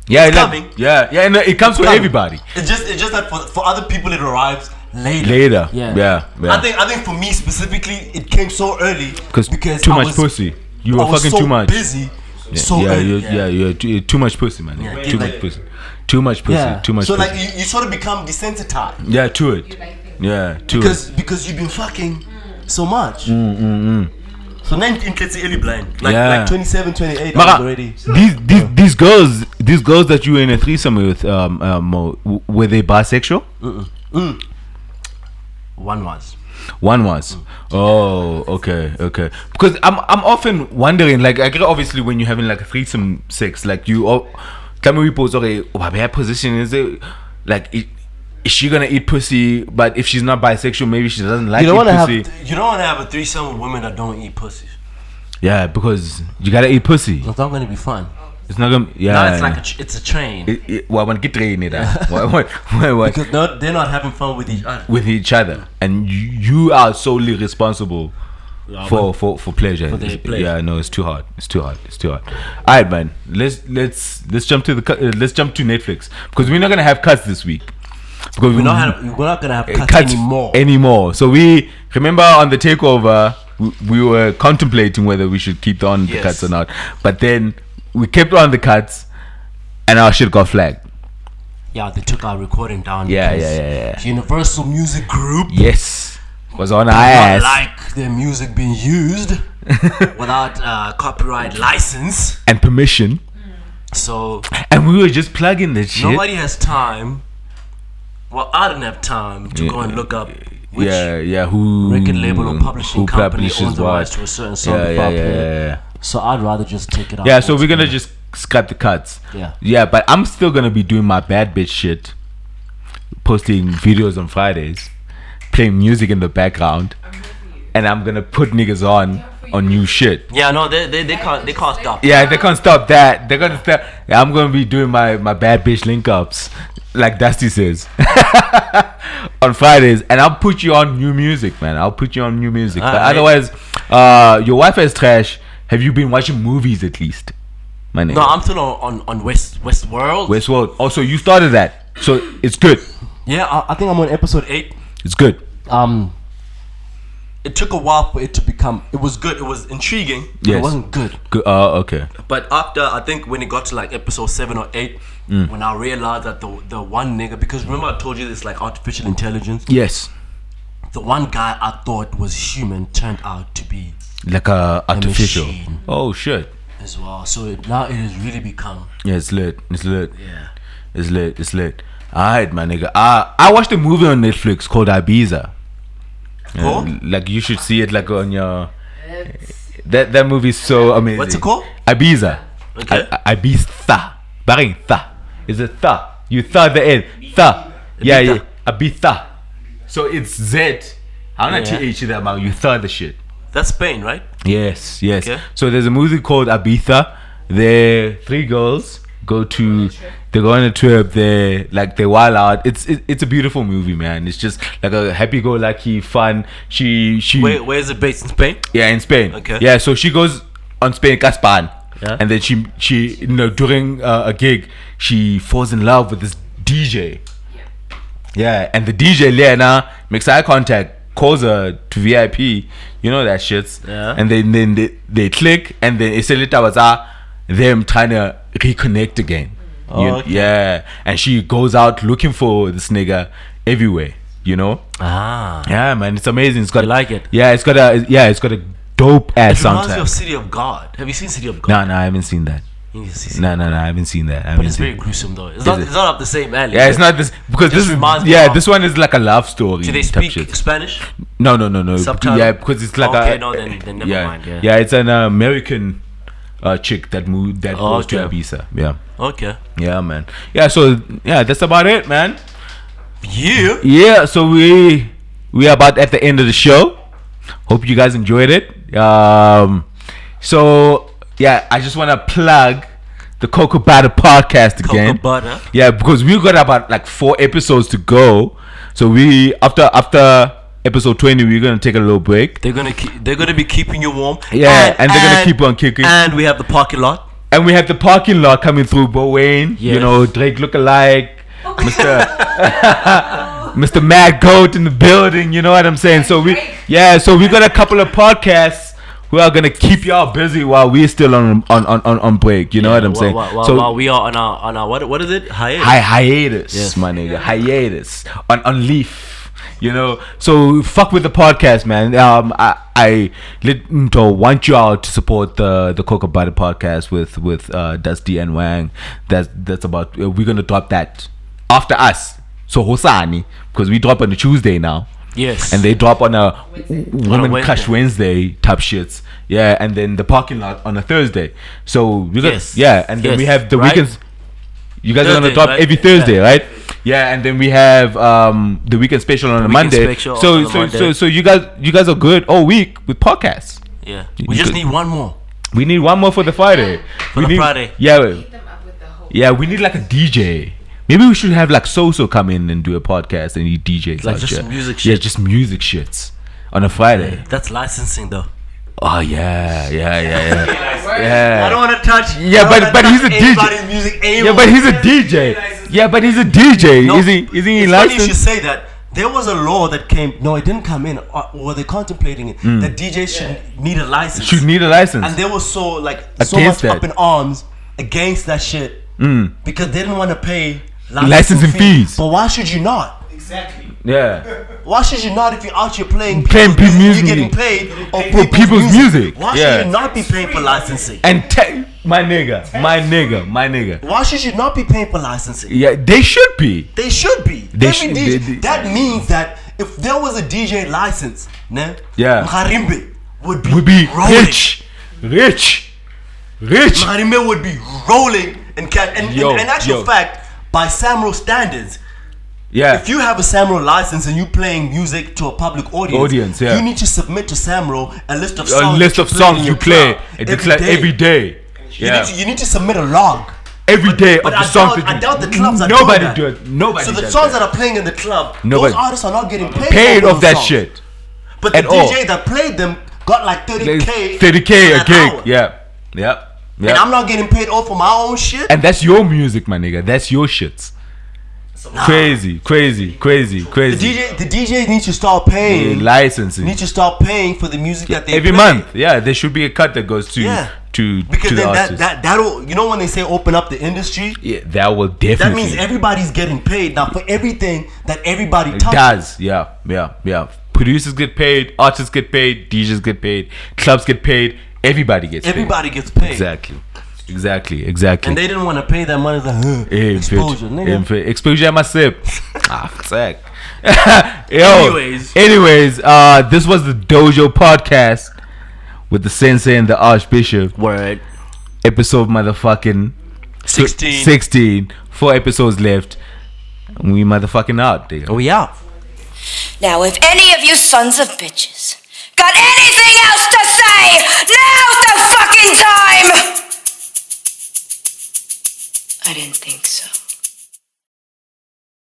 Yeah,
It's
like-
coming.
Yeah, yeah, no, it comes for
coming.
everybody
It's just it's just that for, for other people it arrives later.
later. Yeah, yeah.
I think I think for me specifically it came so early
Cause
because
too
I
much
was,
pussy. You
I
were
was
fucking
so
too much.
busy, so
yeah,
early.
you yeah, you're too, you're too much pussy, man.
Yeah,
too
like-
much pussy. Too much pussy.
Yeah.
Too much
So
pussy.
like you, you sort of become desensitized.
yeah, to it. Yeah, to
because
it.
because you've been fucking so much. So now you're early blind, like
Mm, Yeah.
like 27, 28 I was
Mara,
already.
these these these girls these girls that you were in a threesome with um, um Mo, w- were they bisexual?
One was.
One was. Oh, okay, okay. Because I'm I'm often wondering, like, I get obviously when you're having like a threesome sex, like you, all- tell me, we pose okay, what her position is it? Like, i- is she gonna eat pussy? But if she's not bisexual, maybe she doesn't like
You don't
eat
want to have
pussy.
you don't want to have a threesome with women that don't eat pussy.
yeah, because you gotta eat pussy.
It's not going to be fun.
It's not gonna. Yeah.
Now it's like a, tr- it's a train
It- it- well, when get trained, it, uh, why- why- why- why-
because no, they're not having fun with each other.
with each other, and you, you are solely responsible for, for for pleasure.
their
It's-
pleasure.
Yeah, no, it's too hard. It's too hard. It's too hard. All right, man. Let's let's let's jump to the cu- uh, let's jump to Netflix because we're not gonna have cuts this week because
We're not have, we're not going to have cuts, anymore.
anymore. So we remember on the takeover we, we were contemplating whether we should keep on the
Yes.
cuts or not, but then we kept on the cuts, and our shit got flagged.
yeah, they took our recording down.
Yeah,
because
yeah, yeah, yeah.
Universal Music Group.
Yes, was on our
I
ass.
like their music being used without uh, copyright license.
and permission.
So
And we were just plugging the shit.
Nobody has time. Well, I didn't have time to go and look up which
yeah, yeah. Who
record label or publishing
who
company
publishes
owns the
what.
rights to a certain song
Yeah,
before
yeah,
I
yeah,
play
yeah,
it.
yeah.
So I'd rather just take it out.
Yeah, so we're gonna just scrap the cuts.
Yeah.
yeah, but I'm still gonna be doing my bad bitch shit, posting videos on Fridays, playing music in the background, and I'm gonna put niggas on on new shit.
Yeah, no, they they, they can't they can't stop.
Yeah, they can't stop that. They're gonna stop. I'm gonna be doing my my bad bitch link ups. like Dusty says, on Fridays, and I'll put you on new music, man. I'll put you on new music. but
Alright.
otherwise, uh, your wife is trash. Have you been watching movies at least? My name.
No, I'm still on on, on West Westworld.
Westworld. Also, Oh, you started that, so it's good.
Yeah, I, I think I'm on episode eight.
It's good.
Um, it took a while for it to become. It was good. It was intriguing. But It
Yes.
wasn't good.
Good. Uh, okay.
But after I think when it got to like episode seven or eight,
Mm.
when I realized that the the one nigga because remember I told you this like artificial intelligence.
Yes.
The one guy I thought was human turned out to be
Like a artificial.
machine.
Oh shit.
as well. So it, now it has really become.
Yeah, it's lit. It's lit.
Yeah.
It's lit. It's lit. Alright, my nigga. I I watched a movie on Netflix called Ibiza. Yeah,
Oh?
Uh, like you should see it like on your
It's-
that that movie's so amazing.
What's it called?
Ibiza.
Okay.
I, I, Ibiza. Barring tha. Is it tha? You tha the end. Tha. Yeah, yeah. Ibiza. So it's Z. I'm not
Yeah.
TH E that man. You tha the shit.
That's Spain, right?
Yes, yes.
Okay.
So there's a movie called Ibiza. There, three girls go to they go on a trip. They like they wild out. It's it, it's a beautiful movie, man. It's just like a happy-go-lucky fun. She she
Where where is it based in Spain?
yeah in Spain.
Okay.
Yeah, so she goes on Spain, Caspan,
Yeah.
and then she she you know during uh, a gig she falls in love with this DJ. Yeah, and the DJ Lena makes eye contact, calls her to VIP, you know that shit.
Yeah.
And then then they, they click and then it's a little was uh, them trying to reconnect again. You-
Oh, Okay.
Yeah. And she goes out looking for this nigga everywhere, you know?
Ah.
Yeah, man, it's amazing. It's got
You like it?
Yeah, it's got a yeah, it's got a dope
It reminds
ass
me of
soundtrack.
City of God. Have you seen City of God?
No, no, I haven't seen that.
You need to see City
No, no, no, I haven't seen that. I
But
haven't
it's
seen
very gruesome though. It's not,
it?
it's not up the same alley.
Yeah, it's not this because this
Just
is
reminds me
yeah,
of-
this one is like a love story.
Do they
type
speak
shit.
Spanish?
No, no, no, no.
Subtitle?
Yeah, because it's like
Okay,
a,
no, then- then never
yeah,
mind, yeah.
it's an American uh, chick that moved that
Oh,
goes to
okay.
Ibiza. Yeah,
Okay.
yeah, man. Yeah, so yeah, that's about it, man.
You?
Yeah, so we we are about at the end of the show. Hope you guys enjoyed it. Um, so yeah, I just want to plug the Cocoa Butter podcast again.
Cocoa butter.
Yeah, because we've got about like four episodes to go. So we after after episode twenty, we're gonna take a little break,
They're gonna keep, they're gonna be keeping you warm.
Yeah, and they're gonna keep on kicking.
And we have the parking lot.
and we have the parking lot coming through. Bo Wayne, you
Yes.
know Drake look alike, Mister Mister Mad Goat in the building. You know what I'm saying? So we yeah, so we got a couple of podcasts. who are gonna keep y'all busy while we're still on on on, on, on break. You know what I'm saying?
While, while,
so
while we are on our on our what what is it? Hiatus.
Hi- hiatus,
Yes.
my nigga. Hiatus on on leaf. You know, so fuck with the podcast, man. Um, I I let, Mto want you all to support the the Cocoa Butter podcast with with uh, Dusty and Wang. That's that's about. uh, We're gonna drop that after us. So Hosani, because we drop on a Tuesday now,
Yes.
and they drop on a Women
Wednesday.
Crush Wednesday type shits. Yeah, and then the parking lot on a Thursday. So we got
Yes.
yeah, and then we
Yes.
have the
Right?
weekends. You guys are gonna
Thursday,
drop
right?
every
Yeah.
Thursday, right? Yeah, and then we have um the weekend special on a
weekend
Monday.
special
so
on a
so so
Monday.
so you guys you guys are good all week with podcasts.
yeah.
You
We just
could-
need one more.
We need one more for the Friday. we
the
need,
Friday.
Yeah, we-
Beat them up with the hoe.
yeah, we need like a DJ. Maybe we should have like Soso come in and do a podcast and he DJs
Like
out
just
here.
music
Yeah,
shit.
just music shits on a Friday.
That's licensing though.
Oh yeah, yeah, yeah, yeah.
I
yeah.
don't want to touch.
Yeah,
I don't
but-
wanna
but
touch
he's a DJ.
anybody's Music
Yeah, but he's a DJ. Yeah, but he's a DJ.
No,
is he? Is he
it's funny you should
licensed?
say that. There was a law that came. No, it didn't come in. Or or were they contemplating it? That DJs should need a license.
Mm. Should need a license.
and they were so like so much
Against that. Mm.
up in arms against that shit because they didn't want to pay
Licensing fees.
But why should you not?
Exactly.
yeah.
Why should you not if you're out here playing
Playing
people's
people's
You're
music.
getting paid or
For people's music.
Why
Yeah.
should you not be paying for licensing?
And te- my nigga, my nigga, my nigga.
Why should you not be paying for licensing?
Yeah, they should be.
They should be.
They
Every
should-
DJ
they- they-
that means that if there was a DJ license, ne,
Yeah.
Mharimbe would be,
We be
rolling.
rich, rich, rich.
Mharimbe would be rolling in cash. And
Yo,
in, in actual
yo.
fact, by Samro standards,
Yeah.
if you have a Samro license and you're playing music to a public audience,
Audience, yeah.
you need to submit to Samro a list of
A
songs.
list
that
of songs
in
you
your
play.
club
It's like every day.
You,
Yeah.
need to, you need to submit a log
every day
but
of
I
the song
doubt-
to do.
I doubt the clubs are doing
Nobody
that.
do it. Nobody.
So the
does
songs
that.
that are playing in the club,
Nobody-
those artists are not getting paid.
paid
for
off
those
that
songs.
shit.
But the
at
DJ
all.
that played them got like 30k.
Thirty k
an
a gig.
hour.
Yeah, yeah, yeah.
And I'm not getting paid off for my own shit.
And that's your music, my nigga. That's your shit. Crazy, crazy, crazy,
the
crazy.
DJ, the DJ needs to start paying.
Uh, licensing
need to start paying for the music that they
every
play.
month. Yeah, there should be a cut that goes to
Yeah.
to
Because
to the
then that,
artist.
that that'll you know when they say open up the industry,
yeah, that will definitely.
that means everybody's getting paid now for everything that everybody
It
touches.
does. Yeah, yeah, yeah. Producers get paid, artists get paid, DJs get paid, clubs get paid. Everybody gets
Everybody gets paid.
paid. Exactly. Exactly. Exactly.
And they didn't want to pay that money. It's Like, huh,
Eh,
exposure,
bitch.
nigga.
Eh, bitch. Exposure at my sip. ah, fuck. Yo,
Anyways.
Anyways, uh, this was the Dojo podcast with the sensei and the archbishop.
Word.
Episode motherfucking tw-
16.
16. Four episodes left. And We motherfucking out, nigga.
We out.
Now, if any of you sons of bitches got anything else to say, now's